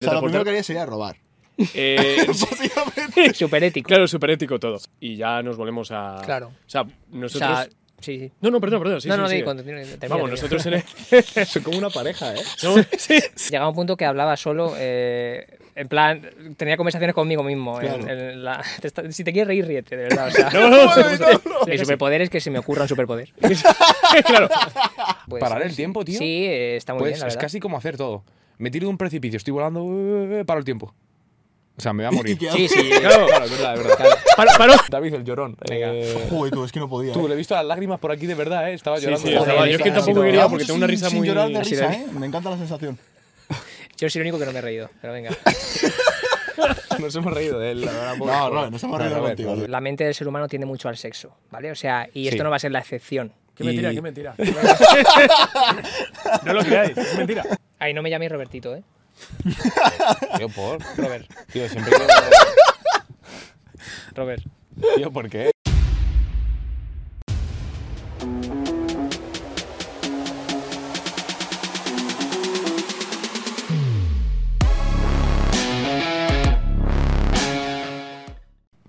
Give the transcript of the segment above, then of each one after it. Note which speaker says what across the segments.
Speaker 1: O sea, lo primero que haría sería robar.
Speaker 2: Eh,
Speaker 3: Pues
Speaker 1: Básicamente.
Speaker 3: Súper ético.
Speaker 2: claro, súper ético todo. Y ya nos volvemos a.
Speaker 3: Claro.
Speaker 2: O sea,
Speaker 3: O
Speaker 2: nosotros.
Speaker 3: sea, sí, sí.
Speaker 2: no, no, perdón, perdón. sí,
Speaker 3: no,
Speaker 2: sí,
Speaker 3: no, di,
Speaker 2: sigue.
Speaker 3: continúa, termina,
Speaker 2: Vamos,
Speaker 3: termina.
Speaker 2: nosotros en el-
Speaker 4: Son como una pareja, ¿eh?
Speaker 2: somos- sí.
Speaker 3: Llegaba un punto que hablaba solo, eh, en plan, tenía conversaciones conmigo mismo. en-
Speaker 1: Claro.
Speaker 3: en la- te está- si te quieres reír, ríete, de verdad. O sea, Mi superpoder es que se me ocurra un superpoder.
Speaker 2: claro.
Speaker 3: Pues,
Speaker 4: Parar el
Speaker 3: sí.
Speaker 4: tiempo, tío.
Speaker 3: Sí, eh, está muy
Speaker 4: pues
Speaker 3: bien, la
Speaker 4: es
Speaker 3: verdad.
Speaker 4: casi como hacer todo. Me tiro de un precipicio, estoy volando, eh, paro el tiempo. O sea, me va a
Speaker 1: ¿Y
Speaker 4: morir.
Speaker 1: qué
Speaker 3: Sí,
Speaker 1: haces?
Speaker 3: sí.
Speaker 4: Claro, claro, es verdad, es verdad.
Speaker 2: Paró, paró.
Speaker 4: David, el llorón.
Speaker 3: Venga.
Speaker 4: Eh,
Speaker 1: Joder, tú, es que no podía.
Speaker 4: tú,
Speaker 1: ¿eh?
Speaker 4: le he visto las lágrimas por aquí de verdad, ¿eh? Estaba
Speaker 2: Sí,
Speaker 4: llorando.
Speaker 2: sí, estaba-
Speaker 3: yo es que tampoco
Speaker 4: Sí,
Speaker 3: quería,
Speaker 2: porque tengo una
Speaker 1: sin-
Speaker 2: risa
Speaker 1: sin
Speaker 2: muy-
Speaker 1: llorar de
Speaker 2: así
Speaker 1: risa,
Speaker 3: de-
Speaker 1: ¿eh? Me encanta la sensación.
Speaker 3: Yo soy el único que no me he reído, pero venga.
Speaker 4: Nos hemos reído de él, la verdad. pobre.
Speaker 1: No, Ah, Robert, nos hemos
Speaker 4: No,
Speaker 1: reído
Speaker 4: Robert,
Speaker 1: contigo.
Speaker 3: La mente del ser humano tiende mucho al sexo, ¿vale? O sea, y esto
Speaker 4: Sí.
Speaker 3: no va a ser la excepción.
Speaker 2: Qué mentira,
Speaker 4: Y-
Speaker 2: qué mentira. no lo creáis, es mentira.
Speaker 3: Ay, no me llaméis Robertito, ¿eh?
Speaker 4: Tío, por.
Speaker 3: Robert,
Speaker 4: Tío, siempre digo,
Speaker 3: Robert.
Speaker 4: Tío, ¿por qué?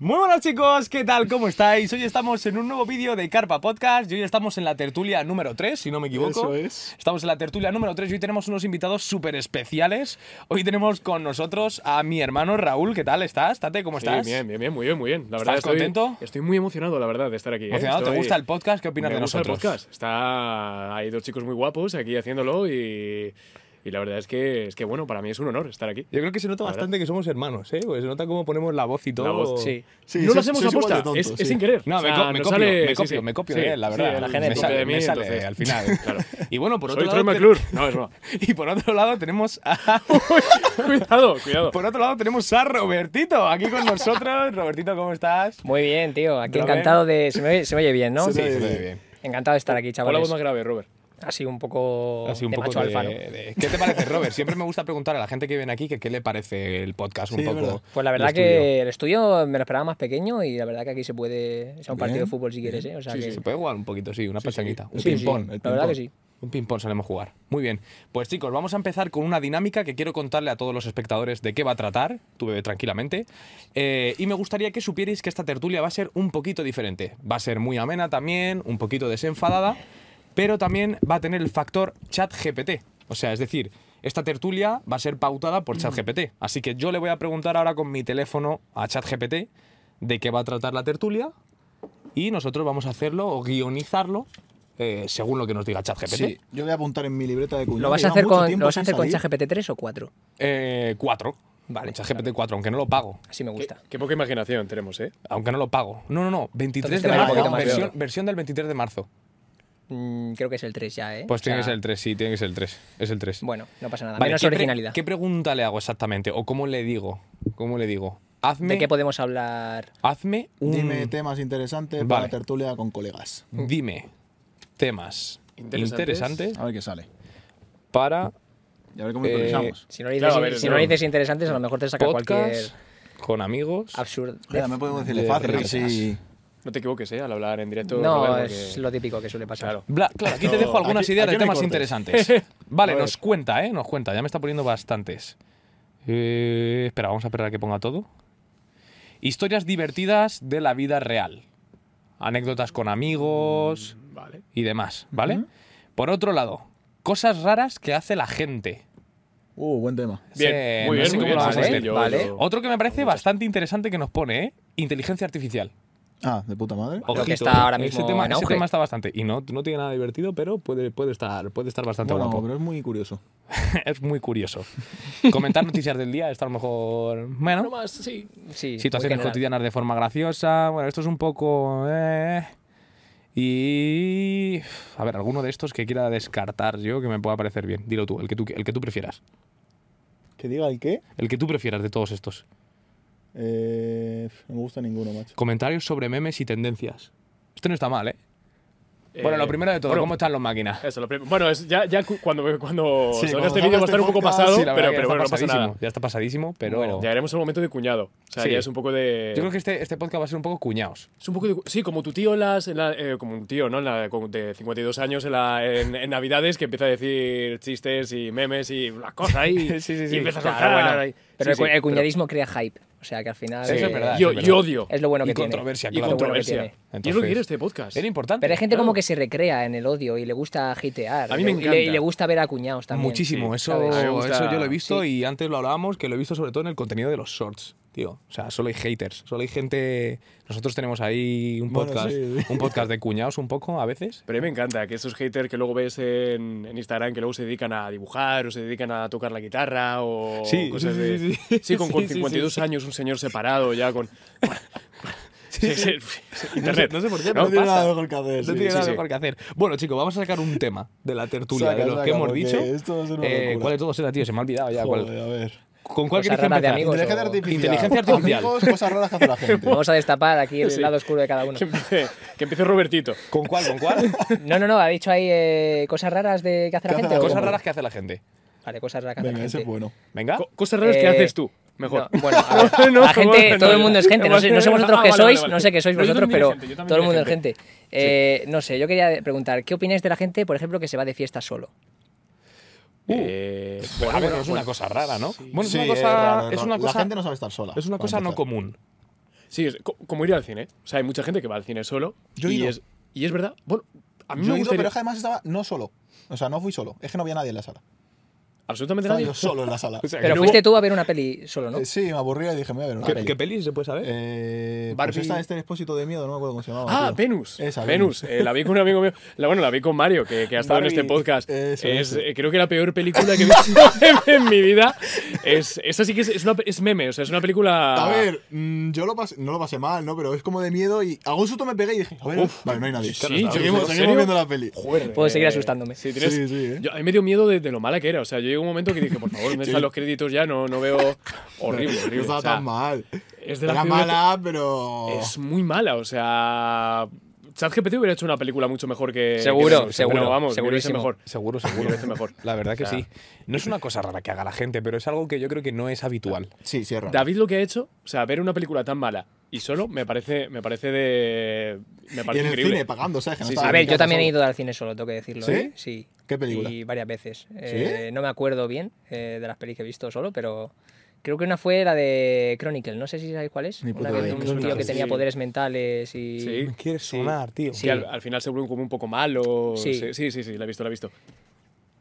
Speaker 4: Muy buenas chicos, ¿qué tal? ¿Cómo estáis? Hoy estamos en un nuevo vídeo de Carpa Podcast y hoy estamos en la tertulia número 3, si no me equivoco.
Speaker 1: Eso es.
Speaker 4: Estamos en la tertulia número 3 y hoy tenemos unos invitados súper especiales. Hoy tenemos con nosotros a mi hermano Raúl, ¿qué tal estás? Tate, ¿cómo
Speaker 2: Sí,
Speaker 4: estás?
Speaker 2: bien, bien, bien, muy bien, muy bien. La verdad,
Speaker 4: ¿Estás
Speaker 2: estoy,
Speaker 4: contento?
Speaker 2: Estoy muy emocionado, la verdad, de estar aquí. ¿eh?
Speaker 4: Emocionado, ¿te
Speaker 2: Estoy-
Speaker 4: gusta el podcast? ¿Qué opinas
Speaker 2: Me
Speaker 4: de
Speaker 2: gusta el
Speaker 4: nosotros?
Speaker 2: podcast. Está, hay dos chicos muy guapos aquí haciéndolo y, y la verdad es que, es que, bueno, para mí es un honor estar aquí.
Speaker 4: Yo creo que se nota
Speaker 2: La verdad.
Speaker 4: bastante que somos hermanos, ¿eh? Porque se nota cómo ponemos la voz y todo.
Speaker 2: La voz,
Speaker 3: Sí.
Speaker 1: Sí,
Speaker 2: no lo
Speaker 1: sois-
Speaker 2: hacemos
Speaker 1: sois igual de
Speaker 2: aposta, es,
Speaker 1: tontos,
Speaker 2: es
Speaker 1: sí.
Speaker 2: sin querer.
Speaker 4: No,
Speaker 2: O
Speaker 4: me,
Speaker 2: sea,
Speaker 4: co- me
Speaker 2: nos
Speaker 4: copio,
Speaker 2: sale-
Speaker 4: me
Speaker 2: sí,
Speaker 4: copio,
Speaker 2: sí.
Speaker 4: me copio
Speaker 2: Sí,
Speaker 4: de él, la
Speaker 2: sí,
Speaker 4: verdad.
Speaker 3: la
Speaker 4: Me
Speaker 3: genética.
Speaker 4: sale-
Speaker 2: de mí,
Speaker 4: me sale
Speaker 2: entonces.
Speaker 4: al final.
Speaker 2: Claro.
Speaker 4: Y bueno, por otro
Speaker 2: Soy Troy
Speaker 4: lado... te-
Speaker 2: McClure. No, es broma.
Speaker 4: Y por otro lado tenemos a...
Speaker 2: cuidado, cuidado.
Speaker 4: Por otro lado tenemos a Robertito aquí con nosotros. Robertito, ¿cómo estás?
Speaker 3: Muy bien, tío. Aquí
Speaker 4: Robert.
Speaker 3: encantado de. Se me, oye- se me oye bien, ¿no?
Speaker 1: Sí, sí.
Speaker 4: me ve bien.
Speaker 3: Encantado de estar aquí,
Speaker 2: Hola, voz
Speaker 3: chavales.
Speaker 2: más grave, Robert.
Speaker 3: Así un poco.
Speaker 4: Así un
Speaker 3: de
Speaker 4: poco
Speaker 3: macho
Speaker 4: de-
Speaker 3: alfa, ¿no?
Speaker 4: de- ¿Qué te parece, Robert? Siempre me gusta preguntar a la gente que viene aquí que qué le parece el podcast
Speaker 1: Sí,
Speaker 4: un
Speaker 1: es verdad.
Speaker 4: poco.
Speaker 3: Pues la verdad
Speaker 4: el estudio.
Speaker 3: que el estudio me lo esperaba más pequeño y la verdad que aquí se puede. O sea, un partido
Speaker 1: Bien,
Speaker 3: de fútbol si quieres, ¿eh? O sea, que.
Speaker 4: Se puede jugar un poquito, sí, una pachanguita. Un
Speaker 3: Sí, sí,
Speaker 4: ping-pong.
Speaker 3: La
Speaker 1: el
Speaker 3: verdad que
Speaker 1: ping-pong.
Speaker 3: sí.
Speaker 4: Un ping-pong solemos jugar. Muy bien. Pues chicos, vamos a empezar con una dinámica que quiero contarle a todos los espectadores de qué va a tratar. Tú bebe tranquilamente. Eh, y me gustaría que supierais que esta tertulia va a ser un poquito diferente. Va a ser muy amena también, un poquito desenfadada, pero también va a tener el factor chat GPT. O sea, es decir, esta tertulia va a ser pautada
Speaker 3: Mm.
Speaker 4: por chat GPT. Así que yo le voy a preguntar ahora con mi teléfono a chat GPT de qué va a tratar la tertulia y nosotros vamos a hacerlo o guionizarlo eh, según lo que nos diga ChatGPT.
Speaker 1: Sí, yo voy a apuntar en mi libreta de cuñado.
Speaker 3: ¿Lo vas a
Speaker 1: Lleva
Speaker 3: hacer
Speaker 1: mucho
Speaker 3: con,
Speaker 1: tiempo
Speaker 3: ¿lo vas a
Speaker 1: sin
Speaker 3: hacer con
Speaker 1: salir.
Speaker 3: ChatGPT 3 o 4?
Speaker 4: Eh, cuatro. Vale, ChatGPT 4, aunque no lo pago.
Speaker 3: Así me
Speaker 2: Qué,
Speaker 3: gusta.
Speaker 2: qué poca imaginación tenemos, ¿eh?
Speaker 4: Aunque no lo pago. No, no, no. 23
Speaker 3: Entonces te
Speaker 4: de
Speaker 3: vale un
Speaker 4: marzo.
Speaker 3: poquito más.
Speaker 4: Versión, versión del 23 de marzo.
Speaker 3: Mm, creo que es el 3 ya, ¿eh?
Speaker 4: Pues
Speaker 3: O
Speaker 4: tiene que
Speaker 3: sea,
Speaker 4: ser el 3, sí, tiene que ser el 3. Es el 3.
Speaker 3: Bueno, no pasa nada.
Speaker 4: Vale,
Speaker 3: Menos
Speaker 4: ¿qué pre-
Speaker 3: originalidad.
Speaker 4: ¿Qué pregunta le hago exactamente? ¿O cómo le digo? ¿Cómo le digo? Hazme,
Speaker 3: ¿De qué podemos hablar?
Speaker 4: hazme un...
Speaker 1: Dime temas interesantes para
Speaker 4: Vale.
Speaker 1: tertulia con colegas.
Speaker 4: dime temas
Speaker 2: Interesantes.
Speaker 4: interesantes
Speaker 1: A ver qué sale.
Speaker 4: para
Speaker 1: Y a ver cómo
Speaker 4: Eh,
Speaker 1: improvisamos.
Speaker 3: Si no le dices,
Speaker 2: Claro, a ver,
Speaker 3: si no
Speaker 2: no.
Speaker 3: le dices interesantes, a lo mejor te saca
Speaker 4: podcast
Speaker 3: cualquier
Speaker 4: con amigos.
Speaker 3: absurdo.
Speaker 1: Mira, me podemos decirle
Speaker 4: de
Speaker 1: fácil.
Speaker 4: risas.
Speaker 1: así.
Speaker 2: No te equivoques, ¿eh? Al hablar en directo.
Speaker 3: No,
Speaker 2: Robert, porque-
Speaker 3: es lo típico que suele pasar.
Speaker 2: Claro.
Speaker 4: Bla- claro, aquí te dejo algunas
Speaker 1: aquí-
Speaker 4: ideas
Speaker 1: aquí
Speaker 4: de
Speaker 1: no hay
Speaker 4: temas
Speaker 1: cortes.
Speaker 4: interesantes. Vale, nos cuenta, ¿eh? Nos cuenta, ya me está poniendo bastantes. Eh, espera, vamos a esperar a que ponga todo. Historias divertidas de la vida real. Anécdotas con amigos
Speaker 2: Mm, Vale.
Speaker 4: y demás, ¿vale? Por otro lado, cosas raras que hace la gente.
Speaker 1: Uh, buen tema.
Speaker 2: Bien,
Speaker 4: Sí,
Speaker 2: muy
Speaker 4: no
Speaker 2: bien,
Speaker 4: sé
Speaker 2: muy
Speaker 4: cómo
Speaker 2: bien.
Speaker 4: lo
Speaker 2: sí,
Speaker 4: vamos a
Speaker 2: sí,
Speaker 4: hacer.
Speaker 2: yo-
Speaker 3: Vale.
Speaker 2: yo-
Speaker 4: Otro que me parece bastante interesante que nos pone, ¿eh? Inteligencia artificial.
Speaker 1: Ah, de puta madre.
Speaker 3: Lo que
Speaker 4: Ojito,
Speaker 3: está ahora
Speaker 4: ese
Speaker 3: mismo
Speaker 4: tema,
Speaker 3: en
Speaker 4: ese
Speaker 3: auge.
Speaker 4: tema está bastante. Y no, no tiene nada divertido, pero puede, puede, estar, puede estar bastante
Speaker 1: Bueno,
Speaker 4: guapo.
Speaker 1: pero es muy curioso.
Speaker 4: es muy curioso. Comentar noticias del día está a lo mejor. Bueno,
Speaker 2: No más, sí.
Speaker 3: Sí, muy
Speaker 4: situaciones
Speaker 3: general.
Speaker 4: cotidianas de forma graciosa. Bueno, esto es un poco. eh. Y. A ver, alguno de estos que quiera descartar yo que me pueda parecer bien. Dilo tú, el que tú, el que tú prefieras.
Speaker 1: ¿Que diga el qué?
Speaker 4: El que tú prefieras de todos estos.
Speaker 1: Eh, no me gusta ninguno, macho.
Speaker 4: Este Comentarios sobre memes y tendencias. Esto no está mal, ¿eh? Bueno,
Speaker 2: Eh,
Speaker 4: lo primero de todo,
Speaker 2: bueno,
Speaker 4: ¿cómo están los máquinas?
Speaker 2: Eso, lo prim- bueno, es, ya, ya cu- cuando, cuando
Speaker 4: Sí,
Speaker 2: salga
Speaker 4: cuando
Speaker 2: este vídeo va a
Speaker 4: salga
Speaker 2: estar un
Speaker 4: este
Speaker 2: poco
Speaker 4: podcast,
Speaker 2: pasado,
Speaker 4: sí, la verdad
Speaker 2: pero,
Speaker 4: que
Speaker 2: pero
Speaker 4: ya
Speaker 2: bueno, no
Speaker 4: está
Speaker 2: pasa
Speaker 4: pasadísimo,
Speaker 2: nada.
Speaker 4: Ya está pasadísimo, pero.
Speaker 2: Bueno, ya haremos el momento de cuñado. O sea,
Speaker 4: Sí.
Speaker 2: ya es un poco de.
Speaker 4: Yo creo que este, este podcast va a ser un poco cuñados.
Speaker 2: Es un poco de- sí, como tu tío en las, en la- eh, como un tío, ¿no? En la- con- de 52 años en, la- en- en Navidades que empieza a decir chistes y memes y las cosas ahí.
Speaker 4: Sí, sí, sí.
Speaker 2: Y empieza a
Speaker 4: Claro,
Speaker 2: soltar.
Speaker 4: bueno.
Speaker 2: ahí.
Speaker 3: Pero el,
Speaker 2: Sí,
Speaker 3: cu-
Speaker 2: sí,
Speaker 3: el cuñadismo crea hype. O sea que al final.
Speaker 4: Sí, eso es verdad.
Speaker 2: yo-
Speaker 4: eso es
Speaker 2: yo
Speaker 4: verdad.
Speaker 2: odio.
Speaker 3: Es lo bueno que
Speaker 4: y
Speaker 3: tiene.
Speaker 4: controversia,
Speaker 2: Y
Speaker 4: claro.
Speaker 3: lo bueno que
Speaker 2: controversia.
Speaker 3: tiene.
Speaker 2: y es lo que
Speaker 4: Entonces,
Speaker 2: quiere este podcast.
Speaker 4: Era importante.
Speaker 3: Pero hay gente
Speaker 2: Claro.
Speaker 3: como que se recrea en el odio y le gusta hatear.
Speaker 2: A mí me
Speaker 3: y le- Y le,
Speaker 2: encanta.
Speaker 3: gusta ver a cuñados también.
Speaker 4: Muchísimo,
Speaker 3: Sí,
Speaker 4: eso,
Speaker 3: ¿sabes?
Speaker 2: A mí me gusta-
Speaker 4: eso yo lo he visto y antes lo hablábamos, que lo he visto sobre todo en el contenido de los shorts, tío. O sea, solo hay haters, solo hay gente... Nosotros tenemos ahí un
Speaker 1: Bueno,
Speaker 4: podcast,
Speaker 1: sí.
Speaker 4: un podcast de cuñados un poco a veces.
Speaker 2: Pero a mí me encanta que esos haters que luego ves en, en Instagram, que luego se dedican a dibujar o se dedican a tocar la guitarra o
Speaker 4: Sí,
Speaker 2: cosas
Speaker 4: sí,
Speaker 2: de...
Speaker 4: sí, sí.
Speaker 2: Sí, con, con
Speaker 4: Sí, sí,
Speaker 2: 52 años, un señor separado ya con... Sí, sí, sí, Internet.
Speaker 4: No sé, no sé
Speaker 1: No,
Speaker 4: por qué, pero
Speaker 1: tiene
Speaker 4: pasa.
Speaker 1: nada mejor que hacer.
Speaker 4: No
Speaker 1: sí.
Speaker 4: tiene
Speaker 2: sí,
Speaker 4: nada
Speaker 2: sí.
Speaker 4: mejor que hacer. Bueno, chicos, vamos a sacar un tema de la tertulia,
Speaker 1: Saca,
Speaker 4: de los
Speaker 1: saca,
Speaker 4: que hemos
Speaker 1: porque
Speaker 4: dicho.
Speaker 1: esto es una
Speaker 4: Eh,
Speaker 1: locura.
Speaker 4: ¿Cuál de todos era, tío? Se me ha olvidado ya. cuál.
Speaker 1: Joder, a ver.
Speaker 4: ¿Con
Speaker 3: Cosas
Speaker 4: cuál quieres
Speaker 3: raras de
Speaker 4: empezar?
Speaker 3: amigos.
Speaker 1: Inteligencia
Speaker 3: o-
Speaker 1: artificial.
Speaker 4: Inteligencia artificial.
Speaker 1: Amigos, cosas raras que hace la gente.
Speaker 3: Vamos a destapar aquí el
Speaker 2: Sí.
Speaker 3: lado oscuro de cada uno.
Speaker 2: Que empiece, que empiece Robertito.
Speaker 4: ¿Con cuál? ¿Con cuál?
Speaker 3: No, no, no, ha dicho ahí eh, cosas raras de que hace
Speaker 1: ¿Qué hace
Speaker 3: la gente.
Speaker 1: la
Speaker 3: ¿o
Speaker 4: Cosas
Speaker 3: cómo?
Speaker 4: raras que hace la gente.
Speaker 3: Vale, cosas raras que hace
Speaker 1: Venga,
Speaker 3: la
Speaker 1: ese es
Speaker 3: gente.
Speaker 1: bueno.
Speaker 4: Venga.
Speaker 2: Co- cosas raras que
Speaker 3: Eh,
Speaker 2: haces tú. Mejor.
Speaker 3: No, bueno, a ver,
Speaker 2: No,
Speaker 3: la gente,
Speaker 2: bueno,
Speaker 3: todo el
Speaker 2: no,
Speaker 3: mundo es gente. No sé, no sé
Speaker 2: vale,
Speaker 3: vosotros
Speaker 2: ah,
Speaker 3: qué
Speaker 2: vale,
Speaker 3: sois,
Speaker 2: vale.
Speaker 3: no sé qué sois
Speaker 2: Pero yo
Speaker 3: vosotros,
Speaker 2: también
Speaker 3: pero
Speaker 2: soy gente, yo también
Speaker 3: todo el
Speaker 2: soy
Speaker 3: mundo es
Speaker 2: gente.
Speaker 3: gente. Eh, no sé, yo quería preguntar, ¿qué opináis de la gente, por ejemplo, que se va de fiesta solo?
Speaker 2: Eh,
Speaker 4: Bueno,
Speaker 2: bueno,
Speaker 4: a ver,
Speaker 2: bueno,
Speaker 4: es una cosa rara, ¿no? Bueno, es
Speaker 1: Sí,
Speaker 4: una
Speaker 1: es raro,
Speaker 4: cosa.
Speaker 1: es
Speaker 4: Es
Speaker 1: raro.
Speaker 4: una
Speaker 1: La
Speaker 4: cosa.
Speaker 1: gente no sabe estar sola.
Speaker 4: Es una
Speaker 1: para
Speaker 4: cosa no
Speaker 1: empezar.
Speaker 4: común.
Speaker 2: Sí, es co- como ir al cine. O sea, hay mucha gente que va al cine solo.
Speaker 1: Yo he
Speaker 2: y,
Speaker 1: ido.
Speaker 2: es, y es verdad. Bueno, a mí
Speaker 1: Yo
Speaker 2: me
Speaker 1: he ido, pero
Speaker 2: gustaría...
Speaker 1: es que además estaba no solo. O sea, no fui solo. Es que no había nadie en la sala.
Speaker 2: Absolutamente
Speaker 1: Estaba
Speaker 2: nadie.
Speaker 1: yo solo en la sala.
Speaker 4: O sea,
Speaker 3: Pero
Speaker 4: que
Speaker 3: fuiste tú a ver una peli solo, ¿no?
Speaker 1: Eh, Sí, me aburría y dije, me voy a ver una
Speaker 4: ¿Qué,
Speaker 1: peli.
Speaker 4: qué pelis se puede saber?
Speaker 1: Eh, pues
Speaker 2: Barbie.
Speaker 1: esta este expósito de miedo, no me acuerdo cómo se llamaba.
Speaker 2: Ah,
Speaker 1: tío.
Speaker 2: Venus.
Speaker 1: Esa,
Speaker 2: Venus. Eh, la vi con un amigo mío. La, bueno, la vi con Mario, que, que ha estado en
Speaker 4: Barbie.
Speaker 2: este podcast.
Speaker 1: Eso,
Speaker 2: es,
Speaker 1: eso.
Speaker 2: eh, creo que la peor película que he visto en mi vida. Es, esa sí que es, es, una, es meme, o sea, es una película.
Speaker 1: A ver, mm, yo lo pasé, no lo pasé mal, ¿no? Pero es como de miedo y a un susto me pegué y dije, a ver,
Speaker 2: Uf.
Speaker 1: vale, no hay nadie.
Speaker 2: Sí,
Speaker 1: Claro,
Speaker 2: sí,
Speaker 1: está.
Speaker 2: yo-
Speaker 1: seguimos
Speaker 2: ¿en
Speaker 1: seguimos
Speaker 2: serio?
Speaker 1: viendo la peli.
Speaker 2: Joder,
Speaker 3: Puedo seguir
Speaker 2: eh,
Speaker 3: asustándome.
Speaker 2: Sí, tienes-
Speaker 1: Sí, sí, eh.
Speaker 2: Yo- a mí me dio miedo de, de lo mala que era. O sea, yo llegué a un momento que dije, por favor, ¿dónde están los créditos ya? No, no veo. Horrible,
Speaker 1: No
Speaker 2: horrible.
Speaker 1: estaba
Speaker 2: o sea,
Speaker 1: tan mal.
Speaker 2: es de las
Speaker 1: Era
Speaker 2: primeras-
Speaker 1: mala, pero.
Speaker 2: Es muy mala, o sea. ChatGPT hubiera hecho una película mucho mejor que.
Speaker 3: Seguro,
Speaker 2: que- pero
Speaker 3: seguro,
Speaker 2: vamos, mil veces
Speaker 3: segurísimo.
Speaker 2: mejor.
Speaker 4: Seguro, seguro.
Speaker 2: Mil veces mejor.
Speaker 4: La verdad que
Speaker 2: O sea,
Speaker 4: sí. No es una cosa rara que haga la gente, pero es algo que yo creo que no es habitual.
Speaker 1: Sí, sí, es raro.
Speaker 2: David lo que ha hecho, o sea, ver una película tan mala y solo me parece, me parece de. Me
Speaker 1: Y
Speaker 2: parece
Speaker 1: en el
Speaker 2: increíble.
Speaker 1: cine pagando, o sea, que no
Speaker 2: Sí, sí.
Speaker 1: estaba
Speaker 3: A
Speaker 1: en
Speaker 3: ver,
Speaker 1: mi
Speaker 3: yo
Speaker 1: casa
Speaker 3: también he
Speaker 1: solo.
Speaker 3: ido al cine solo, tengo que decirlo.
Speaker 1: ¿Sí?
Speaker 3: ¿eh? Sí.
Speaker 1: ¿Qué película?
Speaker 3: Y varias veces. Eh, no me acuerdo bien eh, de las pelis que he visto solo, pero creo que una fue la de Chronicle. No sé si sabéis cuál es.
Speaker 1: Ni
Speaker 3: Una
Speaker 1: puta
Speaker 3: que
Speaker 1: idea.
Speaker 3: un tío
Speaker 1: Chronicle,
Speaker 3: que tenía
Speaker 2: sí.
Speaker 3: poderes mentales y.
Speaker 2: Sí.
Speaker 4: Me quieres
Speaker 2: Sí.
Speaker 4: sonar, tío.
Speaker 2: Que
Speaker 3: Sí.
Speaker 2: al, al final se vuelve como un poco malo.
Speaker 3: Sí.
Speaker 2: Sí, sí, sí, sí, la he visto, la he visto.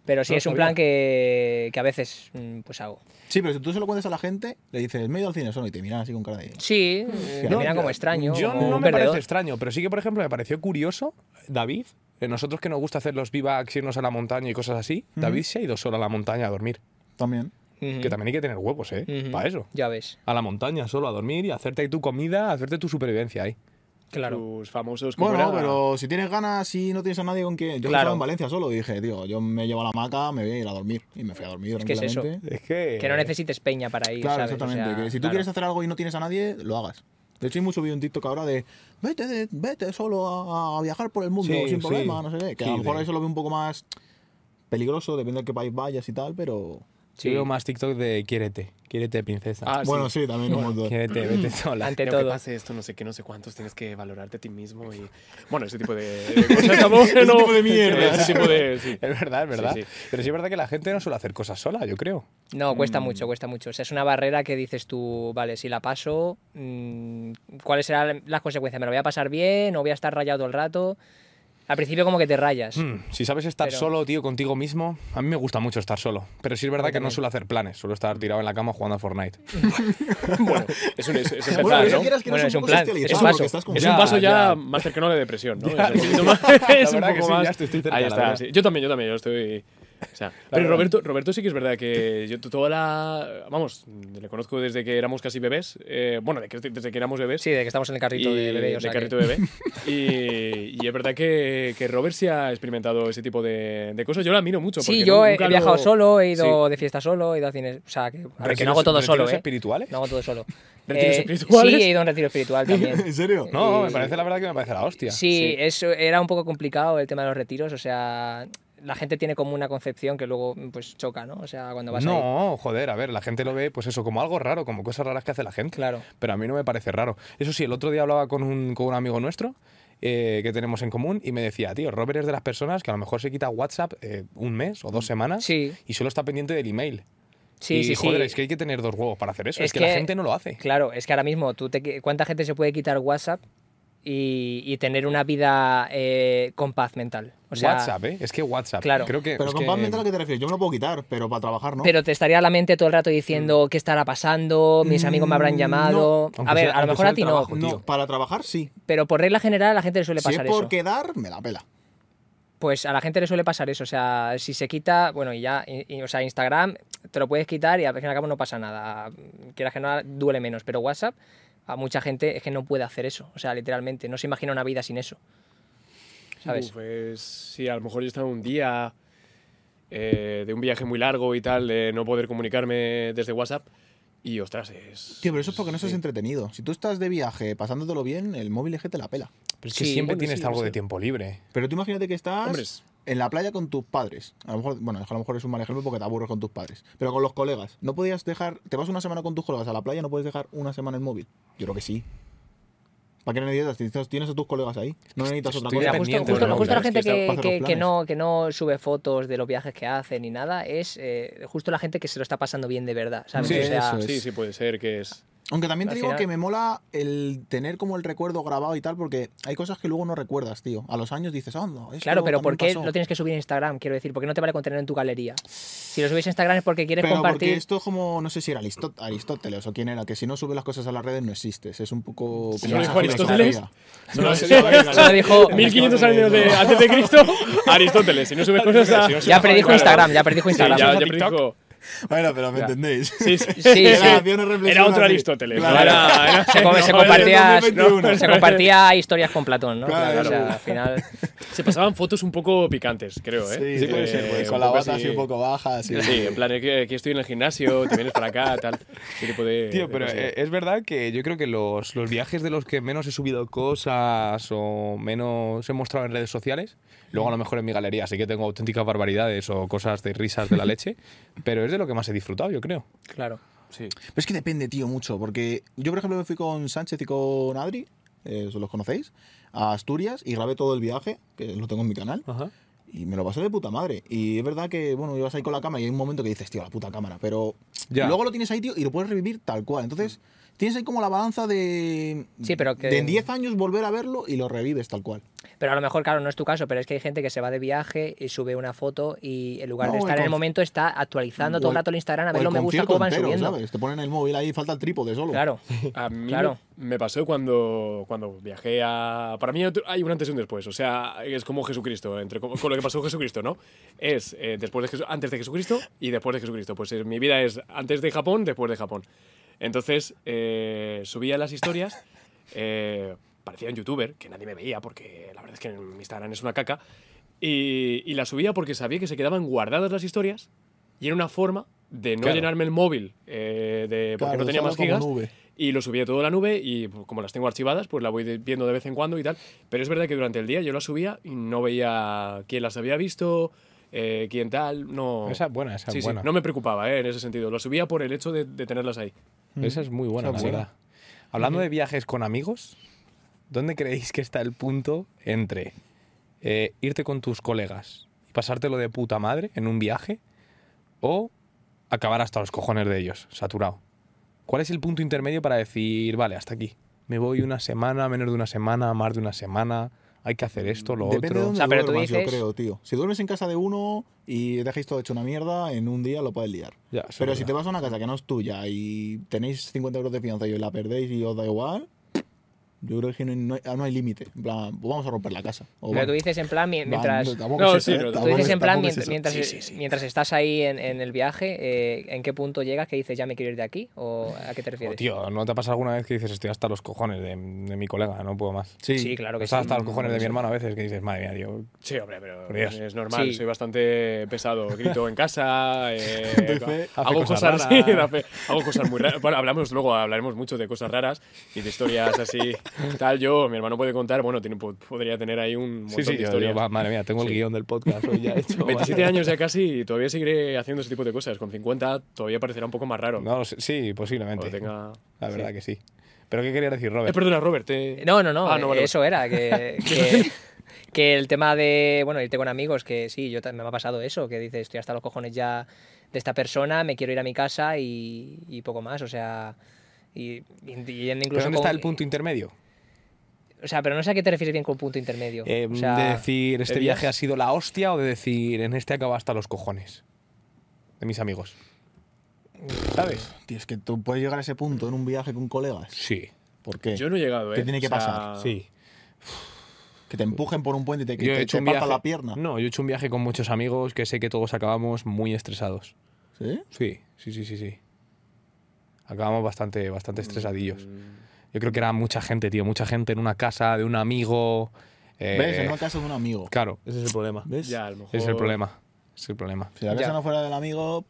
Speaker 3: Pero sí,
Speaker 4: No
Speaker 3: es un
Speaker 4: sabía.
Speaker 3: plan que, que a veces mm, pues hago.
Speaker 1: Sí, pero si tú se lo cuentas a la gente, le dices, me he ido al cine solo y te miran así con cara de.
Speaker 3: Sí, eh, me
Speaker 1: No,
Speaker 3: miran como extraño.
Speaker 4: Yo
Speaker 3: como
Speaker 4: no
Speaker 3: un
Speaker 4: me
Speaker 3: perdedor.
Speaker 4: parece extraño, pero sí que, por ejemplo, me pareció curioso, David, eh, nosotros que nos gusta hacer los vivax, irnos a la montaña y cosas así, David se ha ido solo a la montaña a dormir.
Speaker 1: También.
Speaker 3: Ujú,
Speaker 4: Que también hay que tener huevos, ¿eh?
Speaker 3: ujú.
Speaker 4: Para eso.
Speaker 3: Ya ves,
Speaker 4: A la montaña solo a dormir y hacerte ahí tu comida, hacerte tu supervivencia ahí.
Speaker 3: claro.
Speaker 2: Sus famosos. ¿cómo
Speaker 1: Bueno,
Speaker 2: era?
Speaker 1: pero si tienes ganas y no tienes a nadie con quien. Yo
Speaker 3: Claro.
Speaker 1: estaba en Valencia solo y dije, tío, yo me llevo a la hamaca, me voy a ir a dormir. Y me fui a dormir
Speaker 3: que es eso.
Speaker 1: tranquilamente.
Speaker 4: Es que. eh,
Speaker 3: Que no necesites peña para ir,
Speaker 1: Claro,
Speaker 3: ¿sabes? O
Speaker 1: exactamente.
Speaker 3: sea,
Speaker 1: que si tú
Speaker 3: claro.
Speaker 1: quieres hacer algo y no tienes a nadie, lo hagas. De hecho, hay mucho vídeo en TikTok ahora de vete, de- vete solo a, a viajar por el mundo
Speaker 4: Sí,
Speaker 1: sin
Speaker 4: sí.
Speaker 1: problema, no sé qué. Que a
Speaker 4: Sí,
Speaker 1: lo mejor
Speaker 4: de-
Speaker 1: eso lo veo un poco más peligroso, depende de qué país vayas y tal, pero.
Speaker 4: Yo veo más TikTok de quiérete, quiérete, princesa.
Speaker 2: Ah,
Speaker 1: bueno, sí, también un montón.
Speaker 4: Quiérete, vete sola.
Speaker 3: Ante
Speaker 2: Lo que
Speaker 3: todo.
Speaker 2: pase esto, no sé qué, no sé cuántos, tienes que valorarte a ti mismo y. Bueno, ese tipo de. de cosas, ¿no?
Speaker 1: Ese
Speaker 2: No,
Speaker 1: tipo de mierdas.
Speaker 2: Ese tipo de. sí.
Speaker 4: Es verdad, es verdad.
Speaker 2: Sí, sí.
Speaker 4: Pero sí es verdad que la gente no suele hacer cosas sola, yo creo.
Speaker 3: No, cuesta mucho, cuesta mucho. O sea, es una barrera que dices tú, vale, si la paso, mm, ¿cuáles serán las consecuencias? ¿Me lo voy a pasar bien? ¿O voy a estar rayado todo el rato? Al principio como que te rayas.
Speaker 4: Mm, si sabes estar
Speaker 3: Pero-
Speaker 4: solo, tío, contigo mismo, a mí me gusta mucho estar solo. Pero sí es verdad que no suelo hacer planes, suelo estar tirado en la cama jugando a Fortnite.
Speaker 2: Bueno, es un, es, es empezar,
Speaker 1: Bueno,
Speaker 2: ¿no?
Speaker 1: eso quieras que no
Speaker 3: Bueno, es
Speaker 1: es
Speaker 3: un
Speaker 1: un poco
Speaker 3: plan,
Speaker 1: socializado,
Speaker 3: es un paso.
Speaker 1: porque estás como-
Speaker 2: Es
Speaker 4: Ya,
Speaker 2: un paso ya,
Speaker 4: ya.
Speaker 2: más cercano a la depresión, ¿no?
Speaker 4: Ya,
Speaker 2: es un
Speaker 4: sí.
Speaker 2: poquito más-
Speaker 4: La
Speaker 2: es un
Speaker 4: verdad que
Speaker 2: poco
Speaker 4: sí, ya
Speaker 2: más-
Speaker 4: estoy- estoy cerca,
Speaker 2: Ahí
Speaker 4: la
Speaker 2: está.
Speaker 4: verdad.
Speaker 2: sí. Yo también, yo también, yo estoy. O sea, pero Roberto, Roberto sí que es verdad que yo t- toda la... Vamos, le conozco desde que éramos casi bebés. eh, bueno, de que- desde que éramos bebés.
Speaker 3: Sí, de que estamos en el carrito
Speaker 2: y-
Speaker 3: de bebé. O sea
Speaker 2: de
Speaker 3: que-
Speaker 2: carrito de bebé. Y, y es verdad que, que Robert sí ha experimentado ese tipo de, de cosas. Yo la miro mucho.
Speaker 3: Sí,
Speaker 2: porque
Speaker 3: yo he,
Speaker 2: nunca
Speaker 3: he viajado
Speaker 2: lo-
Speaker 3: solo, he ido de fiesta solo, he ido a cines. O sea, que, a ver, que no hago todo
Speaker 4: ¿Retiros
Speaker 3: solo, ¿eh?
Speaker 4: espirituales?
Speaker 3: No hago todo solo.
Speaker 2: ¿Retiros
Speaker 3: Eh,
Speaker 2: espirituales?
Speaker 3: Sí, he ido a un retiro espiritual también.
Speaker 1: ¿En serio?
Speaker 4: No, me parece la verdad que me parece la hostia.
Speaker 3: Eh, Sí, eso era un poco complicado el tema de los retiros, o sea, la gente tiene como una concepción que luego pues choca, ¿no? O sea, cuando vas ahí.
Speaker 4: No, joder, a ver, la gente lo ve, pues eso, como algo raro, como cosas raras que hace la gente.
Speaker 3: Claro.
Speaker 4: Pero a mí no me parece raro. Eso sí, el otro día hablaba con un, con un amigo nuestro eh, que tenemos en común y me decía, tío, Robert es de las personas que a lo mejor se quita WhatsApp eh, un mes o dos semanas
Speaker 3: Mm, Sí.
Speaker 4: y solo está pendiente del email.
Speaker 3: Sí,
Speaker 4: y,
Speaker 3: sí, sí.
Speaker 4: joder, es que hay que tener dos huevos para hacer eso. Es,
Speaker 3: Es
Speaker 4: que,
Speaker 3: que-
Speaker 4: la gente no lo hace.
Speaker 3: Claro, es que ahora mismo, tú te qui- ¿cuánta gente se puede quitar WhatsApp y, y tener una vida eh, con paz mental? O sea,
Speaker 4: WhatsApp, ¿eh? Es que WhatsApp.
Speaker 3: Claro.
Speaker 4: Creo que,
Speaker 1: Pero
Speaker 4: es
Speaker 1: con
Speaker 4: que-
Speaker 1: paz mental, ¿a qué te refieres? Yo me lo puedo quitar, pero para trabajar no.
Speaker 3: Pero te estaría la mente todo el rato diciendo qué estará pasando, mis amigos me habrán
Speaker 1: Mm,
Speaker 3: llamado.
Speaker 4: Mm. no.
Speaker 3: A ver,
Speaker 4: Aunque sea-
Speaker 3: a lo
Speaker 4: aunque
Speaker 3: mejor
Speaker 4: sea
Speaker 3: a
Speaker 4: el
Speaker 3: ti
Speaker 4: trabajo,
Speaker 3: no,
Speaker 1: no,
Speaker 4: tío.
Speaker 1: para trabajar sí.
Speaker 3: pero por regla general a la gente le suele
Speaker 1: Si es
Speaker 3: pasar
Speaker 1: por
Speaker 3: eso.
Speaker 1: quedar, me la pela.
Speaker 3: Pues a la gente le suele pasar eso, o sea, si se quita, bueno, y ya, y- y, o sea, Instagram te lo puedes quitar y al fin y al cabo no pasa nada, quieras que no duele menos, pero WhatsApp a mucha gente es que no puede hacer eso, o sea, literalmente, no se imagina una vida sin eso, ¿sabes?
Speaker 2: Uf, es- sí, a lo mejor yo estaba un día eh, de un viaje muy largo y tal, de no poder comunicarme desde WhatsApp. Y ostras, es.
Speaker 1: Tío, pero eso es porque no estás entretenido. Si tú estás de viaje pasándolo bien, el móvil es que te la pela.
Speaker 4: Pero es que
Speaker 3: Sí,
Speaker 4: siempre
Speaker 2: bueno,
Speaker 4: tienes
Speaker 2: sí,
Speaker 4: algo
Speaker 2: sí.
Speaker 4: de tiempo libre.
Speaker 1: Pero tú imagínate que estás
Speaker 2: Hombres.
Speaker 1: en la playa con tus padres. A lo mejor, bueno, a lo mejor es un mal ejemplo porque te aburres con tus padres. Pero con los colegas. No podías dejar. Te vas una semana con tus colegas a la playa, no puedes dejar una semana el móvil. Yo creo que sí. ¿Para qué necesitas? Tienes- Tienes a tus colegas ahí. No necesitas otra cosa.
Speaker 4: Estoy
Speaker 3: Mira, justo,
Speaker 4: pendiente
Speaker 3: justo-
Speaker 4: de los
Speaker 3: justo la
Speaker 4: planes,
Speaker 3: gente
Speaker 2: fiestas,
Speaker 3: que,
Speaker 1: para hacer
Speaker 3: que-
Speaker 1: los
Speaker 3: que
Speaker 1: planes.
Speaker 3: no, que no sube fotos de los viajes que hace ni nada es eh, justo la gente que se lo está pasando bien de verdad, ¿sabes?
Speaker 1: Sí,
Speaker 3: o sea,
Speaker 1: eso es.
Speaker 2: Sí, sí, puede ser que es.
Speaker 1: Aunque también te
Speaker 3: Al
Speaker 1: digo
Speaker 3: final-
Speaker 1: que me mola el tener como el recuerdo grabado y tal, porque hay cosas que luego no recuerdas, tío. A los años dices, ah, no, esto
Speaker 3: Claro, pero
Speaker 1: también
Speaker 3: ¿por qué
Speaker 1: pasó".
Speaker 3: lo tienes que subir a Instagram? Quiero decir, ¿por qué no te vale contener en tu galería? Si lo subes a Instagram es porque quieres
Speaker 1: Pero porque
Speaker 3: compartir...
Speaker 1: esto es como, no sé si era Aristó- Aristóteles o quién era, que si no subes las cosas a las redes no existes. Es un poco.
Speaker 2: ¿Se
Speaker 1: como
Speaker 2: lo
Speaker 1: esa
Speaker 2: dijo Aristóteles?
Speaker 1: filosofía.
Speaker 2: Se lo-
Speaker 4: No,
Speaker 2: se
Speaker 4: sí,
Speaker 2: lo-
Speaker 3: Se lo dijo-
Speaker 2: 1500 años de, antes de Cristo, Aristóteles. Si no subes cosas a.
Speaker 3: Ya predijo
Speaker 2: Claro.
Speaker 3: Instagram, ya predijo
Speaker 2: Sí,
Speaker 3: Instagram.
Speaker 2: ya,
Speaker 4: ¿Subes a
Speaker 2: ya
Speaker 4: TikTok?
Speaker 2: predijo.
Speaker 1: Bueno, pero me entendéis.
Speaker 2: Sí, sí.
Speaker 3: Sí,
Speaker 2: Era-
Speaker 3: sí.
Speaker 1: Había una reflexión
Speaker 2: Era otro
Speaker 1: así.
Speaker 2: Aristóteles.
Speaker 1: Claro.
Speaker 2: no era- era-
Speaker 3: Se, come-
Speaker 2: no,
Speaker 3: se
Speaker 2: era-
Speaker 3: compartía,
Speaker 1: del 2021.
Speaker 3: se compartía historias con Platón, ¿no?
Speaker 1: Claro.
Speaker 3: Claro, o sea, al final...
Speaker 2: Se pasaban fotos un poco picantes, creo, ¿eh?
Speaker 4: sí, puede ser,
Speaker 2: Eh,
Speaker 4: puede ser.
Speaker 1: Con la
Speaker 2: poco
Speaker 1: bata así
Speaker 2: así-
Speaker 1: un poco baja, así.
Speaker 2: Sí, en plan, eh, que aquí estoy en el gimnasio, te vienes para acá, tal. Ese tipo de-
Speaker 4: Tío,
Speaker 2: de
Speaker 4: pero
Speaker 2: cosillas.
Speaker 4: eh, es verdad que yo creo que los, los viajes de los que menos he subido cosas o menos he mostrado en redes sociales, luego a lo mejor en mi galería sí que tengo auténticas barbaridades o cosas de risas de la leche, pero es de lo que más he disfrutado, yo creo.
Speaker 3: Claro.
Speaker 2: Sí.
Speaker 1: Pero es que depende, tío, mucho. Porque yo, por ejemplo, me fui con Sánchez y con Adri, eh, os los conocéis, a Asturias y grabé todo el viaje, que lo tengo en mi canal. Y me lo pasé de puta madre. Y es verdad que, bueno, ibas ahí con la cámara y hay un momento que dices, tío, la puta cámara. Pero
Speaker 4: Ya.
Speaker 1: luego lo tienes ahí, tío, y lo puedes revivir tal cual. Entonces, tienes ahí como la balanza de.
Speaker 3: Sí, pero que-
Speaker 1: De en 10 años volver a verlo y lo revives tal cual.
Speaker 3: Pero a lo mejor, claro, no es tu caso, pero es que hay gente que se va de viaje y sube una foto y en lugar
Speaker 1: No,
Speaker 3: de
Speaker 1: el
Speaker 3: estar en el
Speaker 1: conf-
Speaker 3: momento está actualizando todo
Speaker 1: O
Speaker 3: el rato el Instagram a
Speaker 1: o
Speaker 3: ver
Speaker 1: el
Speaker 3: los me gusta
Speaker 1: concierto
Speaker 3: cómo van
Speaker 1: entero,
Speaker 3: subiendo.
Speaker 1: ¿sabes? Te ponen el móvil ahí, falta el trípode solo.
Speaker 3: Claro.
Speaker 2: A mí
Speaker 3: Claro.
Speaker 2: me, me pasó cuando, cuando viajé a... Para mí otro- hay un antes y un después. O sea, es como Jesucristo, entre, con con lo que pasó Jesucristo, ¿no? Es eh, después de Jesu- antes de Jesucristo y después de Jesucristo. Pues eh, mi vida es antes de Japón, después de Japón. Entonces, eh, subía las historias. eh, parecía un youtuber, que nadie me veía porque la verdad es que mi Instagram es una caca. Y, y la subía porque sabía que se quedaban guardadas las historias y era una forma de no
Speaker 4: Claro.
Speaker 2: llenarme el móvil eh, de, porque
Speaker 1: Claro,
Speaker 2: no tenía
Speaker 1: usarlo
Speaker 2: más
Speaker 1: como
Speaker 2: gigas
Speaker 1: nube.
Speaker 2: y lo subía todo a la nube y pues, como las tengo archivadas, pues la voy de- viendo de vez en cuando y tal. Pero es verdad que durante el día yo las subía y no veía quién las había visto, eh, quién tal, no...
Speaker 4: Esa es buena, esa es
Speaker 2: Sí, sí,
Speaker 4: buena.
Speaker 2: no me preocupaba eh, en ese sentido, lo subía por el hecho de, de tenerlas ahí.
Speaker 4: Esa es muy buena,
Speaker 1: Esa
Speaker 4: la
Speaker 1: es buena.
Speaker 4: verdad. Hablando de viajes con amigos, ¿dónde creéis que está el punto entre eh, irte con tus colegas y pasártelo de puta madre en un viaje o acabar hasta los cojones de ellos, saturado? ¿Cuál es el punto intermedio para decir, vale, hasta aquí? Me voy una semana, menos de una semana, más de una semana, hay que hacer esto, lo
Speaker 1: Depende de
Speaker 4: otro.
Speaker 1: dónde
Speaker 3: sea, pero tú
Speaker 1: duermas, yo
Speaker 3: dices-
Speaker 1: creo, tío. Si duermes en casa de uno y dejáis todo hecho una mierda, en un día lo puedes liar.
Speaker 4: Ya, eso
Speaker 1: pero
Speaker 4: es
Speaker 1: si te
Speaker 4: verdad.
Speaker 1: vas a una casa que no es tuya y tenéis 50 euros de fianza y os la perdéis y os da igual, Yo creo que no, hay- no hay límite. En plan, pues vamos a romper la casa. O
Speaker 3: Pero tú
Speaker 1: vamos-
Speaker 3: dices en plan mi-
Speaker 1: Va,
Speaker 3: mientras...
Speaker 1: no, tampoco
Speaker 2: No,
Speaker 1: es
Speaker 2: sí,
Speaker 1: eso, ¿eh?
Speaker 2: pero-
Speaker 3: Tú
Speaker 1: Tampoco
Speaker 3: dices
Speaker 1: es-
Speaker 3: en plan,
Speaker 1: tampoco es
Speaker 3: mient-
Speaker 1: eso.
Speaker 3: mientras, mientras estás ahí en, en el viaje, eh, ¿en qué punto llegas que dices ya me quiero ir de aquí? ¿O a qué te refieres?
Speaker 4: Tío, ¿no te ha pasado alguna vez que dices estoy hasta los cojones de, de mi colega? No puedo más.
Speaker 1: Sí,
Speaker 3: sí, claro que sí.
Speaker 4: Estás hasta los cojones de mi hermano a veces que dices, madre mía, tío.
Speaker 2: Sí, hombre, pero
Speaker 4: Por Dios.
Speaker 2: es normal,
Speaker 3: Sí.
Speaker 2: soy bastante pesado. Grito en casa, eh,
Speaker 1: Doy fe,
Speaker 2: hago,
Speaker 4: hace
Speaker 2: cosas,
Speaker 4: cosas
Speaker 2: sí,
Speaker 4: raras.
Speaker 2: da fe. hago cosas muy raras. Bueno, hablamos luego, hablaremos mucho de cosas raras y de historias así. Tal, yo, mi hermano puede contar, bueno, tiene- po- podría tener ahí un montón
Speaker 4: Sí, sí,
Speaker 2: de
Speaker 4: yo-
Speaker 2: historias.
Speaker 4: yo, va, madre mía, tengo el guión del podcast hoy ya hecho.
Speaker 2: 27
Speaker 4: madre.
Speaker 2: años ya casi y todavía seguiré haciendo ese tipo de cosas. Con 50 todavía parecerá un poco más raro.
Speaker 4: No, sí, sí, posiblemente.
Speaker 2: Cuando tenga...
Speaker 4: La verdad que sí. ¿Pero qué querías
Speaker 2: Eh,
Speaker 4: decir, Robert?
Speaker 2: perdona, Robert. te-
Speaker 3: No, no, no,
Speaker 2: Ah, vale, vale.
Speaker 3: eso era, que, que, que el tema de, bueno, irte con amigos, que sí, yo ta- me ha pasado eso, que dices, estoy hasta los cojones ya de esta persona, me quiero ir a mi casa y, y poco más, o sea, y, y- y en-
Speaker 4: ¿Pero
Speaker 3: incluso...
Speaker 4: dónde
Speaker 3: con-
Speaker 4: está el punto intermedio?
Speaker 3: O sea, pero no sé a qué te refieres bien con punto intermedio.
Speaker 4: Eh,
Speaker 3: o sea,
Speaker 4: de decir, este
Speaker 2: ¿de
Speaker 4: viaje
Speaker 2: días?
Speaker 4: ha sido la hostia o de decir, en este acabo hasta los cojones. De mis amigos. ¿Sabes?
Speaker 1: Tío, es que tú puedes llegar a ese punto en un viaje con colegas.
Speaker 4: Sí.
Speaker 1: ¿Por qué?
Speaker 2: Yo no he llegado, ¿eh?
Speaker 1: ¿Qué tiene que pasar?
Speaker 4: Sí.
Speaker 1: Que te empujen por un puente y te, que
Speaker 4: Yo he
Speaker 1: te-
Speaker 4: hecho
Speaker 1: te
Speaker 4: un
Speaker 1: partan
Speaker 4: viaje.
Speaker 1: la pierna.
Speaker 4: No, yo he hecho un viaje con muchos amigos que sé que todos acabamos muy estresados.
Speaker 1: ¿Sí?
Speaker 4: Sí, sí, sí, sí, sí. Acabamos bastante, bastante estresadillos.
Speaker 2: Mm.
Speaker 4: Yo creo que era mucha gente, tío. Mucha gente en una casa de un amigo. eh,
Speaker 1: ¿Ves? En una casa de un amigo.
Speaker 4: Claro, ese es el problema.
Speaker 1: ¿Ves?
Speaker 2: Ya, a lo mejor.
Speaker 4: Ese es el problema. Ese Es el problema.
Speaker 1: Si la casa
Speaker 3: Ya.
Speaker 1: no fuera del amigo,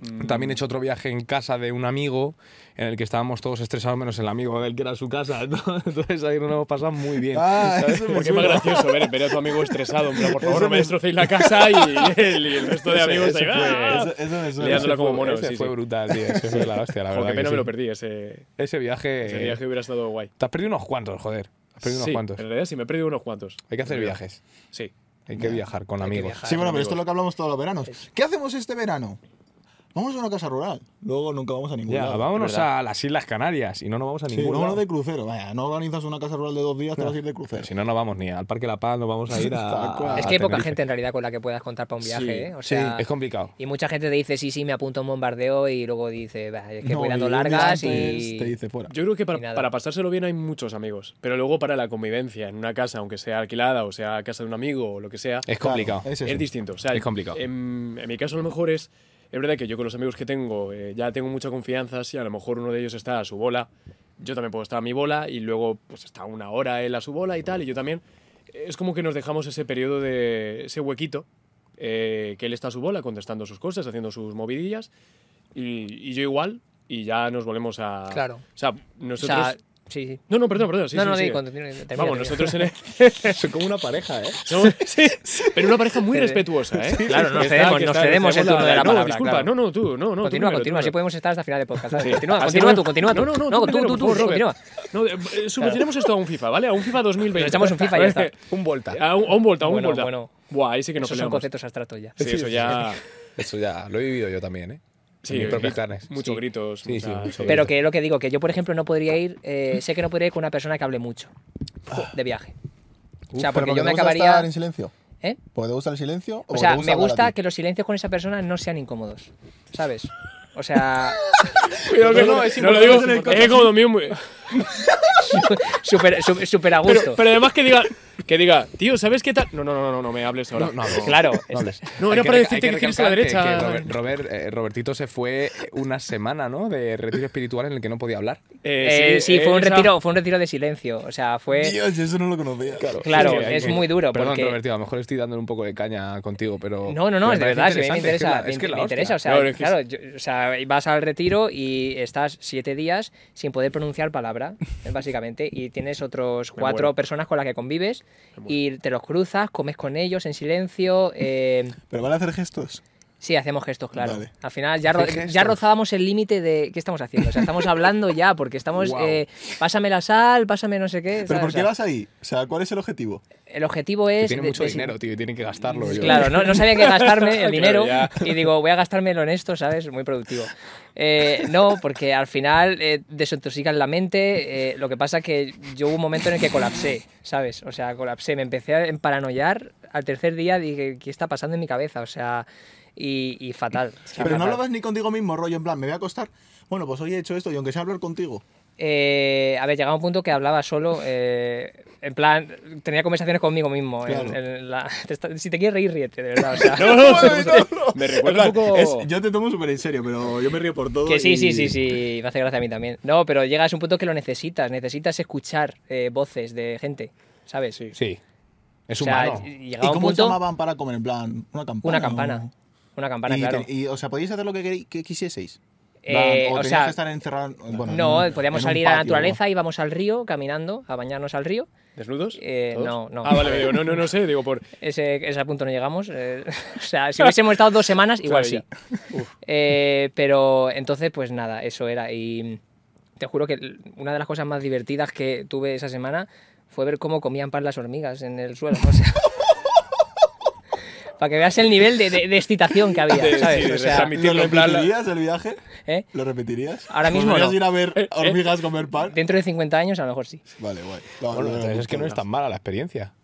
Speaker 2: Mm.
Speaker 4: También he hecho otro viaje en casa de un amigo en el que estábamos todos estresados menos el amigo del que era su casa. ¿no? Entonces ahí nos lo hemos pasado muy bien.
Speaker 1: Ah, eso me
Speaker 2: Porque es más
Speaker 1: suena.
Speaker 2: gracioso ver, ver a tu amigo estresado. Pero por favor,
Speaker 1: Eso
Speaker 2: no me
Speaker 1: me-
Speaker 2: destrocéis la casa y el, y el resto de
Speaker 4: Ese-
Speaker 2: amigos
Speaker 4: ese
Speaker 2: ahí. ¡ah!
Speaker 1: Eso, eso me suena.
Speaker 2: Le das Liándola
Speaker 4: Ese
Speaker 2: como
Speaker 4: fue-
Speaker 2: mono,
Speaker 4: Ese
Speaker 2: sí,
Speaker 4: fue
Speaker 2: sí.
Speaker 4: brutal, tío. Ese fue la hostia, la
Speaker 2: Joder,
Speaker 4: verdad.
Speaker 2: qué pena
Speaker 4: que
Speaker 2: me lo
Speaker 4: sí.
Speaker 2: perdí. Ese,
Speaker 4: Ese viaje.
Speaker 2: ese viaje hubiera estado guay.
Speaker 4: Te has perdido unos cuantos, joder. Has perdido
Speaker 2: Sí,
Speaker 4: unos cuantos.
Speaker 2: En realidad sí, me he perdido unos cuantos.
Speaker 4: Hay que hacer viajes.
Speaker 2: Sí.
Speaker 4: Hay que viajar con
Speaker 3: hay que
Speaker 4: amigos.
Speaker 3: viajar.
Speaker 1: Sí, bueno, pero esto es lo que hablamos todos los veranos. ¿Qué hacemos este verano? Vamos a una casa rural. Luego nunca vamos a ningún
Speaker 4: Ya,
Speaker 1: lado.
Speaker 4: vámonos
Speaker 1: ¿verdad?
Speaker 4: a las Islas Canarias y no nos vamos a
Speaker 1: Sí,
Speaker 4: ningún
Speaker 1: vámonos
Speaker 4: lado.
Speaker 1: de crucero. Vaya, no organizas una casa rural de dos días, te vas a ir de crucero.
Speaker 4: Si no, no vamos ni al Parque La Paz, no vamos a ir
Speaker 1: Tal
Speaker 4: a.
Speaker 1: cual.
Speaker 4: a
Speaker 3: es que hay poca
Speaker 4: Tenerife.
Speaker 3: gente en realidad con la que puedas contar para un viaje,
Speaker 2: Sí,
Speaker 3: ¿eh? O
Speaker 4: ah, Sí,
Speaker 3: sea,
Speaker 4: es complicado.
Speaker 3: y mucha gente te dice, sí, sí, me apunto a un bombardeo y luego dice, "Bah, es que
Speaker 1: No,
Speaker 3: voy
Speaker 1: y
Speaker 3: dando
Speaker 1: un día antes
Speaker 3: largas y...
Speaker 1: Te dice fuera.
Speaker 2: Yo creo que
Speaker 3: Y
Speaker 2: para,
Speaker 3: nada.
Speaker 2: para pasárselo bien hay muchos amigos. Pero luego para la convivencia en una casa, aunque sea alquilada o sea casa de un amigo o lo que sea,
Speaker 4: Es
Speaker 1: Claro,
Speaker 4: complicado.
Speaker 1: es eso.
Speaker 2: es distinto. O sea,
Speaker 4: Es complicado.
Speaker 2: En, en mi caso, a lo mejor es. Es verdad que yo con los amigos que tengo eh, ya tengo mucha confianza. Si a lo mejor uno de ellos está a su bola, yo también puedo estar a mi bola y luego pues está una hora él a su bola y tal, y yo también. Es como que nos dejamos ese periodo de. ese huequito eh, que él está a su bola contestando sus cosas, haciendo sus movidillas y, y yo igual y ya nos volvemos a.
Speaker 3: Claro.
Speaker 2: O sea,
Speaker 3: O
Speaker 2: nosotros.
Speaker 3: sea, sí, sí.
Speaker 2: No, no, perdón, perdón. sí,
Speaker 3: no,
Speaker 2: sí,
Speaker 3: no,
Speaker 2: sí.
Speaker 3: di, continúa, termina,
Speaker 2: Vamos,
Speaker 3: termina.
Speaker 2: nosotros en el-
Speaker 4: Son como una pareja, ¿eh?
Speaker 2: somos- Pero una pareja muy
Speaker 3: Cede.
Speaker 2: respetuosa, ¿eh?
Speaker 3: Claro,
Speaker 2: Que
Speaker 3: nos
Speaker 2: está-
Speaker 3: cedemos-
Speaker 2: que
Speaker 3: nos
Speaker 2: está-
Speaker 3: cedemos el
Speaker 2: cedemos
Speaker 3: turno de la
Speaker 2: No,
Speaker 3: palabra,
Speaker 2: disculpa,
Speaker 3: claro.
Speaker 2: no, no, tú, no, no. tú
Speaker 3: continúa,
Speaker 2: primero, tú
Speaker 3: continúa, así
Speaker 2: primero.
Speaker 3: podemos estar hasta el final de podcast. ¿sabes?
Speaker 2: Sí.
Speaker 3: Continúa,
Speaker 2: Así
Speaker 3: continúa
Speaker 2: no-
Speaker 3: tú, continúa tú.
Speaker 2: No, no, no,
Speaker 3: no, tú,
Speaker 2: primero,
Speaker 3: tú, tú,
Speaker 2: por favor,
Speaker 3: continúa.
Speaker 2: Robert. No, eh, eh, subvencionemos esto a un FIFA, ¿vale? A un FIFA 2020.
Speaker 3: Nos echamos un FIFA y ya está.
Speaker 4: Un volta.
Speaker 2: A un, a un Volta, a un
Speaker 3: Bueno,
Speaker 2: Volta.
Speaker 3: bueno.
Speaker 2: Buah, ahí sí que nos
Speaker 3: Esos son
Speaker 2: peleamos.
Speaker 3: conceptos abstractos ya.
Speaker 2: Sí, eso ya...
Speaker 4: Eso ya lo he vivido yo también, ¿eh?
Speaker 2: Sí,
Speaker 4: Mis propias
Speaker 2: gri-
Speaker 4: carnes.
Speaker 2: muchos
Speaker 4: Sí.
Speaker 2: gritos.
Speaker 4: Sí, sí,
Speaker 2: mucha-
Speaker 4: mucho grito.
Speaker 3: Pero que es lo que digo, que yo, por ejemplo, no podría ir, eh, sé que no podría ir con una persona que hable mucho de viaje. O sea,
Speaker 1: Pero
Speaker 3: porque
Speaker 1: te
Speaker 3: yo me
Speaker 1: gusta
Speaker 3: acabaría...
Speaker 1: estar en silencio?
Speaker 3: ¿Eh?
Speaker 1: ¿Porque te gusta el silencio?
Speaker 3: O sea,
Speaker 1: porque te hablar
Speaker 3: me
Speaker 1: a
Speaker 3: gusta
Speaker 1: ti?
Speaker 3: que los silencios con esa persona no sean incómodos, ¿sabes? O sea,
Speaker 2: Cuidado que-
Speaker 4: No, no, es
Speaker 2: no lo
Speaker 4: importante,
Speaker 2: digo,
Speaker 4: es importante.
Speaker 2: es como dominio muy...
Speaker 3: súper su- súper a gusto.
Speaker 2: Pero, pero además que diga, que diga, tío, ¿sabes qué tal? No, no, no, no, no me hables ahora.
Speaker 4: No, no, no.
Speaker 3: Claro,
Speaker 4: No,
Speaker 3: estas-
Speaker 4: no.
Speaker 2: No,
Speaker 4: Hay
Speaker 2: era para
Speaker 4: reca-
Speaker 2: decirte
Speaker 4: hay
Speaker 2: que gires a la
Speaker 4: recalcar que-
Speaker 2: derecha.
Speaker 4: que Robert- Robert, eh, Robertito se fue una semana, ¿no? De retiro espiritual en el que no podía hablar.
Speaker 2: Eh,
Speaker 3: Eh, sí, fue, un
Speaker 2: esa-
Speaker 3: retiro, fue un retiro de silencio. O sea, fue...
Speaker 1: Dios, yo eso no lo conocía. Claro.
Speaker 3: Claro,
Speaker 4: Sí, hay
Speaker 3: es
Speaker 4: que-
Speaker 3: muy duro
Speaker 4: Perdón,
Speaker 3: porque...
Speaker 4: Robertito, a lo mejor estoy dándole un poco de caña contigo, Oh, pero.
Speaker 3: No, no, no,
Speaker 4: me
Speaker 3: es de
Speaker 4: parece
Speaker 3: verdad, si a mí me
Speaker 4: interesante, es que
Speaker 3: interesa,
Speaker 4: la- es que
Speaker 3: me-
Speaker 4: la
Speaker 3: me
Speaker 4: hostia.
Speaker 3: interesa, o sea,
Speaker 2: Claro, es que
Speaker 3: claro, yo- o sea, vas al retiro y estás siete días sin poder pronunciar palabra, eh, básicamente, y tienes otros
Speaker 2: Me
Speaker 3: cuatro
Speaker 2: muero.
Speaker 3: personas con las que convives y te los cruzas, comes con ellos en silencio, eh,
Speaker 1: Pero van a hacer gestos.
Speaker 3: sí, hacemos gestos, claro.
Speaker 1: Vale.
Speaker 3: Al final ya, ro-
Speaker 4: Hacer gestos.
Speaker 3: ya rozábamos el límite de qué estamos haciendo, o sea, estamos hablando ya, porque estamos,
Speaker 4: Guau.
Speaker 3: eh, pásame la sal, pásame no sé qué.
Speaker 1: ¿Pero
Speaker 3: ¿sabes?
Speaker 1: por
Speaker 3: O
Speaker 1: qué
Speaker 3: sea,
Speaker 1: vas ahí? O sea, ¿cuál es el objetivo?
Speaker 3: El objetivo
Speaker 4: Que
Speaker 3: es...
Speaker 4: tiene
Speaker 3: de-
Speaker 4: mucho
Speaker 3: de-
Speaker 4: dinero, tío, y tiene que gastarlo. yo-
Speaker 3: Claro, no, no sabía qué gastarme
Speaker 2: Claro,
Speaker 3: el dinero
Speaker 2: ya.
Speaker 3: y digo, voy a gastármelo en esto, ¿sabes? Muy productivo. Eh, no, porque al final eh, desintoxican la mente. eh, lo que pasa que yo hubo un momento en el que colapsé, ¿sabes? O sea, colapsé, me empecé a emparanoiar. Al tercer día dije, ¿qué está pasando en mi cabeza? O sea, y, y fatal. o sea,
Speaker 1: Pero no
Speaker 3: fatal.
Speaker 1: hablabas ni contigo mismo, rollo, en plan, me voy a acostar. Bueno, pues hoy he hecho esto y aunque sea hablar contigo.
Speaker 3: eh, a ver, llegaba un punto que hablaba solo, eh, en plan, tenía conversaciones conmigo mismo. en-
Speaker 1: Claro.
Speaker 3: en la- te está- si te quieres reír, ríete, de verdad. o sea.
Speaker 2: No, no, no, Me recuerda un
Speaker 1: En plan,
Speaker 2: poco.
Speaker 1: es- yo te tomo súper en serio, pero yo me río por todo.
Speaker 3: Oh. Que sí,
Speaker 1: y-
Speaker 3: sí, sí, sí, me hace gracia a mí también. No, pero llegas a un punto que lo necesitas, necesitas escuchar eh, voces de gente, ¿sabes?
Speaker 2: Sí.
Speaker 4: Sí. Es
Speaker 3: O sea,
Speaker 4: humano.
Speaker 3: ll-
Speaker 1: ¿Y
Speaker 3: llegaba un
Speaker 1: cómo
Speaker 3: punto,
Speaker 1: llamaban para comer? En plan, una campana.
Speaker 3: una
Speaker 1: o-
Speaker 3: campana, una campana,
Speaker 1: y,
Speaker 3: claro.
Speaker 1: te- y, o sea, podíais hacer lo que, queréis- que quisieseis. En plan,
Speaker 3: Eh,
Speaker 1: o,
Speaker 3: o
Speaker 1: teníais
Speaker 3: sea,
Speaker 1: que estar encerrado. Bueno,
Speaker 3: no,
Speaker 1: en un-
Speaker 3: podíamos
Speaker 1: en un
Speaker 3: salir a la
Speaker 1: patio o-
Speaker 3: naturaleza, íbamos al río caminando, a bañarnos al río.
Speaker 2: ¿Desnudos?
Speaker 3: Eh,
Speaker 2: ¿Todos?
Speaker 3: no, no.
Speaker 2: Ah, vale, digo, no, no, no sé, digo por.
Speaker 3: Ese, ese punto no llegamos. eh, o sea, si hubiésemos estado dos semanas, igual
Speaker 2: Claro,
Speaker 3: sí. Eh, pero entonces, pues nada, eso era. Y te juro que l- una de las cosas más divertidas que tuve esa semana fue ver cómo comían pan las hormigas en el suelo. O sea, para que veas el nivel de, de- de excitación que había,
Speaker 2: De- sí,
Speaker 3: ¿sabes?
Speaker 2: de
Speaker 3: O sea,
Speaker 2: transmitir-
Speaker 1: ¿Lo
Speaker 2: Tirlo en plan la-
Speaker 1: repetirías el viaje?
Speaker 3: ¿eh?
Speaker 1: ¿Lo repetirías?
Speaker 3: Ahora mismo
Speaker 1: ¿Podrías
Speaker 3: no.
Speaker 1: ir a ver hormigas comer pan?
Speaker 3: dentro de 50 años a lo mejor sí.
Speaker 1: Vale, guay. No,
Speaker 4: Bueno,
Speaker 1: no, no,
Speaker 4: entonces
Speaker 1: no,
Speaker 4: es que no es tan mala la experiencia.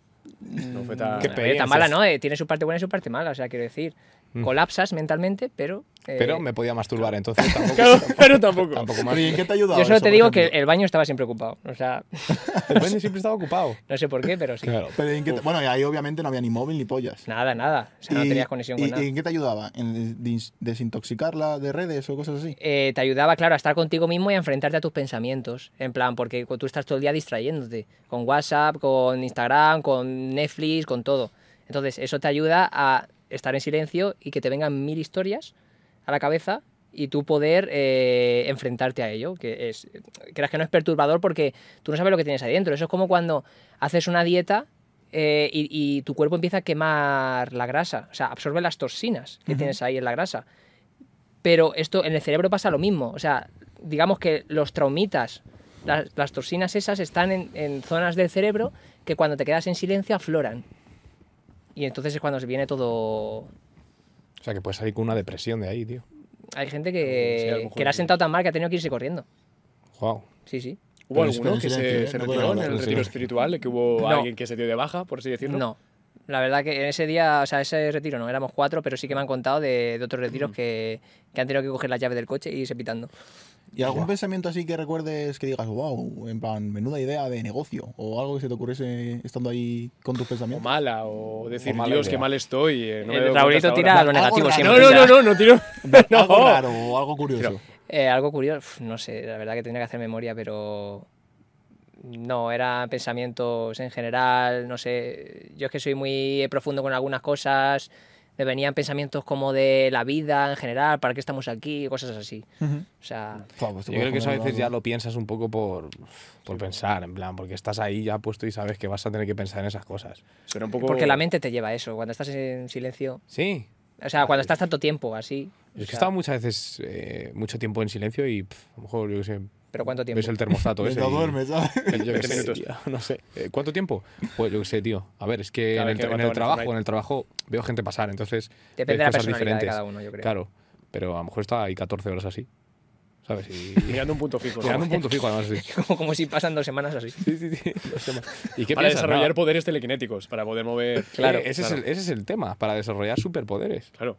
Speaker 2: No fue tan.
Speaker 4: Qué
Speaker 3: A ver,
Speaker 4: pe- Experiencias.
Speaker 3: tan mala, ¿no? Eh, tiene su parte buena y su parte mala. O sea, quiero decir,
Speaker 2: Mm.
Speaker 3: colapsas mentalmente, pero... eh,
Speaker 4: Pero me podía masturbar, entonces tampoco.
Speaker 2: Claro, claro, tampoco.
Speaker 4: tampoco más.
Speaker 1: Pero, ¿y en qué te ha ayudado?
Speaker 3: Yo solo
Speaker 1: eso,
Speaker 3: te
Speaker 1: por
Speaker 3: digo que
Speaker 1: ejemplo?
Speaker 3: el baño estaba siempre ocupado. O sea,
Speaker 4: El duende siempre estaba ocupado.
Speaker 3: no sé por qué, pero sí.
Speaker 4: Claro.
Speaker 1: Pero, ¿y en qué te- Bueno, y ahí obviamente no había ni móvil ni pollas.
Speaker 3: Nada, nada. O sea, eh, no
Speaker 1: Y-
Speaker 3: tenías conexión
Speaker 1: y,
Speaker 3: con nada.
Speaker 1: ¿Y en qué te ayudaba? ¿En des- desintoxicarla de redes o cosas así?
Speaker 3: Eh, te ayudaba, claro, a estar contigo mismo y a enfrentarte a tus pensamientos. En plan, porque cu- tú estás todo el día distrayéndote. Con WhatsApp, con Instagram, con Netflix, con todo. Entonces, eso te ayuda a estar en silencio y que te vengan mil historias a la cabeza y tú poder eh, enfrentarte a ello. Que es, creas que no es perturbador porque tú no sabes lo que tienes ahí dentro. Eso es como cuando haces una dieta eh, y, y tu cuerpo empieza a quemar la grasa. O sea, absorbe las toxinas que tienes ahí en la grasa. Pero esto en el cerebro pasa lo mismo. O sea, digamos que los traumitas, las, las toxinas esas están en, en zonas del cerebro que cuando te quedas en silencio afloran. Y entonces es cuando se viene todo.
Speaker 4: O sea, que puedes salir con una depresión de ahí, tío.
Speaker 3: Hay gente
Speaker 2: Sí, a lo
Speaker 3: que,
Speaker 2: mejor
Speaker 3: que la ha
Speaker 2: sí.
Speaker 3: sentado tan mal que ha tenido que irse corriendo.
Speaker 4: Wow.
Speaker 3: Sí, sí.
Speaker 2: ¿Hubo
Speaker 1: Pero espera
Speaker 2: alguno
Speaker 1: en
Speaker 2: que
Speaker 1: silencio,
Speaker 2: se,
Speaker 1: ¿eh?
Speaker 2: se
Speaker 1: No
Speaker 2: retiró
Speaker 1: puedo
Speaker 2: en el
Speaker 1: hablar.
Speaker 2: retiro espiritual? ¿Que hubo
Speaker 3: No.
Speaker 2: alguien que se dio de baja, por así decirlo?
Speaker 3: No. La verdad que en ese día, o sea, ese retiro no, éramos cuatro, pero sí que me han contado de, de otros retiros
Speaker 2: Mm.
Speaker 3: que, que han tenido que coger la llave del coche y irse pitando.
Speaker 1: ¿Y algún pensamiento así que recuerdes que digas, wow, en plan, menuda idea de negocio? O algo que se te ocurriese estando ahí con tus
Speaker 2: O
Speaker 1: pensamientos.
Speaker 2: mala, o decir,
Speaker 4: O mala
Speaker 2: Dios,
Speaker 4: idea.
Speaker 2: qué mal estoy. eh, no me doy
Speaker 3: El
Speaker 2: cuenta
Speaker 3: Raulito
Speaker 2: hasta ahora". Ah,
Speaker 3: tira a lo
Speaker 1: Algo
Speaker 3: negativo
Speaker 1: raro.
Speaker 3: siempre.
Speaker 2: No, no, no,
Speaker 3: tira.
Speaker 2: no, no tiro.
Speaker 1: Algo
Speaker 2: No.
Speaker 1: raro o algo curioso.
Speaker 3: Eh, algo curioso, uf, no sé, la verdad que tenía que hacer memoria, pero no, eran pensamientos en general, no sé, yo es que soy muy profundo con algunas cosas, me venían pensamientos como de la vida en general, para qué estamos aquí, cosas así. O sea,
Speaker 1: Fua, pues te
Speaker 4: Yo
Speaker 1: puedo
Speaker 4: creo que eso a
Speaker 1: comer
Speaker 4: veces
Speaker 1: algo.
Speaker 4: ya lo piensas un poco por, por pensar, en plan, porque estás ahí ya puesto y sabes que vas a tener que pensar en esas cosas.
Speaker 2: Suena un poco...
Speaker 3: porque la mente te lleva a eso, cuando estás en silencio,
Speaker 4: Sí.
Speaker 3: o sea, cuando estás tanto tiempo así. o
Speaker 4: Yo Es que he
Speaker 3: sea,
Speaker 4: estado muchas veces eh, mucho tiempo en silencio y pf, a lo mejor, yo qué sé,
Speaker 3: Pero ¿cuánto tiempo?
Speaker 4: ves el termostato ese.
Speaker 1: Mientras
Speaker 4: y-
Speaker 1: duermes, ¿sabes?
Speaker 4: yo qué
Speaker 2: 20
Speaker 4: sé,
Speaker 2: minutos.
Speaker 4: tío, no sé. Eh, ¿Cuánto tiempo? Pues yo qué sé, tío. A ver, es que
Speaker 2: Cada
Speaker 4: en
Speaker 2: vez
Speaker 4: el,
Speaker 2: que
Speaker 4: tra-
Speaker 2: me tomo
Speaker 4: en el
Speaker 2: el
Speaker 4: trabajo,
Speaker 2: Fortnite.
Speaker 4: en el trabajo veo gente pasar, entonces
Speaker 3: Depende
Speaker 4: ves
Speaker 3: de la
Speaker 4: cosas
Speaker 3: personalidad de
Speaker 4: diferentes.
Speaker 3: cada uno, yo creo.
Speaker 4: Claro, pero a lo mejor está ahí 14 horas así, ¿sabes? Y,
Speaker 2: Mirando un punto fijo. ¿no?
Speaker 4: Llegando a un punto fijo, además, sí.
Speaker 3: Como, como si pasan dos semanas así.
Speaker 4: Sí, sí, sí. ¿Y qué
Speaker 2: Para
Speaker 4: piensas?
Speaker 2: desarrollar
Speaker 4: Nada.
Speaker 2: poderes telequinéticos, para poder mover... Eh,
Speaker 4: Claro, ese,
Speaker 2: claro,
Speaker 4: Es el, ese es el tema, para desarrollar superpoderes.
Speaker 2: Claro.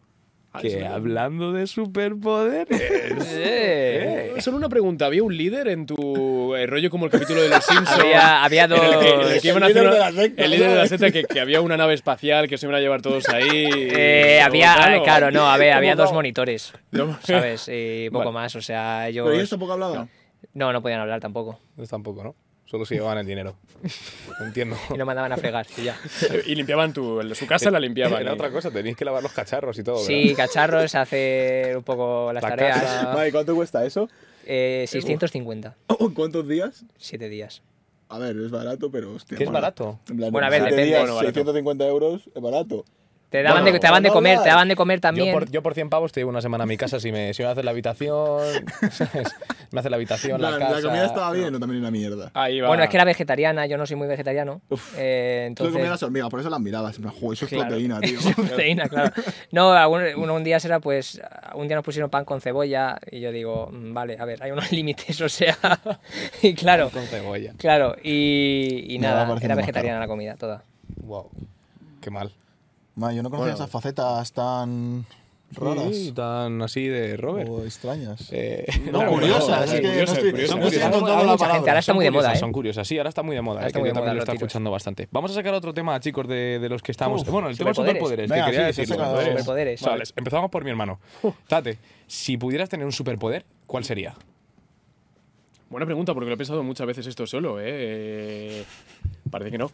Speaker 2: Ah,
Speaker 4: que
Speaker 2: eso-
Speaker 4: hablando de superpoderes.
Speaker 3: Eh,
Speaker 2: Eh, Solo una pregunta, ¿había un líder en tu eh, rollo como el capítulo de los Simpsons?
Speaker 3: Había, había dos...
Speaker 2: En el que, en el que iban a
Speaker 1: El
Speaker 2: hacer
Speaker 1: líder
Speaker 2: una-
Speaker 1: de la secta,
Speaker 2: el líder de la
Speaker 1: ¿sabes?
Speaker 2: secta que, que había una nave espacial que se iban a llevar todos ahí.
Speaker 3: Eh,
Speaker 2: o
Speaker 3: había,
Speaker 2: tal, o-
Speaker 3: claro, no, a ver,
Speaker 2: ¿Cómo
Speaker 3: había
Speaker 2: va?
Speaker 3: dos monitores,
Speaker 2: No.
Speaker 3: ¿sabes? Y poco
Speaker 2: Vale.
Speaker 3: más, o sea, ellos...
Speaker 1: Pero ellos tampoco hablaban.
Speaker 3: No, no podían hablar tampoco.
Speaker 4: No, tampoco, ¿no? Solo se llevaban el dinero. Entiendo.
Speaker 3: Y lo mandaban a fregar, y ya.
Speaker 2: Y limpiaban tu, el- su casa, la limpiaban.
Speaker 4: Era
Speaker 2: y-
Speaker 4: otra cosa, tenéis que lavar los cacharros y todo.
Speaker 3: Sí, cacharros, hacer un poco las
Speaker 4: La
Speaker 3: tareas.
Speaker 4: casa.
Speaker 1: Vale, ¿cuánto cuesta eso?
Speaker 3: Eh, 650,
Speaker 1: ¿Cuántos días?
Speaker 3: 7 días.
Speaker 1: A ver, es barato, pero hostia.
Speaker 4: ¿Qué es
Speaker 1: bueno.
Speaker 4: barato?
Speaker 1: En plan,
Speaker 3: Bueno, a ver,
Speaker 1: siete
Speaker 3: depende.
Speaker 1: días,
Speaker 2: Bueno, barato.
Speaker 1: 650 euros es barato.
Speaker 3: Te daban,
Speaker 2: Bueno,
Speaker 3: de, te daban de
Speaker 1: no
Speaker 3: comer,
Speaker 1: hablar.
Speaker 3: te daban de comer también.
Speaker 4: Yo por, yo por 100 pavos te llevo una semana a mi casa si me, si me haces la habitación. ¿sabes? Me haces la habitación, la,
Speaker 1: En plan,
Speaker 4: casa. Ah,
Speaker 1: comida estaba bien, no también era una mierda.
Speaker 2: Ahí va.
Speaker 3: Bueno, es que era vegetariana, yo no soy muy vegetariano. eh,
Speaker 1: Solo comía
Speaker 3: entonces...
Speaker 1: las hormigas, por eso las mirabas. en plan, "Jo, Eso es
Speaker 3: Claro.
Speaker 1: proteína, tío.
Speaker 3: Es proteína, claro. No, algún, uno- un día será pues, un día nos pusieron pan con cebolla y yo digo, "Mm, vale, a ver, hay unos límites, o sea, y claro,
Speaker 4: Con cebolla.
Speaker 3: claro, y, y
Speaker 1: Me va
Speaker 3: nada,
Speaker 1: pareciendo
Speaker 3: era
Speaker 1: más
Speaker 3: vegetariana la comida toda.
Speaker 4: Wow. Qué mal.
Speaker 1: Ma, yo no conocía
Speaker 2: Bueno.
Speaker 1: esas facetas tan raras
Speaker 4: Sí, tan así de Robert.
Speaker 1: o extrañas.
Speaker 4: Eh,
Speaker 1: No,
Speaker 2: Claro,
Speaker 1: curiosa,
Speaker 2: no,
Speaker 1: es
Speaker 2: sí,
Speaker 1: que no
Speaker 2: curiosa,
Speaker 1: estoy-
Speaker 2: curiosa.
Speaker 1: no estoy
Speaker 4: Curiosa.
Speaker 1: encontrando la
Speaker 3: Hay mucha
Speaker 1: palabra.
Speaker 3: gente, ahora está
Speaker 4: son
Speaker 3: muy de moda,
Speaker 4: curiosas,
Speaker 3: ¿eh?
Speaker 4: Son curiosas, sí, ahora está muy de moda.
Speaker 3: Ahora
Speaker 4: eh,
Speaker 3: está
Speaker 4: que
Speaker 3: muy
Speaker 4: yo
Speaker 3: de moda
Speaker 4: también lo
Speaker 3: los
Speaker 4: está
Speaker 3: tiros.
Speaker 4: escuchando bastante. Vamos a sacar otro tema, chicos, de, de los que estamos.
Speaker 3: Uf,
Speaker 4: bueno, el tema de
Speaker 3: superpoderes.
Speaker 4: superpoderes,
Speaker 1: Venga,
Speaker 4: que quería
Speaker 1: sí, se ha
Speaker 4: decirlo.
Speaker 1: sacado.
Speaker 3: Superpoderes.
Speaker 4: Vale, empezamos por mi hermano. Tate, si pudieras tener un superpoder, ¿cuál sería?
Speaker 3: Eh,
Speaker 2: Buena pregunta, porque lo he pensado muchas veces esto solo, ¿eh? Eh, Parece que no.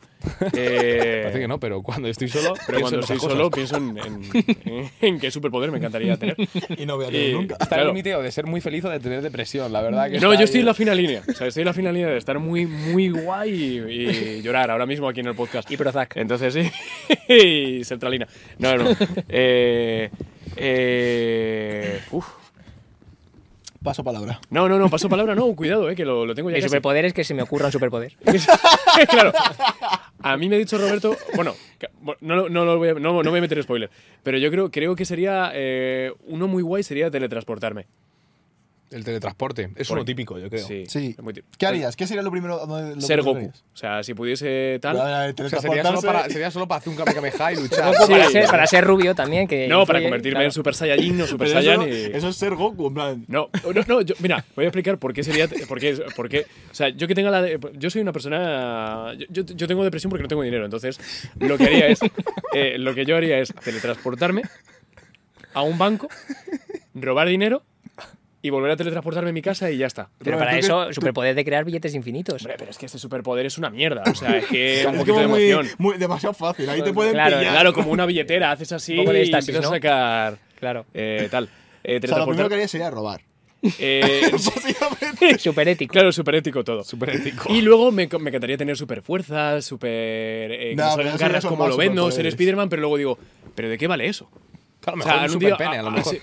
Speaker 2: Eh,
Speaker 4: Parece que no, pero cuando estoy solo.
Speaker 2: Pero
Speaker 4: pienso
Speaker 2: cuando
Speaker 4: en
Speaker 2: estoy
Speaker 4: otras cosas.
Speaker 2: solo pienso en, en- en qué superpoder me encantaría tener.
Speaker 1: Y no voy a tener
Speaker 2: Y-
Speaker 1: nunca.
Speaker 4: Está
Speaker 2: Claro.
Speaker 4: el límite o de ser muy feliz o de tener depresión, la verdad. Que
Speaker 2: No,
Speaker 4: está
Speaker 2: yo estoy
Speaker 4: ahí. ¿eh?
Speaker 2: en la fina línea. O sea, estoy en la fina línea de estar muy, muy guay y, y llorar ahora mismo aquí en el podcast.
Speaker 3: Y Prozac.
Speaker 2: Entonces sí. y Centralina. No, no. Eh, eh, uf.
Speaker 1: Paso palabra.
Speaker 2: No, no, no, paso palabra, no, cuidado, eh, que lo, lo tengo ya.
Speaker 3: Mi
Speaker 2: casi.
Speaker 3: superpoder es que se me ocurra un superpoder.
Speaker 2: claro. A mí me ha dicho Roberto, bueno, que- bueno, no, lo- no, lo voy, a, no, no voy a meter spoiler, pero yo creo, creo que sería, eh, uno muy guay sería teletransportarme.
Speaker 4: El teletransporte. Es
Speaker 2: Por-
Speaker 4: uno típico, yo creo.
Speaker 2: Sí.
Speaker 1: Sí.
Speaker 2: es muy típico.
Speaker 1: ¿Qué harías? ¿Qué sería lo primero? a dónde- lo
Speaker 2: Ser
Speaker 1: primero que
Speaker 2: Goku.
Speaker 1: harías?
Speaker 2: O sea, si pudiese
Speaker 1: A
Speaker 2: tal.
Speaker 1: ver, a ver,
Speaker 4: O sea, sería solo,
Speaker 1: teletransportarse.
Speaker 4: para, sería solo para hacer un Kamehameha y luchar.
Speaker 3: Sí, para,
Speaker 2: sí.
Speaker 3: ser, para ser rubio también. Que
Speaker 2: No, para
Speaker 3: influye,
Speaker 2: convertirme
Speaker 3: claro.
Speaker 2: en Super Saiyajin o Super
Speaker 1: eh, Pero eso,
Speaker 2: Saiyan.
Speaker 1: no-
Speaker 2: y-
Speaker 1: eso es ser Goku, en plan.
Speaker 2: No, no, no, yo, mira, voy a explicar por qué sería. Por qué, por qué- o sea, yo que tenga la. de- yo soy una persona. Yo, yo- yo tengo depresión porque no tengo dinero. Entonces, lo que haría es. eh, lo que yo haría es teletransportarme a un banco, robar dinero y volver a teletransportarme a mi casa y ya está.
Speaker 3: Pero
Speaker 1: Robert,
Speaker 3: para
Speaker 1: tú que-
Speaker 3: eso, superpoder de crear billetes infinitos.
Speaker 2: Hombre, pero es que este superpoder es una mierda. O sea, es que.
Speaker 1: Es
Speaker 2: un poquito de
Speaker 1: como muy-
Speaker 2: emoción.
Speaker 1: muy- demasiado fácil. Ahí te pueden
Speaker 3: Claro,
Speaker 1: pillar.
Speaker 2: Claro, como una billetera, haces así y
Speaker 3: Un poco de
Speaker 2: empiezas
Speaker 3: éxtasis,
Speaker 2: a
Speaker 3: ¿no?
Speaker 2: sacar.
Speaker 3: Claro.
Speaker 2: eh, tal. Eh,
Speaker 1: O sea, lo
Speaker 2: teletransportar-
Speaker 1: primero que haría sería robar.
Speaker 2: eh,
Speaker 1: Básicamente.
Speaker 3: Super ético.
Speaker 2: Claro, súper ético todo.
Speaker 4: Súper ético.
Speaker 2: Y luego me, me encantaría tener super fuerza, super. Eh, que me
Speaker 1: No, pero
Speaker 2: salgan
Speaker 1: eso ya
Speaker 2: garras
Speaker 1: son
Speaker 2: como
Speaker 1: más
Speaker 2: lo vendo, ser
Speaker 1: superpoderes.
Speaker 2: Spider-Man, pero luego digo, ¿pero de qué vale eso?
Speaker 4: Claro,
Speaker 2: O
Speaker 4: mejor
Speaker 2: sea,
Speaker 4: un
Speaker 2: un día-
Speaker 4: superpene, a lo
Speaker 2: ah,
Speaker 4: mejor.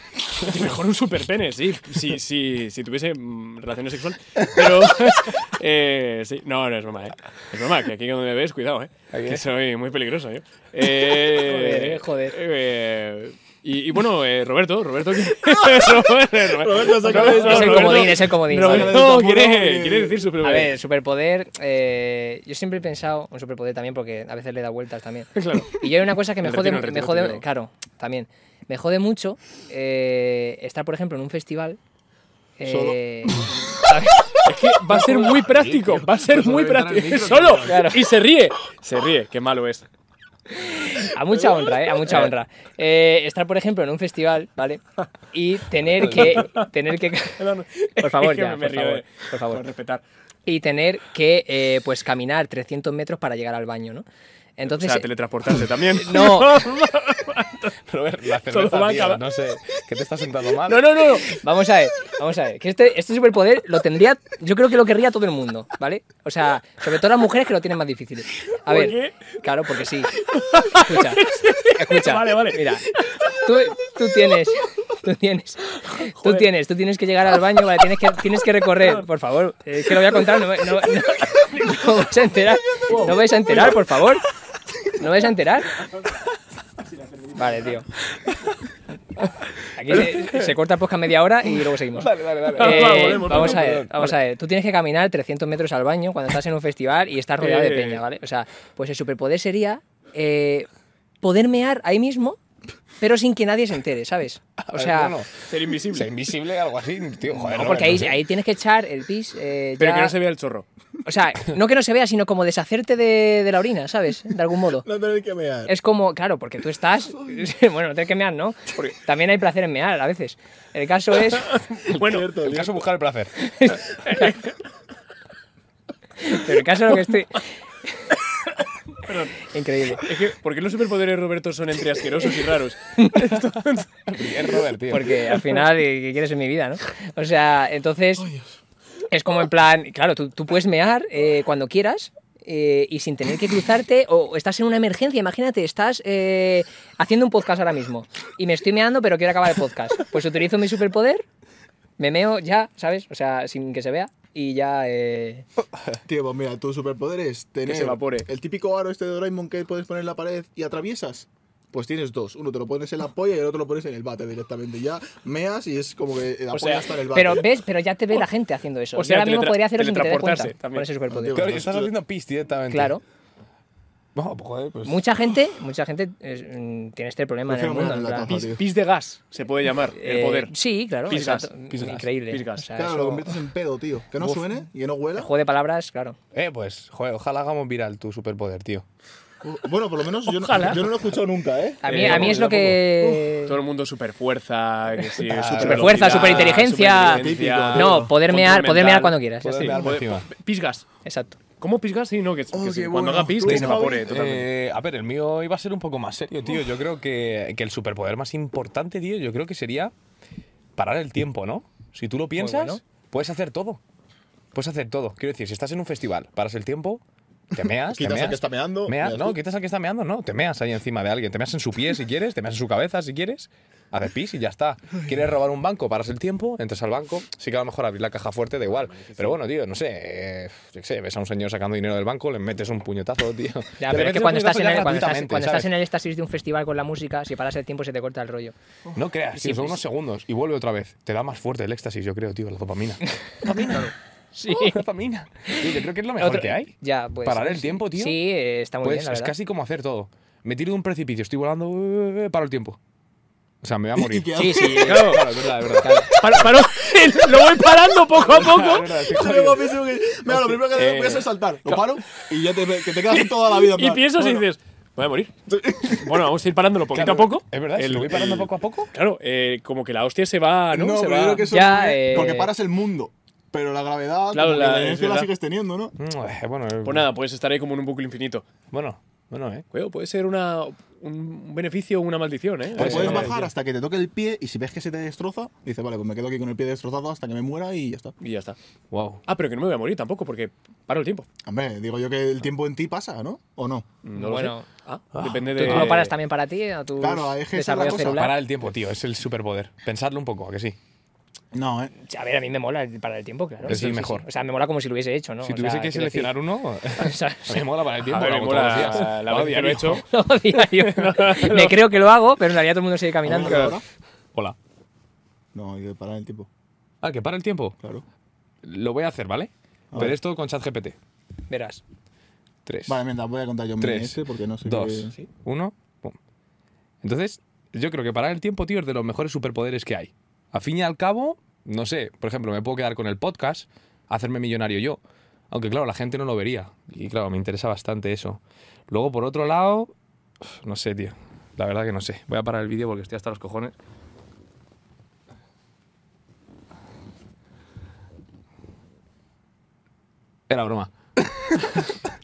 Speaker 2: sí. mejor un super pene, sí. Si, si, si tuviese mm, relaciones sexuales. Pero. eh, sí. No, no es broma, ¿eh? Es broma, que aquí donde me ves, cuidado, ¿eh? Que soy muy peligroso yo. Eh,
Speaker 3: Joder, joder.
Speaker 2: eh, y, y bueno, eh, Roberto, Roberto. ¿qué- Roberto,
Speaker 1: Roberto, saca de-
Speaker 3: Es el comodín, es el comodín.
Speaker 2: Roberto
Speaker 1: Saca de este apuro
Speaker 2: quiere,
Speaker 1: que-
Speaker 2: quiere decir su
Speaker 3: A ver, superpoder. eh, yo siempre he pensado un superpoder también porque a veces le da vueltas también.
Speaker 2: Claro.
Speaker 3: Y yo hay una cosa que me
Speaker 2: El
Speaker 3: jode,
Speaker 2: retiro, el retiro,
Speaker 3: me jode-
Speaker 2: el retiro.
Speaker 3: claro, también. Me jode mucho eh, estar, por ejemplo, en un festival. eh, ¿sabes?
Speaker 2: Es que va a ser muy práctico, va a ser muy práctico. Solo.
Speaker 3: Claro.
Speaker 2: Y se ríe. Se ríe, qué malo es.
Speaker 3: A mucha honra, ¿eh? A mucha honra. Eh, estar, por ejemplo, en un festival, ¿vale? Y tener que... Tener que por favor,
Speaker 2: Es que
Speaker 3: ya,
Speaker 2: me
Speaker 3: por
Speaker 2: río
Speaker 3: favor,
Speaker 2: de-
Speaker 3: por favor.
Speaker 2: Por respetar.
Speaker 3: Y tener que, eh, pues, caminar 300 metros para llegar al baño, ¿no?
Speaker 2: O
Speaker 3: Entonces... eh,
Speaker 2: sea, teletransportarse también.
Speaker 3: no,
Speaker 4: Robert, la
Speaker 2: Todo
Speaker 4: cerveza,
Speaker 2: va a
Speaker 4: tío,
Speaker 2: acabar.
Speaker 4: no sé, que te está sentando mal.
Speaker 3: no, no, no, no. Vamos a ver, vamos a ver. Que este, este superpoder lo tendría... Yo creo que lo querría todo el mundo, ¿vale? O sea, sobre todo las mujeres que lo tienen más difícil. A
Speaker 2: ¿Por
Speaker 3: ver,
Speaker 2: qué?
Speaker 3: claro, porque sí. Escucha, escucha.
Speaker 2: Vale, vale.
Speaker 3: Mira, tú, tú tienes... Tú tienes, tú tienes, tú tienes que llegar al baño, vale, tienes que, tienes que recorrer, por favor, eh, que lo voy a contar, no, me- no, no, no vais a enterar, no vais a enterar, por favor, no vais a enterar. Vale, tío. Aquí se, se corta el podcast media hora y luego seguimos.
Speaker 4: Dale, dale, dale.
Speaker 3: Eh,
Speaker 2: Vale, volvemos,
Speaker 3: vamos a
Speaker 2: volvemos,
Speaker 3: ver, vamos a ver. Tú tienes que caminar 300 metros al baño cuando estás en un festival y estás rodeado de
Speaker 2: Eh.
Speaker 3: peña, ¿vale? O sea, pues el superpoder sería eh, poder mear ahí mismo, pero sin que nadie se entere, ¿sabes?
Speaker 4: A
Speaker 3: O
Speaker 4: ver,
Speaker 3: sea,
Speaker 4: no, no.
Speaker 2: Ser
Speaker 4: Sea
Speaker 2: invisible.
Speaker 4: invisible, algo así, tío. Joder,
Speaker 3: no,
Speaker 4: Robert,
Speaker 3: porque ahí,
Speaker 4: sé.
Speaker 3: ahí tienes que echar el pis. eh,
Speaker 2: Pero
Speaker 3: ya-
Speaker 2: que no se vea el chorro.
Speaker 3: O sea, no que no se vea, sino como deshacerte de, de la orina, ¿sabes? De algún modo.
Speaker 1: No tener que mear.
Speaker 3: Es como, claro, porque tú estás. Bueno, tienes que mear, ¿no? También hay placer en mear a veces. El caso es.
Speaker 2: Bueno,
Speaker 4: El caso es buscar el placer.
Speaker 3: Pero el caso es lo que estoy. Increíble.
Speaker 2: es que, ¿por qué los superpoderes Roberto son entre asquerosos y raros?
Speaker 4: Es Robert, tío.
Speaker 3: Porque al final, eh, ¿qué quieres en mi vida, no? O sea, entonces. es como en plan. Claro, tú, tú puedes mear eh, cuando quieras. eh, y sin tener que cruzarte, o estás en una emergencia, imagínate, estás eh, haciendo un podcast ahora mismo y me estoy meando, pero quiero acabar el podcast. Pues utilizo mi superpoder, me meo ya, ¿sabes? O sea, sin que se vea, y ya. eh,
Speaker 1: Tío, pues mira, tu superpoder es tener.
Speaker 2: se evapore.
Speaker 1: El típico aro este de Doraemon que puedes poner en la pared y atraviesas. Pues tienes dos. Uno te lo pones en la polla y el otro lo pones en el bate directamente. Ya meas y es como que la
Speaker 2: O
Speaker 1: polla
Speaker 2: sea,
Speaker 1: está en el bate.
Speaker 3: Pero ves, pero ya te ve la gente haciendo eso.
Speaker 2: o sea,
Speaker 3: Yo ahora mismo
Speaker 2: teletra-
Speaker 3: podría hacerlo sin que te des cuenta
Speaker 2: teletransportarse también.
Speaker 3: con ese superpoder.
Speaker 1: Antiguo.
Speaker 4: Claro, y estás haciendo pis directamente.
Speaker 3: Claro.
Speaker 4: No, pues, joder, pues-
Speaker 3: Mucha gente, mucha gente eh, mm, tiene este problema en el
Speaker 1: Prefiero
Speaker 3: mundo.
Speaker 1: morir
Speaker 3: en
Speaker 1: en la
Speaker 3: plan,
Speaker 2: Pis,
Speaker 1: cama.
Speaker 2: pis de gas, se puede llamar, el
Speaker 3: eh,
Speaker 2: poder.
Speaker 3: Sí, claro.
Speaker 2: Pis gas,
Speaker 3: exacto,
Speaker 2: pis gas,
Speaker 3: increíble.
Speaker 2: pis gas.
Speaker 3: O sea,
Speaker 1: Claro,
Speaker 3: Ah, eso-
Speaker 1: lo conviertes en pedo, tío. Que no
Speaker 3: Uf.
Speaker 1: suene y que no huela.
Speaker 3: el juego de palabras, claro.
Speaker 4: Eh, pues, joder, ojalá hagamos viral tu superpoder, tío.
Speaker 1: Bueno, por lo menos yo no,
Speaker 2: Ojalá.
Speaker 1: yo no lo he escuchado nunca, ¿eh?
Speaker 3: A mí,
Speaker 2: Eh,
Speaker 3: a mí es lo que.
Speaker 2: Todo el mundo super fuerza, que sí, super
Speaker 3: Superfuerza, superinteligencia.
Speaker 1: Típico, tío.
Speaker 3: No, poder mear, poder mear cuando quieras. ya
Speaker 4: Poder
Speaker 3: está.
Speaker 4: mear por encima.
Speaker 2: Pisgas.
Speaker 3: Exacto.
Speaker 2: ¿Cómo pisgas? Sí, no, que, que
Speaker 1: Oh,
Speaker 2: se-
Speaker 1: qué
Speaker 2: cuando
Speaker 1: bueno.
Speaker 2: haga pis,
Speaker 1: Tú,
Speaker 2: que se evapore
Speaker 1: Javi,
Speaker 2: totalmente.
Speaker 4: Eh, a ver, el mío iba a ser un poco más serio, tío. Yo creo que, que el superpoder más importante, tío, yo creo que sería parar el tiempo, ¿no? Si tú lo piensas,
Speaker 3: bueno.
Speaker 4: puedes hacer todo. Puedes hacer todo. Quiero decir, si estás en un festival, paras el tiempo, te meas, te
Speaker 1: Quitas al
Speaker 4: meas,
Speaker 1: que está meando,
Speaker 4: meas-
Speaker 1: meas
Speaker 4: no,
Speaker 1: tú.
Speaker 4: quitas al que está meando, no, te meas ahí encima de alguien, te meas en su pie si quieres, te meas en su cabeza si quieres, haces pis y ya está. ¿Quieres robar un banco? Paras el tiempo, entras al banco, sí que a lo mejor abrir la caja fuerte da igual, pero bueno, tío, no sé, eh, yo qué sé, ves a un señor sacando dinero del banco, le metes un puñetazo, tío.
Speaker 3: Ya, pero es
Speaker 4: Le metes
Speaker 3: que
Speaker 4: un
Speaker 3: cuando estás,
Speaker 4: puñetazo
Speaker 3: en
Speaker 4: ya
Speaker 3: el, cuando, estás,
Speaker 4: gratuitamente,
Speaker 3: cuando estás
Speaker 4: ¿sabes?
Speaker 3: en el éxtasis de un festival con la música, si paras el tiempo se te corta el rollo.
Speaker 4: No creas, tío,
Speaker 3: Sí,
Speaker 4: son
Speaker 3: sí,
Speaker 4: unos segundos y vuelve otra vez. Te da más fuerte el éxtasis, yo creo, tío, la dopamina.
Speaker 3: Sí.
Speaker 4: Oh, dopamina. Tío, yo creo que es lo mejor
Speaker 3: Otro-
Speaker 4: que hay.
Speaker 3: Ya, pues,
Speaker 4: Parar el
Speaker 3: sí.
Speaker 4: tiempo, tío.
Speaker 3: Sí, eh, está muy
Speaker 4: pues
Speaker 3: bien, la
Speaker 4: es
Speaker 3: verdad.
Speaker 4: casi como hacer todo. Me tiro de un precipicio, estoy volando, eh, eh, paro el tiempo. O sea, me voy a morir.
Speaker 1: qué
Speaker 3: Sí, sí.
Speaker 4: Claro, claro, es verdad, es verdad.
Speaker 2: Paro, paro. lo voy parando poco a
Speaker 4: Es
Speaker 2: poco.
Speaker 4: verdad, estoy
Speaker 1: Yo
Speaker 4: jodido.
Speaker 1: luego pienso que- Mira, lo primero que
Speaker 2: Eh,
Speaker 1: voy a hacer es saltar. Lo paro y ya te, que te quedas toda la vida. en
Speaker 2: Y
Speaker 1: plan,
Speaker 2: piensas y
Speaker 1: bueno,
Speaker 2: dices, voy a morir. Bueno, vamos a ir parándolo poquito
Speaker 4: Claro,
Speaker 2: a poco.
Speaker 4: Es verdad, si
Speaker 2: El-
Speaker 4: lo voy parando poco a poco.
Speaker 2: Claro, eh, como que la hostia se va, "Ah, ¿no?
Speaker 1: No,
Speaker 2: se
Speaker 1: pero
Speaker 2: va.
Speaker 1: yo creo que eso
Speaker 3: Ya,
Speaker 1: es porque-
Speaker 3: eh,
Speaker 1: porque paras el mundo. Pero la gravedad,
Speaker 2: Claro,
Speaker 1: como que
Speaker 2: la-
Speaker 1: la,
Speaker 2: es
Speaker 1: inercia la
Speaker 2: verdad.
Speaker 1: sigues teniendo, ¿no?
Speaker 4: Mm, eh, Bueno, eh,
Speaker 2: Pues nada, puedes estar ahí como en un bucle infinito.
Speaker 4: Bueno, bueno, eh.
Speaker 2: Cuidado, puede ser una, un beneficio o una maldición, ¿eh?
Speaker 1: Te
Speaker 4: Puede
Speaker 2: Eh,
Speaker 4: ser
Speaker 1: puedes
Speaker 4: una
Speaker 1: bajar hasta que te toque el pie y si ves que se te destroza, dices, vale, pues me quedo aquí con el pie destrozado hasta que me muera y ya está.
Speaker 2: Y ya está.
Speaker 4: Wow.
Speaker 2: Ah, pero que no me voy a morir tampoco porque paro el tiempo.
Speaker 1: Hombre, digo yo que el tiempo en ti pasa, ¿no? ¿O no?
Speaker 2: No lo
Speaker 3: Bueno.
Speaker 2: sé. Ah, depende
Speaker 3: ¿Tú
Speaker 2: de.
Speaker 3: no lo paras también para ti, a tu
Speaker 1: Claro, es que esa es la
Speaker 3: desarrollo
Speaker 1: cosa.
Speaker 3: celular?
Speaker 4: Parar el tiempo, tío, es el superpoder. Pensadlo un poco, ¿a que sí?
Speaker 1: No, ¿eh?
Speaker 3: A ver, a mí me mola el parar el tiempo, claro.
Speaker 4: Es el Pues mejor.
Speaker 3: O sea, me mola como si lo hubiese hecho, ¿no?
Speaker 4: Si
Speaker 3: O
Speaker 4: tuviese
Speaker 3: sea,
Speaker 4: que
Speaker 3: quiero decir-
Speaker 4: seleccionar uno,
Speaker 3: O sea,
Speaker 4: a mí me mola parar el tiempo.
Speaker 2: Joder, Ah, me
Speaker 4: lo hago
Speaker 2: mola
Speaker 4: todos los días.
Speaker 2: la
Speaker 4: Lo hago
Speaker 2: vez que lo he
Speaker 4: diario.
Speaker 2: hecho.
Speaker 3: lo hago diario. Me creo que lo hago, pero en realidad todo el mundo sigue caminando.
Speaker 1: ¿Ahora?
Speaker 4: Hola.
Speaker 1: No, hay que parar el tiempo,
Speaker 4: Ah, que para el tiempo.
Speaker 1: claro.
Speaker 4: Lo voy a hacer, ¿vale? Pero
Speaker 1: ver.
Speaker 4: esto con ChatGPT.
Speaker 3: Verás.
Speaker 4: Tres.
Speaker 1: Vale, mientras voy a contar yo mi
Speaker 4: Tres,
Speaker 1: este porque no sé
Speaker 4: dos,
Speaker 1: qué-
Speaker 4: uno. pum. Entonces, yo creo que parar el tiempo, tío, es de los mejores superpoderes que hay. A fin y al cabo, no sé, por ejemplo, me puedo quedar con el podcast, hacerme millonario yo. Aunque, claro, la gente no lo vería. Y, claro, me interesa bastante eso. Luego, por otro lado, uf, no sé, tío. La verdad que no sé. Voy a parar el vídeo porque estoy hasta los cojones. Era broma.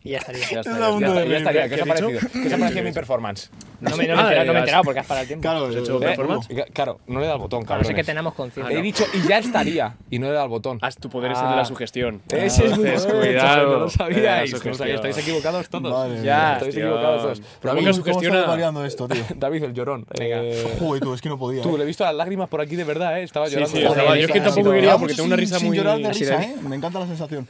Speaker 3: Y ya estaría.
Speaker 2: Ya está,
Speaker 1: Era
Speaker 2: ya
Speaker 1: un
Speaker 4: Ya,
Speaker 2: está.
Speaker 4: está- ya estaría. ¿Qué os ha
Speaker 2: ¿Qué has dicho?
Speaker 4: parecido? ¿Qué os ha parecido mi performance?
Speaker 3: No me, no me he
Speaker 2: Ah,
Speaker 3: enterado, no me he
Speaker 2: has-
Speaker 3: enterado porque has parado el tiempo.
Speaker 1: Claro,
Speaker 2: ¿Has
Speaker 1: el-
Speaker 2: hecho
Speaker 1: el-
Speaker 2: performance?
Speaker 4: Eh, Claro, no le da al botón,
Speaker 3: A
Speaker 4: cabrón.
Speaker 3: no ser que Ah, tenemos
Speaker 4: He
Speaker 3: conciencia.
Speaker 4: dicho y ya estaría y no le da al botón.
Speaker 2: Haz tu poder es el de la sugestión.
Speaker 4: Ese es muy
Speaker 2: Entonces,
Speaker 4: bueno,
Speaker 2: cuidado.
Speaker 4: No lo sabíais.
Speaker 2: Eh,
Speaker 4: No lo sabíais. Estáis equivocados todos.
Speaker 1: Madre
Speaker 2: mía.
Speaker 4: estáis
Speaker 2: Hostia.
Speaker 4: equivocados todos.
Speaker 2: Pero
Speaker 1: Uy,
Speaker 2: nunca
Speaker 1: ¿cómo
Speaker 2: sugestiona.
Speaker 1: está variando esto, tío?
Speaker 4: David, el llorón. Eh,
Speaker 1: Joder, tú, es que no podía.
Speaker 4: tú,
Speaker 1: ¿eh?
Speaker 4: le he visto las lágrimas por aquí de verdad, eh. Estaba llorando.
Speaker 2: sí, estaba- yo es que
Speaker 1: Así
Speaker 2: tampoco
Speaker 1: que
Speaker 2: quería
Speaker 1: llevamos
Speaker 2: porque tengo una
Speaker 1: sin-
Speaker 2: risa
Speaker 1: sin
Speaker 2: muy-
Speaker 1: llorar de
Speaker 2: así
Speaker 1: risa,
Speaker 2: de-
Speaker 1: ¿eh? Me encanta la sensación.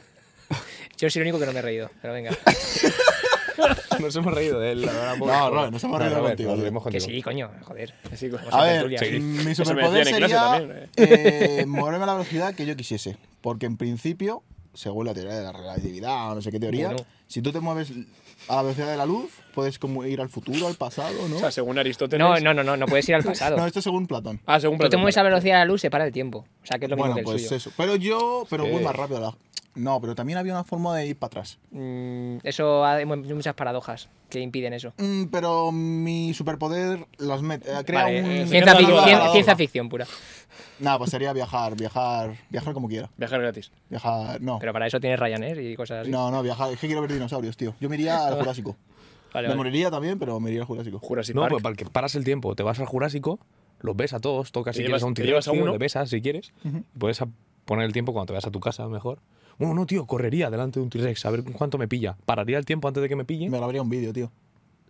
Speaker 3: Yo soy el único que no me he reído, pero venga.
Speaker 4: Nos hemos reído de él, la verdad. poco.
Speaker 1: No, Robert, nos hemos reído
Speaker 4: Robert,
Speaker 1: contigo,
Speaker 4: nos
Speaker 1: tío.
Speaker 4: reímos
Speaker 3: que
Speaker 4: contigo.
Speaker 3: sí, coño, joder.
Speaker 2: Así como-
Speaker 1: A ver,
Speaker 3: tertulia, sí.
Speaker 1: mi
Speaker 2: Eso me
Speaker 1: superpoder
Speaker 2: decían en clase
Speaker 1: sería
Speaker 2: también,
Speaker 1: eh, moverme a la velocidad que yo quisiese. Porque en principio, según la teoría de la relatividad o no sé qué teoría,
Speaker 3: Bueno.
Speaker 1: si tú te mueves a la velocidad de la luz, puedes como ir al futuro, al pasado, ¿no?
Speaker 2: O sea, según Aristóteles.
Speaker 3: No, no, no, no, no puedes ir al pasado.
Speaker 1: No, esto es según Platón.
Speaker 2: Ah, según
Speaker 3: Tú te
Speaker 2: Platón,
Speaker 3: mueves a
Speaker 2: vale.
Speaker 3: velocidad de la luz, se para el tiempo. O sea, que es lo mismo
Speaker 1: Bueno,
Speaker 3: que el
Speaker 1: pues
Speaker 3: suyo.
Speaker 1: eso. Pero yo, pero
Speaker 4: Sí.
Speaker 2: Eh.
Speaker 1: voy más rápido. la- No, pero también había una forma de ir para atrás.
Speaker 3: Mm, eso hay mu- muchas paradojas que impiden eso.
Speaker 1: Mm, pero mi superpoder las met- eh, crea
Speaker 3: Vale,
Speaker 1: un...
Speaker 3: eh,
Speaker 2: Crea
Speaker 3: ciencia,
Speaker 2: una
Speaker 3: fic-
Speaker 2: paradoja.
Speaker 3: cien- ciencia ficción pura.
Speaker 1: Nada, pues sería viajar, viajar, viajar como quiera.
Speaker 2: Viajar gratis.
Speaker 1: Viajar, no.
Speaker 3: Pero para eso tienes Ryanair y cosas así.
Speaker 1: No, no, viajar. Es que quiero ver dinosaurios, tío. Yo me iría al Jurásico.
Speaker 3: Vale,
Speaker 1: Me
Speaker 3: vale.
Speaker 1: moriría también, pero me iría al Jurásico.
Speaker 2: Jurassic
Speaker 4: No,
Speaker 2: Park.
Speaker 4: pues para que paras el tiempo, te vas al Jurásico, los ves a todos, tocas
Speaker 2: Te
Speaker 4: si
Speaker 2: llevas-
Speaker 4: quieres a un
Speaker 2: te llevas a
Speaker 4: tío,
Speaker 2: uno.
Speaker 4: le besas si quieres. y Puedes a- poner el tiempo cuando te vas a tu casa, mejor. Bueno, no, tío, correría delante de un T-Rex a ver cuánto me pilla. Pararía el tiempo antes de que me pille.
Speaker 1: Me grabaría un vídeo, tío.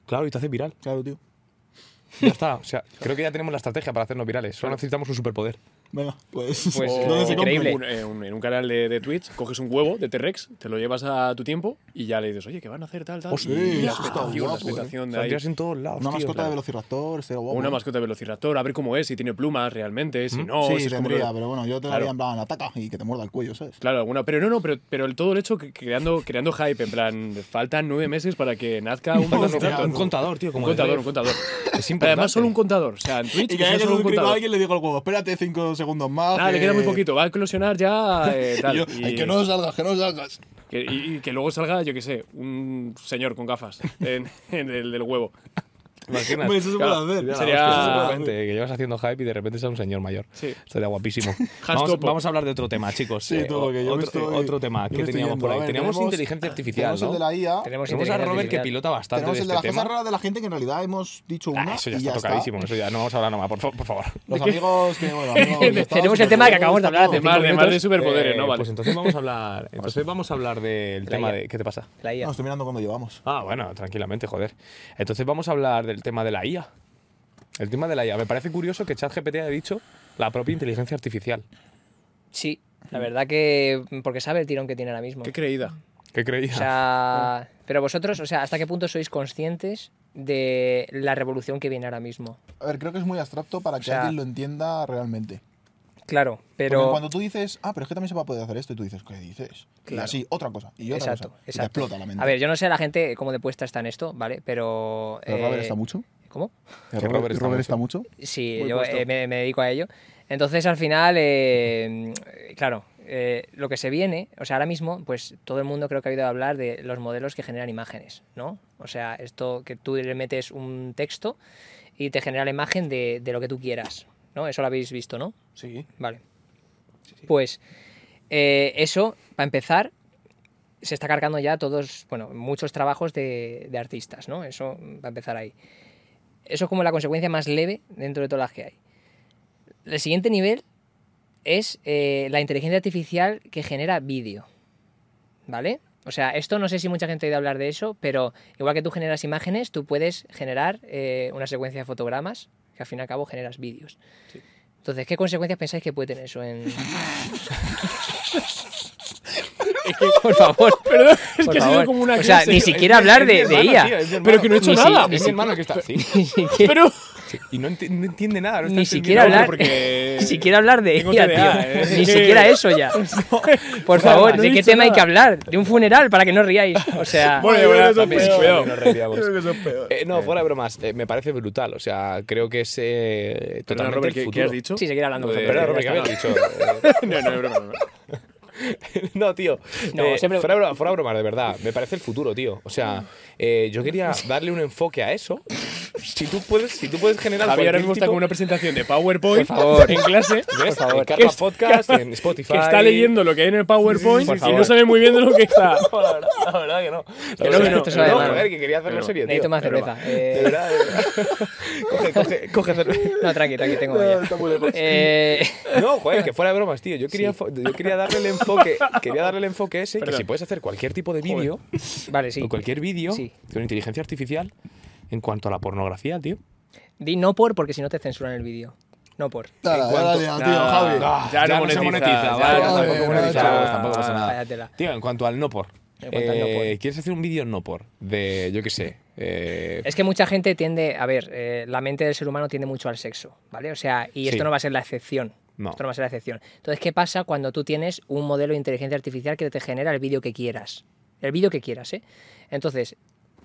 Speaker 4: Claro, y te hace viral.
Speaker 1: Claro, tío.
Speaker 4: Ya está. O sea, creo que ya tenemos la estrategia para hacernos virales. Solo necesitamos un superpoder.
Speaker 1: Venga, pues.
Speaker 3: Pues,
Speaker 2: O
Speaker 1: ¿dónde se compra?
Speaker 3: increíble.
Speaker 2: un- en, un, en un canal de, de Twitch coges un huevo de T-Rex, te lo llevas a tu tiempo y ya le dices, oye, ¿qué van a hacer tal, tal?
Speaker 4: Hostia,
Speaker 2: y la
Speaker 1: está
Speaker 2: expectación, la
Speaker 1: guapo, eh.
Speaker 2: expectación de ahí.
Speaker 4: Saldrías en todos lados.
Speaker 1: Una
Speaker 4: tío,
Speaker 1: mascota
Speaker 4: claro.
Speaker 1: de Velociraptor, será
Speaker 2: O
Speaker 1: guapo.
Speaker 2: una mascota de velociraptor, a ver cómo es, si tiene plumas realmente, si no, si
Speaker 1: Mm. Sí,
Speaker 2: es como-
Speaker 1: tendría, pero bueno, yo te
Speaker 2: Claro.
Speaker 1: daría en plan ataca y que te muerda el cuello, ¿sabes?
Speaker 2: Claro, alguna. Pero no, no, pero, pero el todo el hecho que- creando, creando hype, en plan, faltan nueve meses para que nazca un
Speaker 4: Hostia,
Speaker 2: velociraptor.
Speaker 4: un contador, tío,
Speaker 2: Un
Speaker 4: como de
Speaker 2: contador, un
Speaker 4: Drive.
Speaker 2: contador.
Speaker 4: Es importante.
Speaker 2: Además, solo un contador. O sea, en Twitch,
Speaker 1: Y
Speaker 2: que
Speaker 1: que haya
Speaker 2: sea
Speaker 1: que
Speaker 2: solo un
Speaker 1: suscribirlo a
Speaker 2: contador.
Speaker 1: alguien le digo al juego, espérate cinco segundos más.
Speaker 2: Nada, le
Speaker 1: que-
Speaker 2: queda muy poquito. Va a eclosionar ya. eh, tal,
Speaker 1: Y yo,
Speaker 2: y-
Speaker 1: "Ay, que no salgas, que no salgas.
Speaker 2: que- y- y que luego salga, yo qué sé, un señor con gafas en, en el del huevo.
Speaker 4: Imaginas.
Speaker 1: Hombre, eso se
Speaker 2: Claro,
Speaker 1: puede
Speaker 2: sería-
Speaker 1: hacer.
Speaker 4: Hostia,
Speaker 2: Ah.
Speaker 4: de repente, que llevas haciendo hype y de repente sea un señor mayor.
Speaker 2: Sí.
Speaker 4: Estaría guapísimo.
Speaker 2: Has
Speaker 4: vamos,
Speaker 2: topo.
Speaker 4: vamos a hablar de otro tema, chicos.
Speaker 1: Sí,
Speaker 4: Eh,
Speaker 1: todo lo que yo me
Speaker 4: otro,
Speaker 1: estoy-
Speaker 4: otro tema
Speaker 1: yo
Speaker 4: que
Speaker 1: me estoy
Speaker 4: teníamos
Speaker 1: yendo.
Speaker 4: por
Speaker 1: A
Speaker 4: ahí.
Speaker 1: ver,
Speaker 4: teníamos
Speaker 1: tenemos-
Speaker 4: inteligencia artificial,
Speaker 1: Tenemos
Speaker 4: ¿no?
Speaker 1: el de la IA.
Speaker 3: Tenemos,
Speaker 4: Tenemos a
Speaker 3: inteligencia
Speaker 4: Robert que
Speaker 3: artificial.
Speaker 4: pilota bastante
Speaker 1: Tenemos
Speaker 4: de
Speaker 1: el de
Speaker 4: este
Speaker 1: las cosas
Speaker 4: tema.
Speaker 1: raras de la gente que en realidad hemos dicho una.
Speaker 4: Ah, eso ya
Speaker 1: y
Speaker 4: está
Speaker 1: ya
Speaker 4: tocadísimo. Eso ya no vamos a hablar nada más, por, fa- por favor.
Speaker 1: Los amigos que, bueno, amigos que estaban
Speaker 3: Tenemos el
Speaker 1: súper
Speaker 3: tema que
Speaker 1: contentos,
Speaker 3: acabamos de hablar hace
Speaker 1: todo.
Speaker 2: De más, de, más de
Speaker 4: Minutos,
Speaker 2: superpoderes,
Speaker 4: eh,
Speaker 2: ¿no? Vale.
Speaker 4: Pues entonces vamos a hablar. Entonces vamos a hablar del tema
Speaker 3: IA.
Speaker 4: de. ¿Qué te pasa?
Speaker 3: La IA.
Speaker 1: No, estoy mirando cuando llevamos.
Speaker 4: Ah, bueno, tranquilamente, joder. Entonces vamos a hablar del tema de la IA. El tema de la IA. Me parece curioso que ChatGPT ha dicho la propia inteligencia artificial.
Speaker 3: Sí, la verdad que. Porque sabe el tirón que tiene ahora mismo.
Speaker 2: Qué creída.
Speaker 4: ¿Qué creías?
Speaker 3: O sea, pero vosotros, o sea, ¿hasta qué punto sois conscientes de la revolución que viene ahora mismo?
Speaker 1: A ver, creo que es muy abstracto para que
Speaker 3: sea-
Speaker 1: alguien lo entienda realmente.
Speaker 3: Claro,
Speaker 1: Porque
Speaker 3: pero
Speaker 1: cuando tú dices, ah, pero es que también se va a poder hacer esto, y tú dices, ¿qué dices? Y
Speaker 3: Claro.
Speaker 1: así, otra cosa, y otra
Speaker 3: Exacto,
Speaker 1: cosa. Y te
Speaker 3: exacto.
Speaker 1: explota la mente.
Speaker 3: a ver, yo no sé la gente cómo de puesta está en esto, ¿vale? Pero
Speaker 1: ¿El Robert
Speaker 3: eh,
Speaker 1: está mucho?
Speaker 3: ¿Cómo?
Speaker 1: ¿El
Speaker 4: que
Speaker 1: Robert,
Speaker 4: Robert
Speaker 1: el
Speaker 4: está
Speaker 1: Robert está mucho?
Speaker 3: Sí,
Speaker 2: Muy
Speaker 3: yo
Speaker 2: puesto.
Speaker 3: eh, me, me dedico a ello. Entonces, al final, eh, claro, eh, lo que se viene, o sea, ahora mismo, pues todo el mundo creo que ha oído hablar de los modelos que generan imágenes, ¿no? O sea, esto que tú le metes un texto y te genera la imagen de, de lo que tú quieras, ¿no? Eso lo habéis visto, ¿no?
Speaker 2: Sí.
Speaker 3: Vale. Pues eh, eso, para empezar, se está cargando ya todos, bueno, muchos trabajos de, de artistas, ¿no? Eso, para empezar ahí. Eso es como la consecuencia más leve dentro de todas las que hay. El siguiente nivel es eh, la inteligencia artificial que genera vídeo, ¿vale? O sea, esto no sé si mucha gente ha oído hablar de eso, pero igual que tú generas imágenes, tú puedes generar eh, una secuencia de fotogramas que al fin y al cabo generas vídeos. Entonces, ¿qué consecuencias pensáis que puede tener eso en...? Por favor.
Speaker 2: Perdón, es
Speaker 3: Por
Speaker 2: que ha sido
Speaker 3: favor.
Speaker 2: como una
Speaker 3: O sea,
Speaker 2: clase-
Speaker 3: ni siquiera hablar de, de IA.
Speaker 2: Pero que no he hecho
Speaker 3: Ni si-
Speaker 2: nada.
Speaker 3: ni
Speaker 4: Es mi
Speaker 3: si-
Speaker 4: hermano que está así.
Speaker 3: ni siquiera-
Speaker 2: Pero.
Speaker 4: Y no, enti- no entiende nada. no está
Speaker 3: Ni
Speaker 4: entendiendo
Speaker 3: siquiera
Speaker 4: nada.
Speaker 3: hablar.
Speaker 2: porque-
Speaker 3: Ni siquiera hablar de
Speaker 2: Tengo
Speaker 3: ella,
Speaker 2: TDA,
Speaker 3: tío.
Speaker 2: ¿eh?
Speaker 3: Ni siquiera eso ya. Por favor,
Speaker 2: no he
Speaker 3: ¿de qué
Speaker 2: dicho
Speaker 3: tema hay
Speaker 2: nada.
Speaker 3: que hablar? De un funeral para que no riáis. O sea,
Speaker 2: Bueno,
Speaker 4: Yo creo que
Speaker 2: bueno,
Speaker 4: eso
Speaker 2: también,
Speaker 4: es peor,
Speaker 2: cuidado.
Speaker 4: que nos reíamos.
Speaker 1: peor.
Speaker 4: Eh, no, fuera de bromas, eh, me parece brutal. O sea, creo que es eh,
Speaker 2: Perdona,
Speaker 4: totalmente
Speaker 2: Robert,
Speaker 4: el
Speaker 2: ¿qué, qué
Speaker 4: futuro.
Speaker 2: has dicho?
Speaker 3: sí, seguir hablando.
Speaker 2: Lo de-
Speaker 3: vosotros,
Speaker 4: Perdona,
Speaker 3: ya
Speaker 4: Robert, ¿qué
Speaker 3: está.
Speaker 4: habías dicho? Eh,
Speaker 2: No, no, no, no, no.
Speaker 4: No, tío.
Speaker 3: No,
Speaker 4: Eh,
Speaker 3: siempre-
Speaker 4: fuera, broma, fuera broma, de verdad. Me parece el futuro, tío. O sea, eh, yo quería darle un enfoque a eso. Si tú puedes, si tú puedes generar.
Speaker 2: Javier ahora
Speaker 4: cualquier
Speaker 2: mismo está
Speaker 4: tipo-
Speaker 2: con una presentación de PowerPoint
Speaker 4: Por favor.
Speaker 2: en clase.
Speaker 4: ¿Ves? En
Speaker 2: Que
Speaker 4: Karma
Speaker 2: es-
Speaker 4: Podcast, en Spotify.
Speaker 2: Que está leyendo lo que hay en el PowerPoint
Speaker 4: Sí, sí, sí.
Speaker 2: y
Speaker 4: Por
Speaker 2: no
Speaker 4: favor.
Speaker 2: sabe muy bien de lo que está.
Speaker 4: No, la verdad, la verdad que no. La
Speaker 2: no, que
Speaker 4: verdad
Speaker 2: no.
Speaker 3: Esto
Speaker 4: que
Speaker 3: es
Speaker 4: no,
Speaker 3: una
Speaker 4: joder,
Speaker 3: broma.
Speaker 4: que quería hacerlo
Speaker 2: Broma.
Speaker 4: serio, tío.
Speaker 3: Necesito más
Speaker 4: Es broma.
Speaker 3: cerveza. Eh,
Speaker 4: De verdad, de verdad. coge, coge, coge cerveza.
Speaker 3: No, tranqui, tranqui, tengo ya. Eh,
Speaker 4: No, joder, que fuera de bromas, tío. Yo quería, fo- yo quería darle el enfoque, quería darle el enfoque ese, que
Speaker 2: Perdón.
Speaker 4: si puedes hacer cualquier tipo de vídeo,
Speaker 3: Vale, sí.
Speaker 4: o cualquier vídeo
Speaker 3: Sí.
Speaker 4: con inteligencia artificial, en cuanto a la pornografía, tío.
Speaker 3: Di no por porque si no te censuran el vídeo. No por.
Speaker 1: Dale, dale, tío, Javi.
Speaker 4: Ah,
Speaker 2: Ya no
Speaker 4: se
Speaker 2: monetiza, ya
Speaker 4: vaya,
Speaker 1: no
Speaker 4: tampoco
Speaker 1: monetiza.
Speaker 4: monetiza,
Speaker 1: Ya.
Speaker 4: tampoco pasa nada.
Speaker 3: Váyatela.
Speaker 4: Tío, en cuanto al no por,
Speaker 3: En cuanto al no
Speaker 4: eh,
Speaker 3: por.
Speaker 4: ¿quieres hacer un vídeo no por? De, yo qué sé. eh,
Speaker 3: Es que mucha gente tiende, a ver, eh, la mente del ser humano tiende mucho al sexo, ¿vale? O sea, y esto
Speaker 4: Sí.
Speaker 3: no va a ser la excepción.
Speaker 4: No.
Speaker 3: Esto no va a ser la excepción. Entonces, ¿qué pasa cuando tú tienes un modelo de inteligencia artificial que te genera el vídeo que quieras? El vídeo que quieras, ¿eh? Entonces,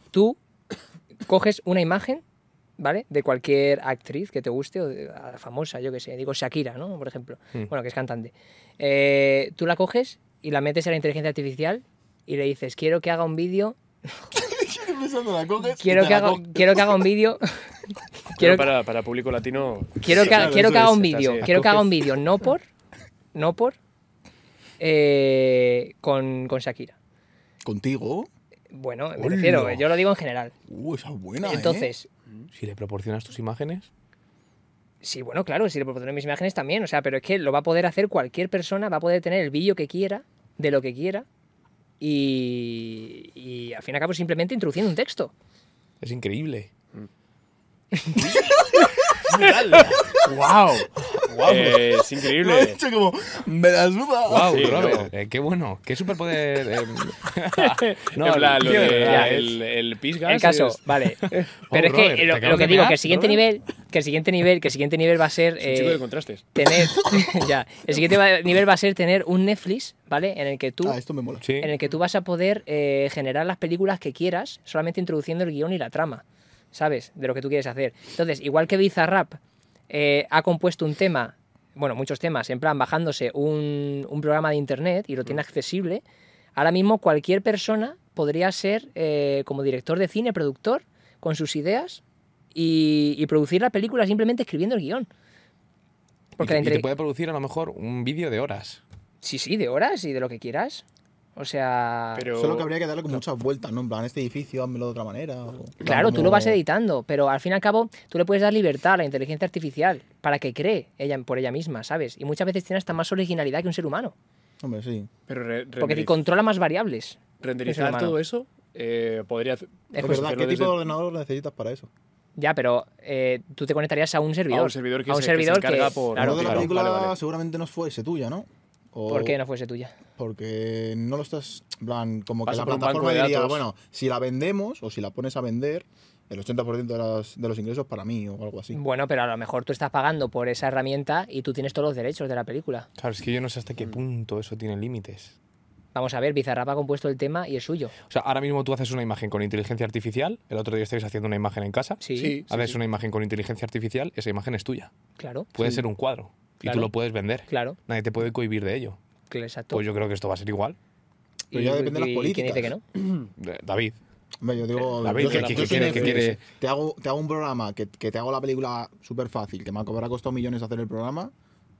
Speaker 3: tú coges una imagen, ¿vale? De cualquier actriz que te guste, o de- a- famosa, yo que sé, digo Shakira, ¿no? Por ejemplo,
Speaker 4: Hmm.
Speaker 3: bueno, que es cantante. Eh, tú la coges y la metes a la inteligencia artificial y le dices, quiero que haga un vídeo,
Speaker 1: Estoy pensando, la coges y
Speaker 3: quiero
Speaker 1: te
Speaker 3: que
Speaker 1: la
Speaker 3: haga,
Speaker 1: coges.
Speaker 3: quiero que haga un vídeo.
Speaker 2: Pero
Speaker 3: quiero,
Speaker 2: para, para público latino.
Speaker 3: quiero, que,
Speaker 1: claro,
Speaker 3: quiero
Speaker 1: eso
Speaker 3: que haga
Speaker 1: es,
Speaker 3: un
Speaker 2: está
Speaker 3: vídeo,
Speaker 2: así.
Speaker 3: quiero que haga un vídeo, no por, no por, eh, con, con Shakira.
Speaker 1: Contigo.
Speaker 3: Bueno, me
Speaker 4: Hola.
Speaker 3: refiero, yo lo digo en general.
Speaker 1: Uh, esa es buena. ¿eh?
Speaker 3: Entonces,
Speaker 4: si le proporcionas tus imágenes,
Speaker 3: Sí, bueno, claro, si le proporciono mis imágenes también, o sea, pero es que lo va a poder hacer cualquier persona, va a poder tener el vídeo que quiera, de lo que quiera, y, y al fin y al cabo simplemente introduciendo un texto.
Speaker 4: es increíble.
Speaker 2: ¡Wow! Eh, es
Speaker 1: Lo he
Speaker 2: increíble.
Speaker 1: hecho como, me das duda.
Speaker 4: Wow,
Speaker 2: Ah, Sí,
Speaker 4: Robert, eh, qué bueno, qué superpoder. em.
Speaker 2: no, en plan, lo
Speaker 4: tío,
Speaker 2: de-
Speaker 4: ya es-
Speaker 2: el, el pisgas.
Speaker 3: El caso,
Speaker 2: es-
Speaker 3: vale. Pero es
Speaker 4: Robert,
Speaker 3: que
Speaker 4: ¿te
Speaker 3: lo,
Speaker 4: acabas
Speaker 3: lo que
Speaker 4: de
Speaker 3: digo,
Speaker 4: mear,
Speaker 3: que el siguiente
Speaker 4: Robert?
Speaker 3: nivel, que el siguiente nivel, que el siguiente nivel va a ser
Speaker 2: es un chico
Speaker 3: eh,
Speaker 2: de contrastes.
Speaker 3: tener, ya, el siguiente va- nivel va a ser tener un Netflix, ¿vale? En el que tú,
Speaker 1: Ah, esto me mola.
Speaker 4: Sí.
Speaker 3: en el que tú vas a poder eh, generar las películas que quieras, solamente introduciendo el guión y la trama, ¿sabes? De lo que tú quieres hacer. Entonces, igual que Bizarrap eh, ha compuesto un tema, bueno, muchos temas, en plan bajándose un, un programa de internet y lo
Speaker 4: Mm.
Speaker 3: tiene accesible, ahora mismo cualquier persona podría ser eh, como director de cine, productor, con sus ideas y, y producir la película simplemente escribiendo el guión. Porque
Speaker 4: y,
Speaker 3: la
Speaker 4: y te
Speaker 3: entre-
Speaker 4: puede producir a lo mejor un vídeo de horas.
Speaker 3: Sí, sí, de horas y de lo que quieras. O sea...
Speaker 2: Pero,
Speaker 1: Solo que habría que darle como muchas vueltas, ¿no? En plan, este edificio, házmelo de otra manera. o-
Speaker 3: Claro, tú lo vas
Speaker 1: como-
Speaker 3: editando, pero al fin y al cabo tú le puedes dar libertad a la inteligencia artificial para que cree ella, por ella misma, ¿sabes? Y muchas veces tiene hasta más originalidad que un ser humano,
Speaker 1: Hombre, sí.
Speaker 2: pero re-
Speaker 3: porque te
Speaker 2: renderiz-
Speaker 3: controla más variables. ser
Speaker 2: renderizar
Speaker 3: humano.
Speaker 2: todo eso eh, podría. hacer-
Speaker 3: Es
Speaker 1: Es
Speaker 2: pues,
Speaker 1: verdad,
Speaker 2: hacerlo
Speaker 1: ¿qué tipo
Speaker 2: desde-
Speaker 1: de ordenador necesitas para eso?
Speaker 3: Ya, pero eh, tú te conectarías a un servidor.
Speaker 2: servidor que
Speaker 3: a
Speaker 2: se-
Speaker 3: un
Speaker 2: que se
Speaker 3: servidor que,
Speaker 2: encarga por-
Speaker 3: claro,
Speaker 1: Uno de la
Speaker 2: claro,
Speaker 1: película
Speaker 2: vale, vale.
Speaker 1: seguramente no fuese tuya, ¿no? O-
Speaker 3: ¿por qué no fuese tuya?
Speaker 1: Porque no lo estás. en plan, como que
Speaker 2: Pasa
Speaker 1: la
Speaker 2: por un banco
Speaker 1: plataforma
Speaker 2: de
Speaker 1: diría,
Speaker 2: datos.
Speaker 1: bueno, si la vendemos o si la pones a vender, el 80% de, las- de los ingresos para mí o algo así.
Speaker 3: Bueno, pero a lo mejor tú estás pagando por esa herramienta y tú tienes todos los derechos de la película.
Speaker 4: Claro, es que yo no sé hasta
Speaker 3: Mm.
Speaker 4: qué punto eso tiene límites.
Speaker 3: Vamos a ver, Bizarrap ha compuesto el tema y es suyo.
Speaker 4: O sea, ahora mismo tú haces una imagen con inteligencia artificial, el otro día estáis haciendo una imagen en casa,
Speaker 3: Sí,
Speaker 2: Sí.
Speaker 4: haces una imagen con inteligencia artificial, esa imagen es tuya.
Speaker 3: claro,
Speaker 4: Puede ser un cuadro y
Speaker 3: Claro.
Speaker 4: tú lo puedes vender.
Speaker 3: claro,
Speaker 4: Nadie te puede cohibir de ello.
Speaker 3: que- exacto.
Speaker 4: Pues yo creo que esto va a ser igual.
Speaker 1: Pero ya depende pues de las
Speaker 3: y- y ¿Quién dice que no?
Speaker 1: políticas.
Speaker 4: Eh, David,
Speaker 1: Hombre, yo digo,
Speaker 4: David,
Speaker 1: yo
Speaker 4: ¿qué-
Speaker 1: soy-
Speaker 4: qué-
Speaker 1: yo soy
Speaker 4: qué quiere- qué
Speaker 1: Netflix,
Speaker 4: quiere?
Speaker 1: Te hago, te hago un programa, que, que te hago la película súper fácil, que me ha habrá costado millones hacer el programa,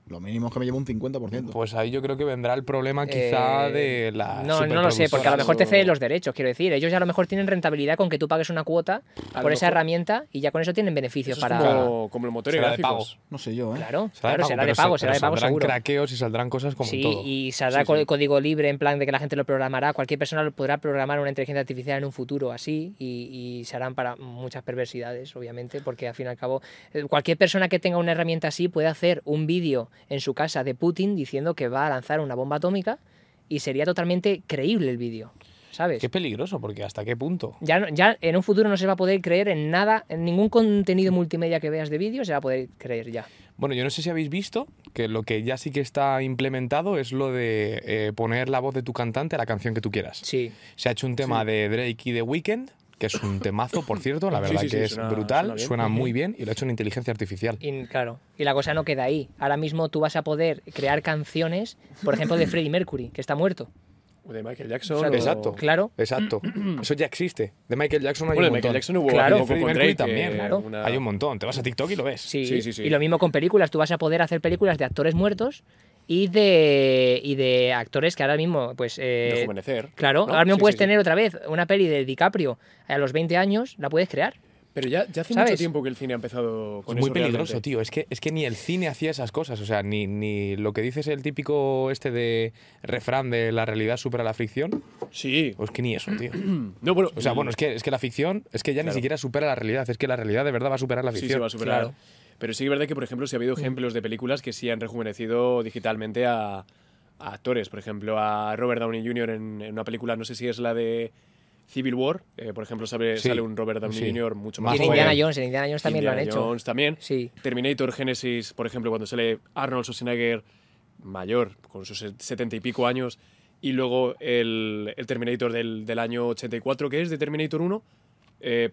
Speaker 1: lo mínimo es que me llevo un 50%.
Speaker 4: pues ahí yo creo que vendrá el problema Ah, quizá
Speaker 3: Eh,
Speaker 4: de la...
Speaker 3: No, no lo sé, porque a lo
Speaker 4: superproductoras.
Speaker 3: mejor te ceden los derechos, quiero decir. Ellos ya a lo mejor tienen rentabilidad con que tú pagues una cuota por
Speaker 2: lo
Speaker 3: esa
Speaker 2: mejor.
Speaker 3: herramienta y ya con eso tienen beneficios
Speaker 2: Eso es
Speaker 3: para.
Speaker 2: como, como el motor
Speaker 4: Será de
Speaker 2: gráficos.
Speaker 1: No sé yo, ¿eh?
Speaker 3: Claro,
Speaker 4: Será
Speaker 3: claro,
Speaker 4: de pago,
Speaker 3: será de
Speaker 4: pero
Speaker 3: pago,
Speaker 4: sa-
Speaker 3: será
Speaker 4: pero
Speaker 3: de pago
Speaker 4: saldrán
Speaker 3: seguro.
Speaker 4: craqueos y saldrán cosas como
Speaker 3: Sí,
Speaker 4: todo.
Speaker 3: y saldrá
Speaker 2: Sí,
Speaker 3: co-
Speaker 2: sí.
Speaker 3: código libre en plan de que la gente lo programará. Cualquier persona lo podrá programar una inteligencia artificial en un futuro así y, y se harán para muchas perversidades, obviamente, porque al fin y al cabo, eh, cualquier persona que tenga una herramienta así puede hacer un vídeo en su casa de Putin diciendo que va a lanzar una bomba atómica y sería totalmente creíble el vídeo, ¿sabes?
Speaker 4: Qué peligroso, porque hasta qué punto.
Speaker 3: Ya, no- ya en un futuro no se va a poder creer en nada, en ningún contenido multimedia que veas de vídeo se va a poder creer ya.
Speaker 4: Bueno, yo no sé si habéis visto que lo que ya sí que está implementado es lo de eh, poner la voz de tu cantante a la canción que tú quieras.
Speaker 3: Sí.
Speaker 4: Se ha hecho un tema de Drake y The Weeknd, que es un temazo, por cierto, la
Speaker 2: Sí,
Speaker 4: verdad
Speaker 2: sí, sí,
Speaker 4: que es
Speaker 2: suena-
Speaker 4: brutal,
Speaker 2: suena
Speaker 4: suena,
Speaker 2: bien.
Speaker 4: muy bien y lo ha hecho una inteligencia artificial.
Speaker 3: Y, claro, y la cosa no queda ahí. Ahora mismo tú vas a poder crear canciones, por ejemplo, de Freddie Mercury, que está muerto.
Speaker 2: O de Michael Jackson. o-
Speaker 3: Exacto.
Speaker 4: Exacto.
Speaker 3: Claro.
Speaker 4: Exacto. Eso ya existe. De Michael Jackson hay
Speaker 2: Bueno, de
Speaker 4: un montón.
Speaker 2: Michael Jackson hubo
Speaker 3: Claro.
Speaker 2: algo
Speaker 4: Freddie
Speaker 2: con
Speaker 4: Mercury
Speaker 2: Drake
Speaker 4: también.
Speaker 2: eh,
Speaker 3: Claro.
Speaker 2: una-
Speaker 4: Hay un montón. Te vas a TikTok y lo ves.
Speaker 3: Sí.
Speaker 2: Sí, sí, sí.
Speaker 3: Y lo mismo con películas. Tú vas a poder hacer películas de actores muertos y de, y de actores que ahora mismo, pues. eh,
Speaker 2: de rejuvenecer.
Speaker 3: Claro,
Speaker 2: ¿no?
Speaker 3: ahora mismo
Speaker 2: Sí,
Speaker 3: puedes
Speaker 2: sí, sí.
Speaker 3: tener otra vez una peli de DiCaprio a los 20 años, la puedes crear.
Speaker 2: Pero ya, ya hace
Speaker 3: ¿Sabes?
Speaker 2: mucho tiempo que el cine ha empezado con
Speaker 4: Es muy
Speaker 2: eso
Speaker 4: peligroso,
Speaker 2: realmente.
Speaker 4: tío. Es que, es que ni el cine hacía esas cosas. O sea, ni, ni lo que dices el típico este de refrán de la realidad supera la ficción.
Speaker 2: Sí.
Speaker 4: O es que ni eso, tío.
Speaker 2: No, bueno,
Speaker 4: O sea, bueno, es que, es que la ficción es que ya ni siquiera supera la realidad. Es que la realidad de verdad va a superar la
Speaker 2: sí
Speaker 4: ficción.
Speaker 2: se va Mm. a superar.
Speaker 3: Claro.
Speaker 2: Pero sí que es verdad que, por ejemplo, sí ha habido ejemplos de películas que sí han rejuvenecido digitalmente a, a actores. Por ejemplo, a Robert Downey Jr. en, en una película, no sé si es la de Civil War. eh, por ejemplo, sale,
Speaker 4: Sí,
Speaker 2: sale un Robert Downey
Speaker 4: sí.
Speaker 2: Jr. mucho
Speaker 3: y
Speaker 4: Ah,
Speaker 2: más
Speaker 3: en
Speaker 4: joder.
Speaker 3: Indiana Jones, en Indiana Jones también lo han
Speaker 2: Indiana
Speaker 3: hecho.
Speaker 2: Jones también.
Speaker 3: Sí.
Speaker 2: Terminator Genesis, por ejemplo, cuando sale Arnold Schwarzenegger mayor, con sus setenta y pico años, y luego el, el Terminator del, del año 84, que es de Terminator 1, eh,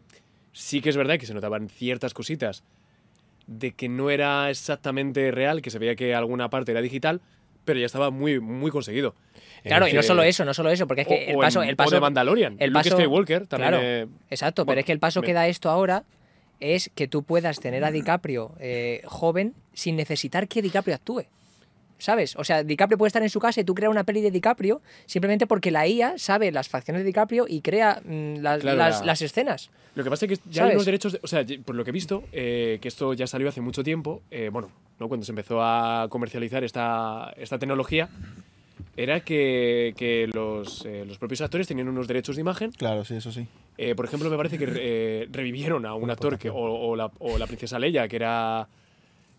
Speaker 2: sí que es verdad que se notaban ciertas cositas de que no era exactamente real, que se veía que alguna parte era digital, pero ya estaba muy, muy conseguido.
Speaker 3: Claro, y no
Speaker 2: Eh,
Speaker 3: solo eso, no solo eso, porque es que
Speaker 2: o-
Speaker 3: el
Speaker 2: o
Speaker 3: paso,
Speaker 2: en-
Speaker 3: el
Speaker 2: o de
Speaker 3: paso
Speaker 2: Mandalorian.
Speaker 3: el
Speaker 2: Luke
Speaker 3: paso-
Speaker 2: Skywalker también,
Speaker 3: claro,
Speaker 2: eh,
Speaker 3: exacto,
Speaker 2: bueno,
Speaker 3: pero es que el paso
Speaker 2: me-
Speaker 3: que da esto ahora es que tú puedas tener a DiCaprio eh, joven sin necesitar que DiCaprio actúe. ¿Sabes? O sea, DiCaprio puede estar en su casa y tú creas una peli de DiCaprio simplemente porque la IA sabe las facciones de DiCaprio y crea mm, las,
Speaker 2: Claro,
Speaker 3: las-
Speaker 2: la-
Speaker 3: las escenas.
Speaker 2: Lo que pasa es que ya
Speaker 3: ¿Sabes?
Speaker 2: hay unos derechos, de- o sea, por lo que he visto, eh, que esto ya salió hace mucho tiempo, eh, bueno, ¿no? cuando se empezó a comercializar esta, esta tecnología, era que, que los, eh, los propios actores tenían unos derechos de imagen.
Speaker 1: Claro, sí, eso sí.
Speaker 2: Eh, por ejemplo, me parece que eh, revivieron a un actor que, o, o la, o la princesa Leia, que era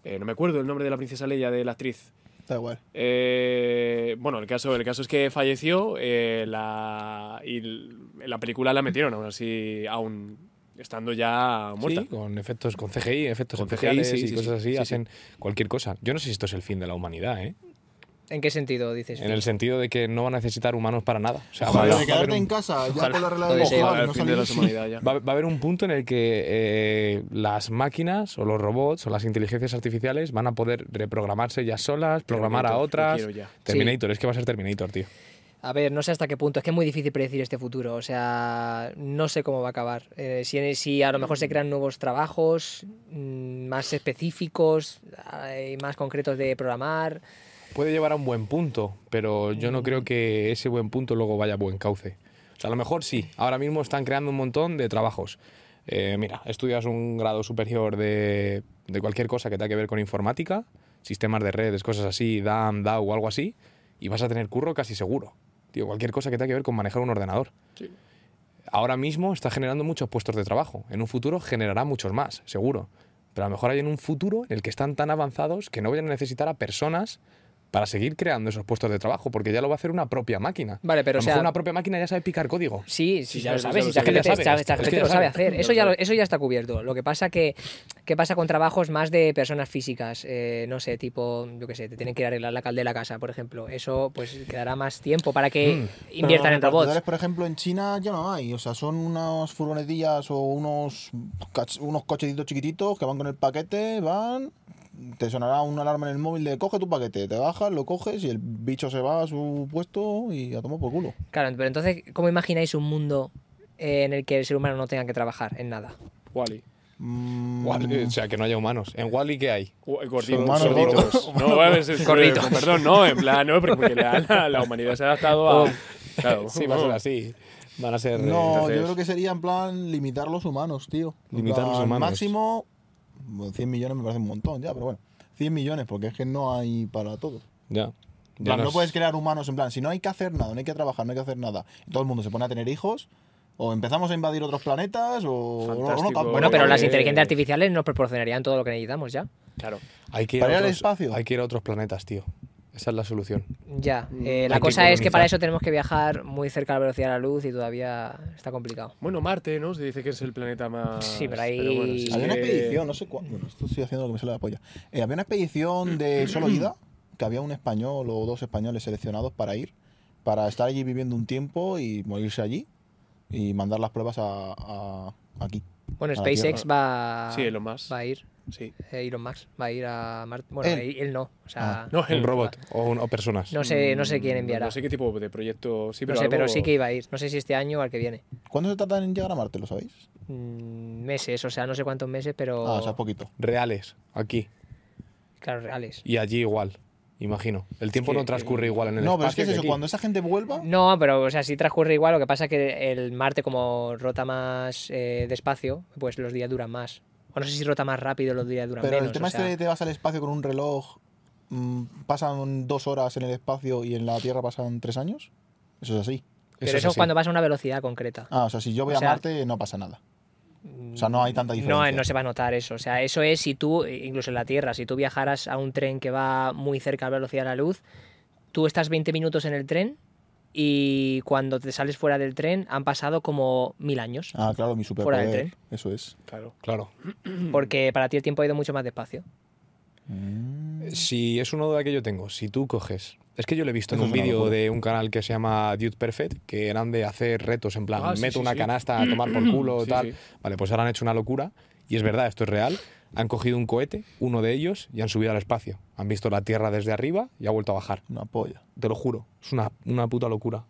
Speaker 2: eh, no me acuerdo el nombre de la princesa Leia, de la actriz.
Speaker 1: Da igual.
Speaker 2: Eh, bueno, el caso, el caso es que falleció eh, la, y l- la película la metieron aún así, aún estando ya muerta.
Speaker 4: Sí, con efectos, con CGI, efectos
Speaker 2: Con CGI,
Speaker 4: especiales
Speaker 2: sí,
Speaker 4: y
Speaker 2: sí, sí.
Speaker 4: cosas así,
Speaker 2: Sí, sí.
Speaker 4: hacen cualquier cosa. Yo no sé si esto es el fin de la humanidad, ¿eh?
Speaker 3: ¿En qué sentido dices?
Speaker 4: En el sentido de que no va a necesitar humanos para nada. O sea, va, a
Speaker 1: Joder, de
Speaker 4: haber- va a haber
Speaker 1: quedarte en
Speaker 4: un,
Speaker 1: casa, ya
Speaker 3: Ojalá.
Speaker 1: con la regla
Speaker 3: Ojalá,
Speaker 1: de
Speaker 3: ojalá,
Speaker 1: ojalá,
Speaker 2: el
Speaker 1: no
Speaker 2: fin de la
Speaker 1: salir.
Speaker 2: humanidad ya.
Speaker 4: va- va a haber un punto en el que eh, las máquinas o los robots o las inteligencias artificiales van a poder reprogramarse ya solas, programar a
Speaker 2: Terminator, lo
Speaker 4: otras.
Speaker 2: quiero ya.
Speaker 4: Terminator, es que va a ser Terminator, tío.
Speaker 3: A ver, no sé hasta qué punto. Es que es muy difícil predecir este futuro. O sea, no sé cómo va a acabar. Eh, si, si a lo mejor se crean nuevos trabajos mm, más específicos eh, y más concretos de programar.
Speaker 4: Puede llevar a un buen punto, pero yo no creo que ese buen punto luego vaya a buen cauce. O sea, a lo mejor sí, ahora mismo están creando un montón de trabajos. Eh, mira, estudias un grado superior de, de cualquier cosa que tenga que ver con informática, sistemas de redes, cosas así, DAM, DAO o algo así, y vas a tener curro casi seguro. Tío, cualquier cosa que tenga que ver con manejar un ordenador.
Speaker 2: Sí.
Speaker 4: Ahora mismo está generando muchos puestos de trabajo. En un futuro generará muchos más, seguro. Pero a lo mejor hay en un futuro en el que están tan avanzados que no vayan a necesitar a personas para seguir creando esos puestos de trabajo, porque ya lo va a hacer una propia máquina.
Speaker 3: Vale, pero,
Speaker 4: a
Speaker 3: o
Speaker 4: lo
Speaker 3: sea-
Speaker 4: mejor una propia máquina ya sabe picar código.
Speaker 3: Sí, sí,
Speaker 2: ya eso ya
Speaker 3: ya lo sabes.
Speaker 2: lo
Speaker 3: y
Speaker 2: sé.
Speaker 3: ChatGPT-
Speaker 4: Es
Speaker 3: Chat-
Speaker 4: que ya sabes, es que
Speaker 3: ChatGPT
Speaker 4: ya
Speaker 3: lo sabe
Speaker 4: sabes.
Speaker 3: hacer.
Speaker 2: Ya
Speaker 3: Eso
Speaker 2: lo
Speaker 3: ya, lo-
Speaker 2: sabes.
Speaker 3: eso ya está cubierto. Lo que pasa que, que pasa con trabajos más de personas físicas. eh, no sé, tipo, yo qué sé, te tienen que ir a arreglar la calde de la casa, por ejemplo. Eso pues quedará más tiempo para que inviertan
Speaker 1: Pero
Speaker 3: en robots.
Speaker 1: repartidores, por ejemplo, en China ya no hay. O sea, son unas furgonetillas o unos, cach- unos cochecitos chiquititos que van con el paquete, van. Te sonará una alarma en el móvil de coge tu paquete, te bajas, lo coges y el bicho se va a su puesto y a tomar por culo.
Speaker 3: Claro, pero entonces, ¿cómo imagináis un mundo eh, en el que el ser humano no tenga que trabajar en nada?
Speaker 2: Wall-E.
Speaker 1: Mm,
Speaker 4: Wall- eh, O sea, que no haya humanos. ¿En Wally qué hay?
Speaker 2: Gu- Gorditos,
Speaker 1: Humanos
Speaker 2: gorditos. No, a ver, es-
Speaker 3: Gorditos.
Speaker 2: con Perdón, no, en plan, no, porque, porque la, la- la humanidad se ha
Speaker 3: Oh.
Speaker 2: adaptado a. Claro, oh,
Speaker 4: Sí, va a ser así. Van a ser... eh,
Speaker 1: Oh. No,
Speaker 2: Entonces-
Speaker 1: yo creo que sería en plan limitar los humanos, tío. En
Speaker 4: Limitar los
Speaker 1: plan,
Speaker 4: humanos.
Speaker 1: Máximo bueno, 100 millones me parece un montón ya, pero bueno. 100 millones, porque es que no hay para todos.
Speaker 4: Ya.
Speaker 1: En
Speaker 4: Ya
Speaker 1: plan, no
Speaker 4: nos-
Speaker 1: puedes crear humanos en plan, si no hay que hacer nada, no hay que trabajar, no hay que hacer nada, y todo el mundo se pone a tener hijos, o empezamos a invadir otros planetas, o- o... no-
Speaker 2: Fantástico.
Speaker 1: o no- Eh,
Speaker 3: Bueno, pero
Speaker 2: Oye.
Speaker 3: las inteligencias artificiales nos proporcionarían todo lo que necesitamos ya.
Speaker 2: Claro.
Speaker 4: Hay que ir
Speaker 1: Para
Speaker 4: a
Speaker 1: ir al
Speaker 4: otros-
Speaker 1: espacio.
Speaker 4: Hay que ir a otros planetas, tío. Esa es la solución.
Speaker 3: Ya.
Speaker 1: Mm,
Speaker 3: eh,
Speaker 4: Hay
Speaker 3: la
Speaker 4: que
Speaker 3: cosa es que
Speaker 4: colonizar.
Speaker 3: para eso tenemos que viajar muy cerca a la velocidad de la luz y todavía está complicado.
Speaker 2: Bueno, Marte, ¿no? Se dice que es el planeta más.
Speaker 3: Sí, pero ahí-
Speaker 2: sí
Speaker 1: Había una
Speaker 2: que-
Speaker 1: expedición, no sé cuándo, bueno, esto estoy haciendo lo que me sale de la polla. Eh, había una expedición de solo ida, que había un español o dos españoles seleccionados para ir, para estar allí viviendo un tiempo y morirse allí, y mandar las pruebas a, a- aquí.
Speaker 3: Bueno,
Speaker 1: A la Tierra.
Speaker 3: SpaceX va,
Speaker 2: Sí, Elon Musk.
Speaker 3: va a ir.
Speaker 2: Sí.
Speaker 3: eh, Elon Musk va a ir a Marte. Bueno,
Speaker 1: Él.
Speaker 3: él, él no. O
Speaker 1: Ah.
Speaker 3: sea,
Speaker 2: No, el
Speaker 4: Un robot o, un- o personas.
Speaker 3: no, sé, no sé quién enviará.
Speaker 2: No sé qué tipo de proyecto. Sí, pero,
Speaker 3: sé, pero
Speaker 2: algo-
Speaker 3: sí que iba a ir. No sé si este año o al que viene.
Speaker 1: ¿Cuándo se tardan en llegar a Marte, lo sabéis?
Speaker 3: Mm, meses, o sea, no sé cuántos meses, pero.
Speaker 1: Ah, o sea, es poquito.
Speaker 4: Reales, aquí.
Speaker 3: claro, reales.
Speaker 4: Y allí igual, imagino. El tiempo
Speaker 2: que,
Speaker 4: no transcurre
Speaker 2: eh,
Speaker 4: igual en el
Speaker 1: No, pero es que
Speaker 4: espacio
Speaker 1: es eso,
Speaker 4: aquí.
Speaker 1: cuando esa gente vuelva,
Speaker 3: No, pero o sea, sí transcurre igual. Lo que pasa es que el Marte, como rota más eh, despacio, pues los días duran más. O no sé si rota más rápido, los días duran
Speaker 1: Pero
Speaker 3: menos.
Speaker 1: el tema este
Speaker 3: o
Speaker 1: es que
Speaker 3: sea.
Speaker 1: te vas al espacio con un reloj, mm, pasan dos horas en el espacio y en la Tierra pasan tres años. Eso es así.
Speaker 3: Pero eso
Speaker 4: es
Speaker 3: es
Speaker 4: así.
Speaker 3: cuando vas a una velocidad concreta.
Speaker 1: Ah, o sea, si yo voy
Speaker 3: O
Speaker 1: a
Speaker 3: sea-
Speaker 1: Marte no pasa nada. O sea, no hay tanta
Speaker 3: No,
Speaker 1: diferencia.
Speaker 3: eh, no se va a notar eso. O sea, eso es si tú, eh, incluso en la Tierra, si tú viajaras a un tren que va muy cerca a la velocidad de la luz, tú estás 20 minutos en el tren y cuando te sales fuera del tren han pasado como mil años.
Speaker 1: Ah, claro, mi
Speaker 3: Fuera del
Speaker 1: superpoder.
Speaker 3: tren.
Speaker 1: Eso es.
Speaker 2: Claro.
Speaker 4: Claro.
Speaker 3: Porque para ti el tiempo ha ido mucho más despacio.
Speaker 1: Mm.
Speaker 4: Si es una duda que yo tengo, si tú coges. Es que yo lo he visto en
Speaker 1: Eso
Speaker 4: un
Speaker 1: es una
Speaker 4: vídeo
Speaker 1: locura.
Speaker 4: de un canal que se llama Dude Perfect, que eran de hacer retos en plan,
Speaker 2: Ah, sí,
Speaker 4: meto
Speaker 2: sí,
Speaker 4: una
Speaker 2: sí.
Speaker 4: canasta a tomar por culo,
Speaker 2: Sí,
Speaker 4: tal.
Speaker 2: sí.
Speaker 4: Vale, pues ahora han hecho una locura. Y es verdad, esto es real. Han cogido un cohete, uno de ellos, y han subido al espacio. Han visto la Tierra desde arriba y ha vuelto a bajar.
Speaker 1: Una polla.
Speaker 4: Te lo juro. Es una, una puta locura.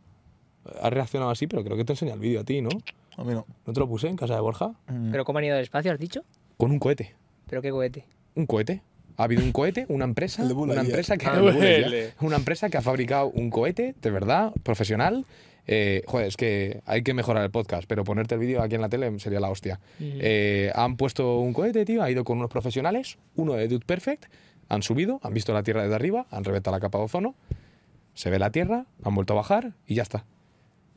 Speaker 4: Has reaccionado así, pero creo que te enseña el vídeo a ti, ¿no?
Speaker 1: A mí no.
Speaker 4: ¿No te lo puse en casa de Borja?
Speaker 1: Mm.
Speaker 3: ¿Pero cómo han ido al espacio, has dicho?
Speaker 4: Con un cohete.
Speaker 3: ¿Pero qué cohete?
Speaker 4: Un cohete. Ha habido un cohete, una empresa,
Speaker 1: El de Bula
Speaker 4: una
Speaker 1: ya.
Speaker 4: empresa, que,
Speaker 2: Ah,
Speaker 4: el de Bula ya.
Speaker 2: vale.
Speaker 4: una empresa que ha fabricado un cohete, de verdad, profesional. Eh, joder, es que hay que mejorar el podcast, pero ponerte el vídeo aquí en la tele sería la hostia. Eh, han puesto un cohete, tío, ha ido con unos profesionales, uno de Dude Perfect, han subido, han visto la Tierra desde arriba, han reventado la capa de ozono, se ve la Tierra, han vuelto a bajar y ya está.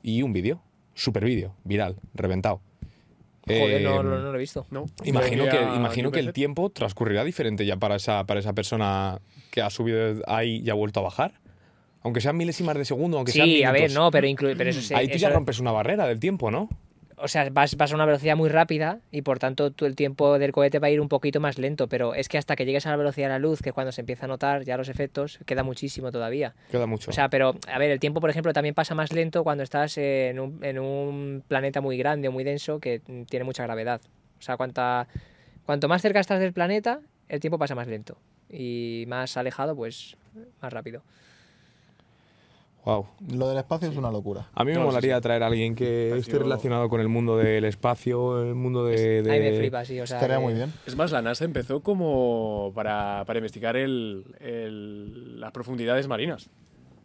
Speaker 4: Y un vídeo, super vídeo, viral, reventado.
Speaker 3: Joder,
Speaker 4: Eh,
Speaker 3: no, no- no lo he visto.
Speaker 2: No.
Speaker 4: Imagino
Speaker 2: Yo
Speaker 4: que,
Speaker 2: voy a
Speaker 4: imagino que el
Speaker 2: UPC.
Speaker 4: tiempo transcurrirá diferente ya para esa, para esa persona que ha subido ahí y ha vuelto a bajar. Aunque sean milésimas de segundo, aunque sean
Speaker 3: Sí, a ver,
Speaker 4: minutos.
Speaker 3: no, pero, inclu- pero eso sí.
Speaker 4: ahí tú
Speaker 3: eso-
Speaker 4: ya rompes una barrera del tiempo, ¿no?
Speaker 3: O sea, vas, vas a una velocidad muy rápida y por tanto tú, el tiempo del cohete va a ir un poquito más lento, pero es que hasta que llegues a la velocidad de la luz, que es cuando se empieza a notar ya los efectos, queda muchísimo todavía.
Speaker 4: Queda mucho.
Speaker 3: O sea, pero a ver, el tiempo, por ejemplo, también pasa más lento cuando estás eh, en un, en un planeta muy grande o muy denso que mm, tiene mucha gravedad. O sea, cuanta, cuanto más cerca estás del planeta, el tiempo pasa más lento. Y más alejado, pues más rápido.
Speaker 4: wow.
Speaker 1: Lo del espacio es una locura.
Speaker 4: A mí me
Speaker 2: No, sí,
Speaker 4: molaría traer a alguien que
Speaker 2: Ha
Speaker 4: esté
Speaker 2: sido-
Speaker 4: relacionado con el mundo del espacio, el mundo de. de-
Speaker 3: Ahí me flipa, sí. O sea, eh,
Speaker 1: Estaría
Speaker 3: que-
Speaker 1: muy bien.
Speaker 2: Es más, la NASA empezó como para, para investigar el, el- las profundidades marinas.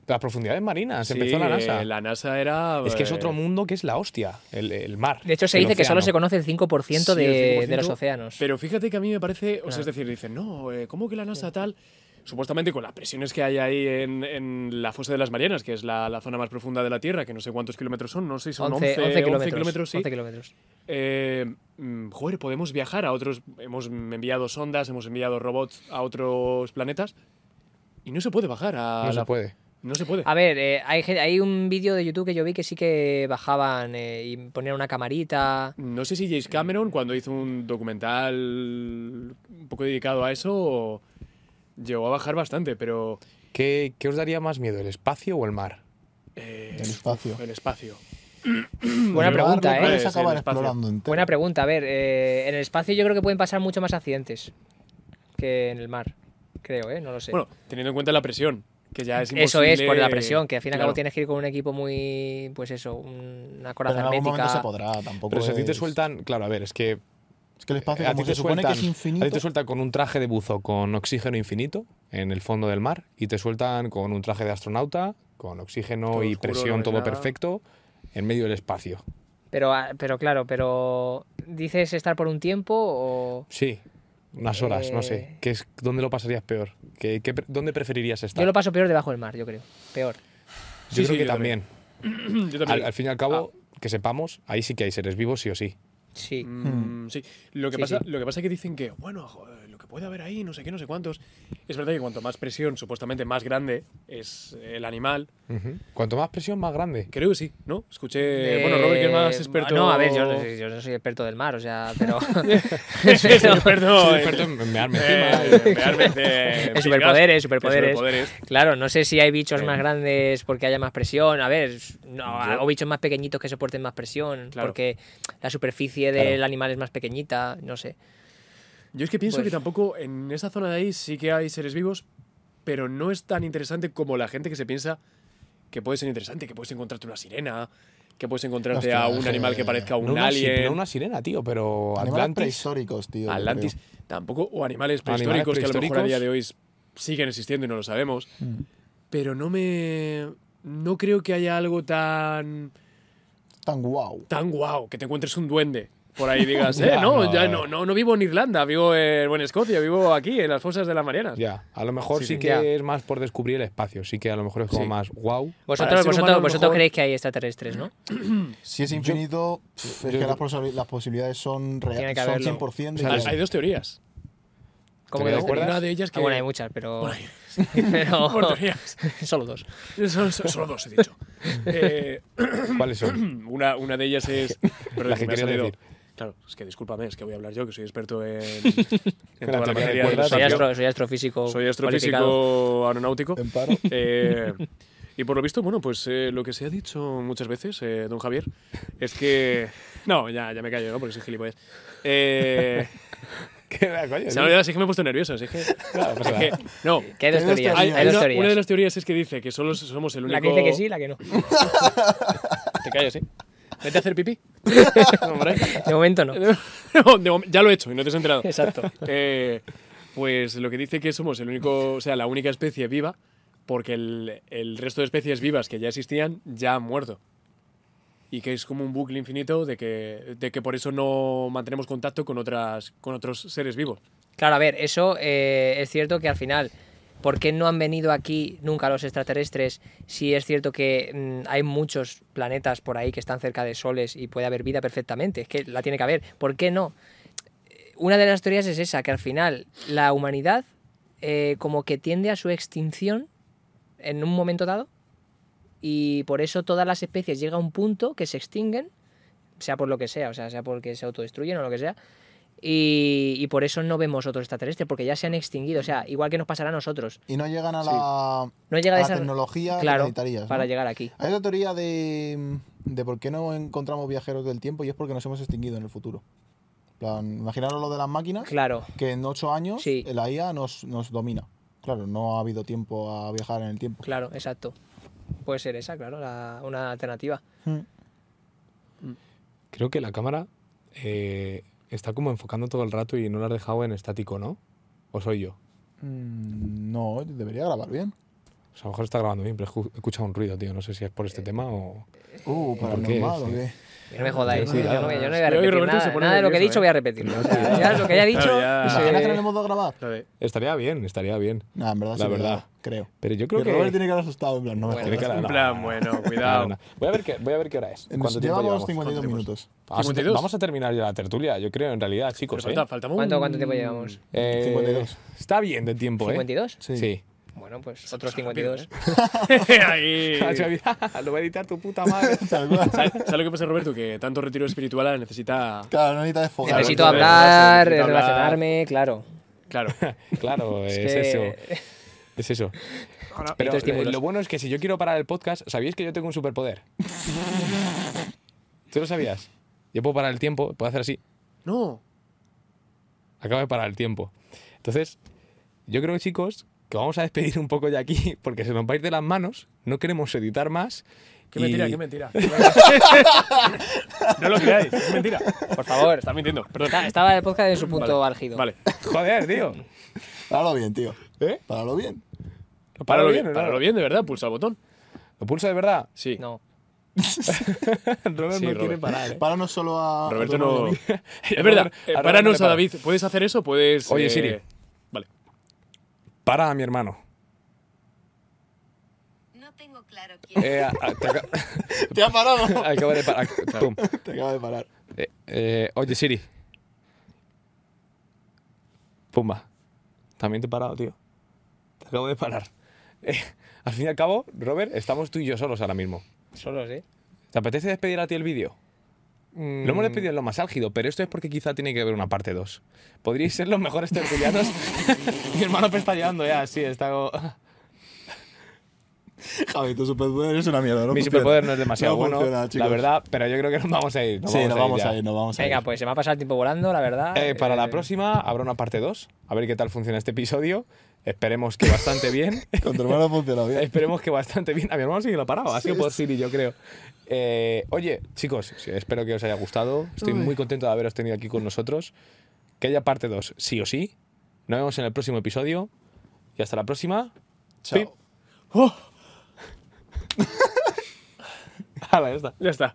Speaker 4: Las profundidades marinas,
Speaker 2: Sí,
Speaker 4: empezó la NASA.
Speaker 2: eh, la NASA era.
Speaker 4: Es que es otro
Speaker 2: eh,
Speaker 4: mundo que es la hostia, el, el mar.
Speaker 3: De hecho, se
Speaker 4: el
Speaker 3: dice que solo
Speaker 4: océano.
Speaker 3: se conoce el 5%
Speaker 2: sí, el
Speaker 3: de,
Speaker 2: 5%,
Speaker 3: de los océanos.
Speaker 2: Pero fíjate que a mí me parece. O sea,
Speaker 3: Claro.
Speaker 2: es decir, dicen, no, eh, ¿cómo que la NASA tal? Supuestamente con las presiones que hay ahí en, en la fosa de las Marianas, que es la, la zona más profunda de la Tierra, que no sé cuántos kilómetros son, no sé si son 11, 11 kilómetros, sí.
Speaker 3: 11 kilómetros.
Speaker 2: Eh, mm, joder, podemos viajar a otros. Hemos enviado sondas, hemos enviado robots a otros planetas. Y no se puede bajar a.
Speaker 4: No se
Speaker 2: la-
Speaker 4: puede.
Speaker 2: No se puede.
Speaker 3: A ver, eh, hay, gen- hay un vídeo de YouTube que yo vi que sí que bajaban eh, y ponían una camarita.
Speaker 2: No sé si James Cameron, cuando hizo un documental un poco dedicado a eso, llegó a bajar bastante, pero.
Speaker 4: ¿Qué, qué os daría más miedo, el espacio o el mar?
Speaker 2: eh,
Speaker 1: El espacio.
Speaker 2: El espacio. Mm.
Speaker 3: Buena pregunta,
Speaker 1: Puedes
Speaker 3: ¿eh?
Speaker 2: Sí, el
Speaker 1: acabar
Speaker 2: espacio.
Speaker 1: explorando entero.
Speaker 3: Buena pregunta. A ver, eh, en el espacio yo creo que pueden pasar mucho más accidentes que en el mar. Creo, ¿eh? No lo sé.
Speaker 2: Bueno, teniendo en cuenta la presión, que ya es imposible.
Speaker 3: eso es por la presión, que al fin y al
Speaker 2: Claro.
Speaker 3: cabo tienes que ir con un equipo muy, pues eso, un- una
Speaker 1: Pero en
Speaker 3: coraza
Speaker 1: algún momento se
Speaker 3: hermética.
Speaker 1: podrá, tampoco.
Speaker 4: Pero si a ti te
Speaker 2: Pues-
Speaker 1: es-
Speaker 4: sueltan. Claro, a ver, es que.
Speaker 1: Es que el espacio,
Speaker 4: a ti
Speaker 1: como
Speaker 4: te
Speaker 1: se supone que
Speaker 4: sueltan.
Speaker 1: es
Speaker 4: a ti
Speaker 1: infinito.
Speaker 4: te sueltan con un traje de buzo con oxígeno infinito en el fondo del mar y te sueltan con un traje de astronauta con oxígeno
Speaker 2: Todo
Speaker 4: y
Speaker 2: oscuro,
Speaker 4: presión
Speaker 2: no ves
Speaker 4: todo
Speaker 2: nada.
Speaker 4: perfecto en medio del espacio.
Speaker 3: Pero, ah, pero claro, pero ¿dices estar por un tiempo o...?
Speaker 4: Sí, unas horas, no sé.
Speaker 3: Eh.
Speaker 4: ¿Qué es, ¿Dónde lo pasarías peor? ¿Qué, qué pre- ¿Dónde preferirías estar?
Speaker 3: Yo lo paso peor debajo del mar, yo creo. Peor.
Speaker 4: Yo
Speaker 2: Sí,
Speaker 4: creo
Speaker 2: sí,
Speaker 4: que
Speaker 2: yo también.
Speaker 4: también.
Speaker 2: Yo también. Ah.
Speaker 4: Al, al fin y al cabo, que sepamos, ahí sí que hay seres vivos, sí o sí.
Speaker 3: Sí.
Speaker 2: Mm, sí. Lo que,
Speaker 3: Sí,
Speaker 2: pasa,
Speaker 3: sí.
Speaker 2: lo que pasa es que dicen que, bueno, joder, lo que puede haber ahí, no sé qué, no sé cuántos. Es verdad que cuanto más presión, supuestamente más grande es el animal.
Speaker 4: Ujú. Cuanto más presión, más grande.
Speaker 2: Creo que sí, ¿no? Escuché. bueno, Robert, que es más
Speaker 3: Eh,
Speaker 2: experto.
Speaker 3: No, a ver, yo, no- yo no soy experto del mar, o sea, pero.
Speaker 2: Es experto.
Speaker 4: Soy
Speaker 2: en-
Speaker 4: experto en mearme encima.
Speaker 2: eh, en realmente, en
Speaker 3: En superpoderes,
Speaker 2: picas,
Speaker 3: superpoderes.
Speaker 2: en superpoderes.
Speaker 3: Claro, no sé si hay bichos
Speaker 2: Eh.
Speaker 3: más grandes porque haya más presión. A ver, no,
Speaker 2: Yo-
Speaker 3: o bichos más pequeñitos que soporten más presión.
Speaker 2: Claro.
Speaker 3: Porque la superficie
Speaker 4: Claro.
Speaker 3: del animal es más pequeñita, no sé.
Speaker 2: Yo es que pienso
Speaker 3: Pues-
Speaker 2: que tampoco en esa zona de ahí sí que hay seres vivos, pero no es tan interesante como la gente que se piensa que puede ser interesante, que puedes encontrarte una sirena, que puedes encontrarte
Speaker 1: Hostia,
Speaker 2: a un
Speaker 1: sí.
Speaker 2: animal que parezca un
Speaker 4: No una, si-
Speaker 2: alien.
Speaker 4: no una sirena, tío, pero
Speaker 1: Animales
Speaker 4: Atlantis.
Speaker 1: prehistóricos, tío. yo
Speaker 2: Atlantis,
Speaker 1: creo.
Speaker 2: tampoco, o animales
Speaker 4: Animales
Speaker 2: prehistóricos que a lo mejor a
Speaker 4: prehistóricos. Mm.
Speaker 2: día de hoy s- siguen existiendo y no lo sabemos. Pero no me. No creo que haya algo tan.
Speaker 1: Tan guau.
Speaker 2: tan guau, que te encuentres un duende. Por ahí digas, eh,
Speaker 4: Ya,
Speaker 2: no,
Speaker 4: no,
Speaker 2: ya
Speaker 4: eh.
Speaker 2: no, no, no vivo en Irlanda, vivo en, o en Escocia, vivo aquí, en las fosas de las Marianas.
Speaker 4: Ya, a lo mejor
Speaker 2: Sí,
Speaker 4: sí,
Speaker 2: sí.
Speaker 4: que
Speaker 3: Ya.
Speaker 4: es más por descubrir el espacio, sí que a lo mejor es como
Speaker 2: Sí.
Speaker 4: más
Speaker 2: Para
Speaker 4: wow.
Speaker 2: el
Speaker 3: Vosotros,
Speaker 2: ser humano, a
Speaker 3: vosotros,
Speaker 2: lo
Speaker 3: vosotros
Speaker 2: mejor-
Speaker 3: creéis que hay extraterrestres, ¿no?
Speaker 1: Si es infinito, pf, es
Speaker 4: yo-
Speaker 1: que las, posi- las posibilidades son
Speaker 3: Tiene
Speaker 1: reales.
Speaker 3: que
Speaker 1: Son
Speaker 3: haberlo.
Speaker 1: 100% de
Speaker 4: O sea,
Speaker 2: Hay,
Speaker 1: que-
Speaker 2: hay dos teorías.
Speaker 3: ¿Cómo
Speaker 4: ¿Te
Speaker 3: que no?
Speaker 4: acuerdas?
Speaker 2: Una de ellas que.
Speaker 3: Ah, bueno, hay muchas, pero.
Speaker 2: Bueno, hay-
Speaker 3: pero-
Speaker 2: por teorías.
Speaker 3: solo dos.
Speaker 2: Solo, solo- solo dos he dicho. Eh,
Speaker 4: ¿Cuáles son?
Speaker 2: una, una de ellas es. Perdón,
Speaker 4: La
Speaker 2: que
Speaker 4: que
Speaker 2: me ha
Speaker 4: quería
Speaker 2: salido-
Speaker 4: decir.
Speaker 2: Claro, es que discúlpame, es que voy a hablar yo, que soy experto en. en
Speaker 4: Espera,
Speaker 2: toda la
Speaker 4: te me
Speaker 2: materia del
Speaker 4: recuerdas,
Speaker 3: Soy,
Speaker 2: espacio.
Speaker 4: astro-
Speaker 3: astro- soy astrofísico.
Speaker 2: Soy
Speaker 3: cualificado.
Speaker 2: astrofísico aeronáutico.
Speaker 1: En paro.
Speaker 2: Eh, y por lo visto, bueno, pues eh, lo que se ha dicho muchas veces, eh, don Javier, es que. No, ya, ya me callo, ¿no? Porque soy gilipollas. Eh,
Speaker 4: ¿Qué era, coño?
Speaker 2: se me ha olvidado, sí que me he puesto nervioso, así que.
Speaker 4: Claro, pasa
Speaker 2: es que-
Speaker 4: nada.
Speaker 2: no.
Speaker 3: Que hay dos
Speaker 1: Hay dos
Speaker 3: teorías.
Speaker 2: Hay,
Speaker 1: teorías.
Speaker 3: hay dos
Speaker 2: una,
Speaker 3: teorías.
Speaker 2: una de las teorías es que dice que solo somos el único.
Speaker 3: La que dice que sí, la que no.
Speaker 2: Te callas, ¿eh? Vete a hacer pipí. Hombre.
Speaker 3: De momento no.
Speaker 2: No, de mom- ya lo he hecho y no te has enterado.
Speaker 3: Exacto.
Speaker 2: Eh, pues lo que dice que somos el único, o sea, la única especie viva, porque el, el resto de especies vivas que ya existían ya han muerto. Y que es como un bucle infinito de que, de que por eso no mantenemos contacto con, otras, con otros seres vivos.
Speaker 3: Claro, a ver, eso eh, es cierto que al final ¿Por qué no han venido aquí nunca los extraterrestres si es cierto que mm, hay muchos planetas por ahí que están cerca de soles y puede haber vida perfectamente? Es que la tiene que haber. ¿Por qué no? Una de las teorías es esa, que al final la humanidad eh, como que tiende a su extinción en un momento dado y por eso todas las especies llega a un punto que se extinguen, sea por lo que sea, o sea, sea porque se autodestruyen o lo que sea, y, y por eso no vemos otros extraterrestres, porque ya se han extinguido, o sea, igual que nos pasará a nosotros.
Speaker 1: Y no llegan a la,
Speaker 3: No llega
Speaker 1: a
Speaker 3: a
Speaker 1: la
Speaker 3: esa-
Speaker 1: tecnología que
Speaker 3: Claro,
Speaker 1: necesitarías. ¿no?
Speaker 3: para llegar aquí.
Speaker 1: Hay otra teoría de, de por qué no encontramos viajeros del tiempo y es porque nos hemos extinguido en el futuro. En Plan, imaginaros lo de las máquinas,
Speaker 3: Claro,
Speaker 1: que en ocho años
Speaker 3: Sí.
Speaker 1: la IA nos, nos domina. Claro, no ha habido tiempo a viajar en el tiempo.
Speaker 3: claro, exacto. Puede ser esa, claro, la- una alternativa.
Speaker 1: Hmm.
Speaker 4: Creo que la cámara eh, está como enfocando todo el rato y no la has dejado en estático, ¿no? ¿O soy yo?
Speaker 1: Mm, No, debería grabar bien.
Speaker 4: O sea, a lo mejor está grabando bien, pero he ju- he escuchado un ruido, tío. No sé si es por
Speaker 1: Eh.
Speaker 4: este tema o...
Speaker 1: Uh,
Speaker 4: qué?
Speaker 1: paranormal, ¿o
Speaker 4: Sí.
Speaker 1: qué?
Speaker 3: No me jodáis,
Speaker 2: Cuidado.
Speaker 3: yo, no, voy- yo no voy
Speaker 2: Yo
Speaker 3: a
Speaker 2: y
Speaker 3: repetir
Speaker 2: Roberto se
Speaker 3: nada,
Speaker 2: pone
Speaker 3: nada de lo que he
Speaker 2: nervioso,
Speaker 3: dicho voy
Speaker 2: ¿eh?
Speaker 3: a repetirlo. o sea, ya lo que haya dicho...
Speaker 2: Claro, ya.
Speaker 3: se-
Speaker 1: ¿Imaginas que no le hemos dado a grabar?
Speaker 2: Joder.
Speaker 4: Estaría bien, estaría bien.
Speaker 1: Nah, en verdad sí,
Speaker 4: La
Speaker 1: que
Speaker 4: verdad.
Speaker 1: graba, Creo.
Speaker 4: Pero yo creo
Speaker 1: Y
Speaker 4: que...
Speaker 1: Robert tiene que haber asustado, en plan, no me
Speaker 3: Bueno,
Speaker 1: jodas.
Speaker 4: Tiene cara-
Speaker 2: En
Speaker 4: no,
Speaker 2: plan,
Speaker 4: no,
Speaker 2: bueno,
Speaker 4: No, no,
Speaker 2: cuidado.
Speaker 4: no. Voy, a ver qué, voy a ver qué hora es. ¿Cuánto tiempo
Speaker 1: Llevamos
Speaker 4: llevamos?
Speaker 1: 52
Speaker 2: ¿Cuánto
Speaker 1: minutos.
Speaker 4: Vamos a,
Speaker 2: 52.
Speaker 4: vamos a terminar ya la tertulia, yo creo, en realidad,
Speaker 2: Pero
Speaker 4: chicos. ¿eh?
Speaker 2: falta, falta un-
Speaker 3: ¿Cuánto, cuánto
Speaker 1: Mm.
Speaker 3: tiempo llevamos?
Speaker 4: Eh,
Speaker 1: 52.
Speaker 4: Está bien de tiempo,
Speaker 3: ¿52?
Speaker 4: ¿eh?
Speaker 1: Sí.
Speaker 3: Bueno, pues otros
Speaker 2: rápido, ¿eh?
Speaker 3: 52.
Speaker 2: Ahí.
Speaker 4: Xavi, "Ah, Lo va a editar tu puta madre.
Speaker 1: Tal cual.
Speaker 2: ¿Sabes sabes lo que pasa, Roberto? Que tanto retiro espiritual necesita.
Speaker 1: Claro, no necesitas desfogar.
Speaker 3: Necesito
Speaker 2: Claro,
Speaker 3: hablar,
Speaker 2: necesito hablar.
Speaker 3: relacionarme, claro.
Speaker 2: Claro.
Speaker 4: Claro, es,
Speaker 3: que-
Speaker 4: eso. Es eso. Pero
Speaker 3: Necesito
Speaker 4: eh,
Speaker 3: estímulos.
Speaker 4: lo bueno es que si yo quiero parar el podcast, ¿sabíais que yo tengo un superpoder? ¿Tú lo sabías? Yo puedo parar el tiempo, puedo hacer así.
Speaker 2: No.
Speaker 4: Acabo de parar el tiempo. Entonces, yo creo, chicos, que vamos a despedir un poco ya aquí, porque se nos va a ir de las manos. No queremos editar más.
Speaker 2: Qué
Speaker 4: y-
Speaker 2: mentira, qué mentira. no lo creáis, es mentira.
Speaker 3: Por favor.
Speaker 2: Estás mintiendo, perdón.
Speaker 3: Está- Estaba el podcast en su punto
Speaker 2: Vale,
Speaker 3: álgido.
Speaker 2: Vale.
Speaker 4: Joder, tío.
Speaker 1: Páralo bien, tío.
Speaker 4: ¿Eh?
Speaker 1: Páralo bien.
Speaker 2: Páralo
Speaker 4: ¿o
Speaker 2: bien,
Speaker 4: no?
Speaker 2: páralo bien, de verdad, pulsa el botón.
Speaker 4: ¿Lo pulso de verdad?
Speaker 2: Sí.
Speaker 3: No.
Speaker 4: Robert
Speaker 2: Sí,
Speaker 4: no quiere
Speaker 2: Robert.
Speaker 4: parar. ¿eh?
Speaker 1: Páranos solo a.
Speaker 2: Roberto
Speaker 4: Ah,
Speaker 1: a tu novio,
Speaker 2: no.
Speaker 1: a mí.
Speaker 2: Es verdad, eh,
Speaker 4: Ahora
Speaker 2: páranos
Speaker 4: no
Speaker 2: a
Speaker 4: le
Speaker 2: David. ¿Puedes hacer eso? Puedes.
Speaker 4: Oye,
Speaker 2: eh,
Speaker 4: Siri.
Speaker 2: Vale.
Speaker 4: Para a mi hermano.
Speaker 5: No tengo claro quién
Speaker 4: Eh, a- a- te aca-
Speaker 1: Te ha parado.
Speaker 4: acabo de parar. Pum.
Speaker 1: Te acaba de parar.
Speaker 4: Eh, eh, oye, Siri. Pumba. También te he parado, tío. Te acabo de parar. Eh, al fin y al cabo, Robert, estamos tú y yo solos ahora mismo.
Speaker 3: Solo sí.
Speaker 4: ¿Te apetece despedir a ti el vídeo? Lo
Speaker 3: Mm.
Speaker 4: hemos despedido en lo más álgido, pero esto es porque quizá tiene que haber una parte 2. Podríais ser los mejores tertulianos. mi hermano me está llevando ya, sí, está como...
Speaker 1: Javi, tu superpoder es una mierda. No
Speaker 4: Mi
Speaker 1: funciona.
Speaker 4: superpoder no es demasiado
Speaker 1: No
Speaker 4: bueno,
Speaker 1: funciona,
Speaker 4: la
Speaker 1: chicos.
Speaker 4: verdad, pero yo creo que nos vamos a ir.
Speaker 1: Sí, nos vamos
Speaker 4: ya.
Speaker 1: a ir, nos vamos a ir.
Speaker 3: Venga, pues se me ha pasado el tiempo volando, la verdad.
Speaker 4: Eh, para la
Speaker 3: Eh,
Speaker 4: próxima habrá una parte 2, a ver qué tal funciona este episodio. Esperemos que bastante bien.
Speaker 1: Con tu hermano funciona bien.
Speaker 4: Esperemos que bastante bien. A mi hermano sí que lo ha parado, así que por Siri, yo creo. Eh, oye, chicos, sí, espero que os haya gustado. Estoy muy contento de haberos tenido aquí con nosotros. Que haya parte 2, sí o sí. Nos vemos en el próximo episodio. Y hasta la próxima.
Speaker 1: Chao.
Speaker 2: Oh,
Speaker 4: Hala, ya está.
Speaker 2: Ya está.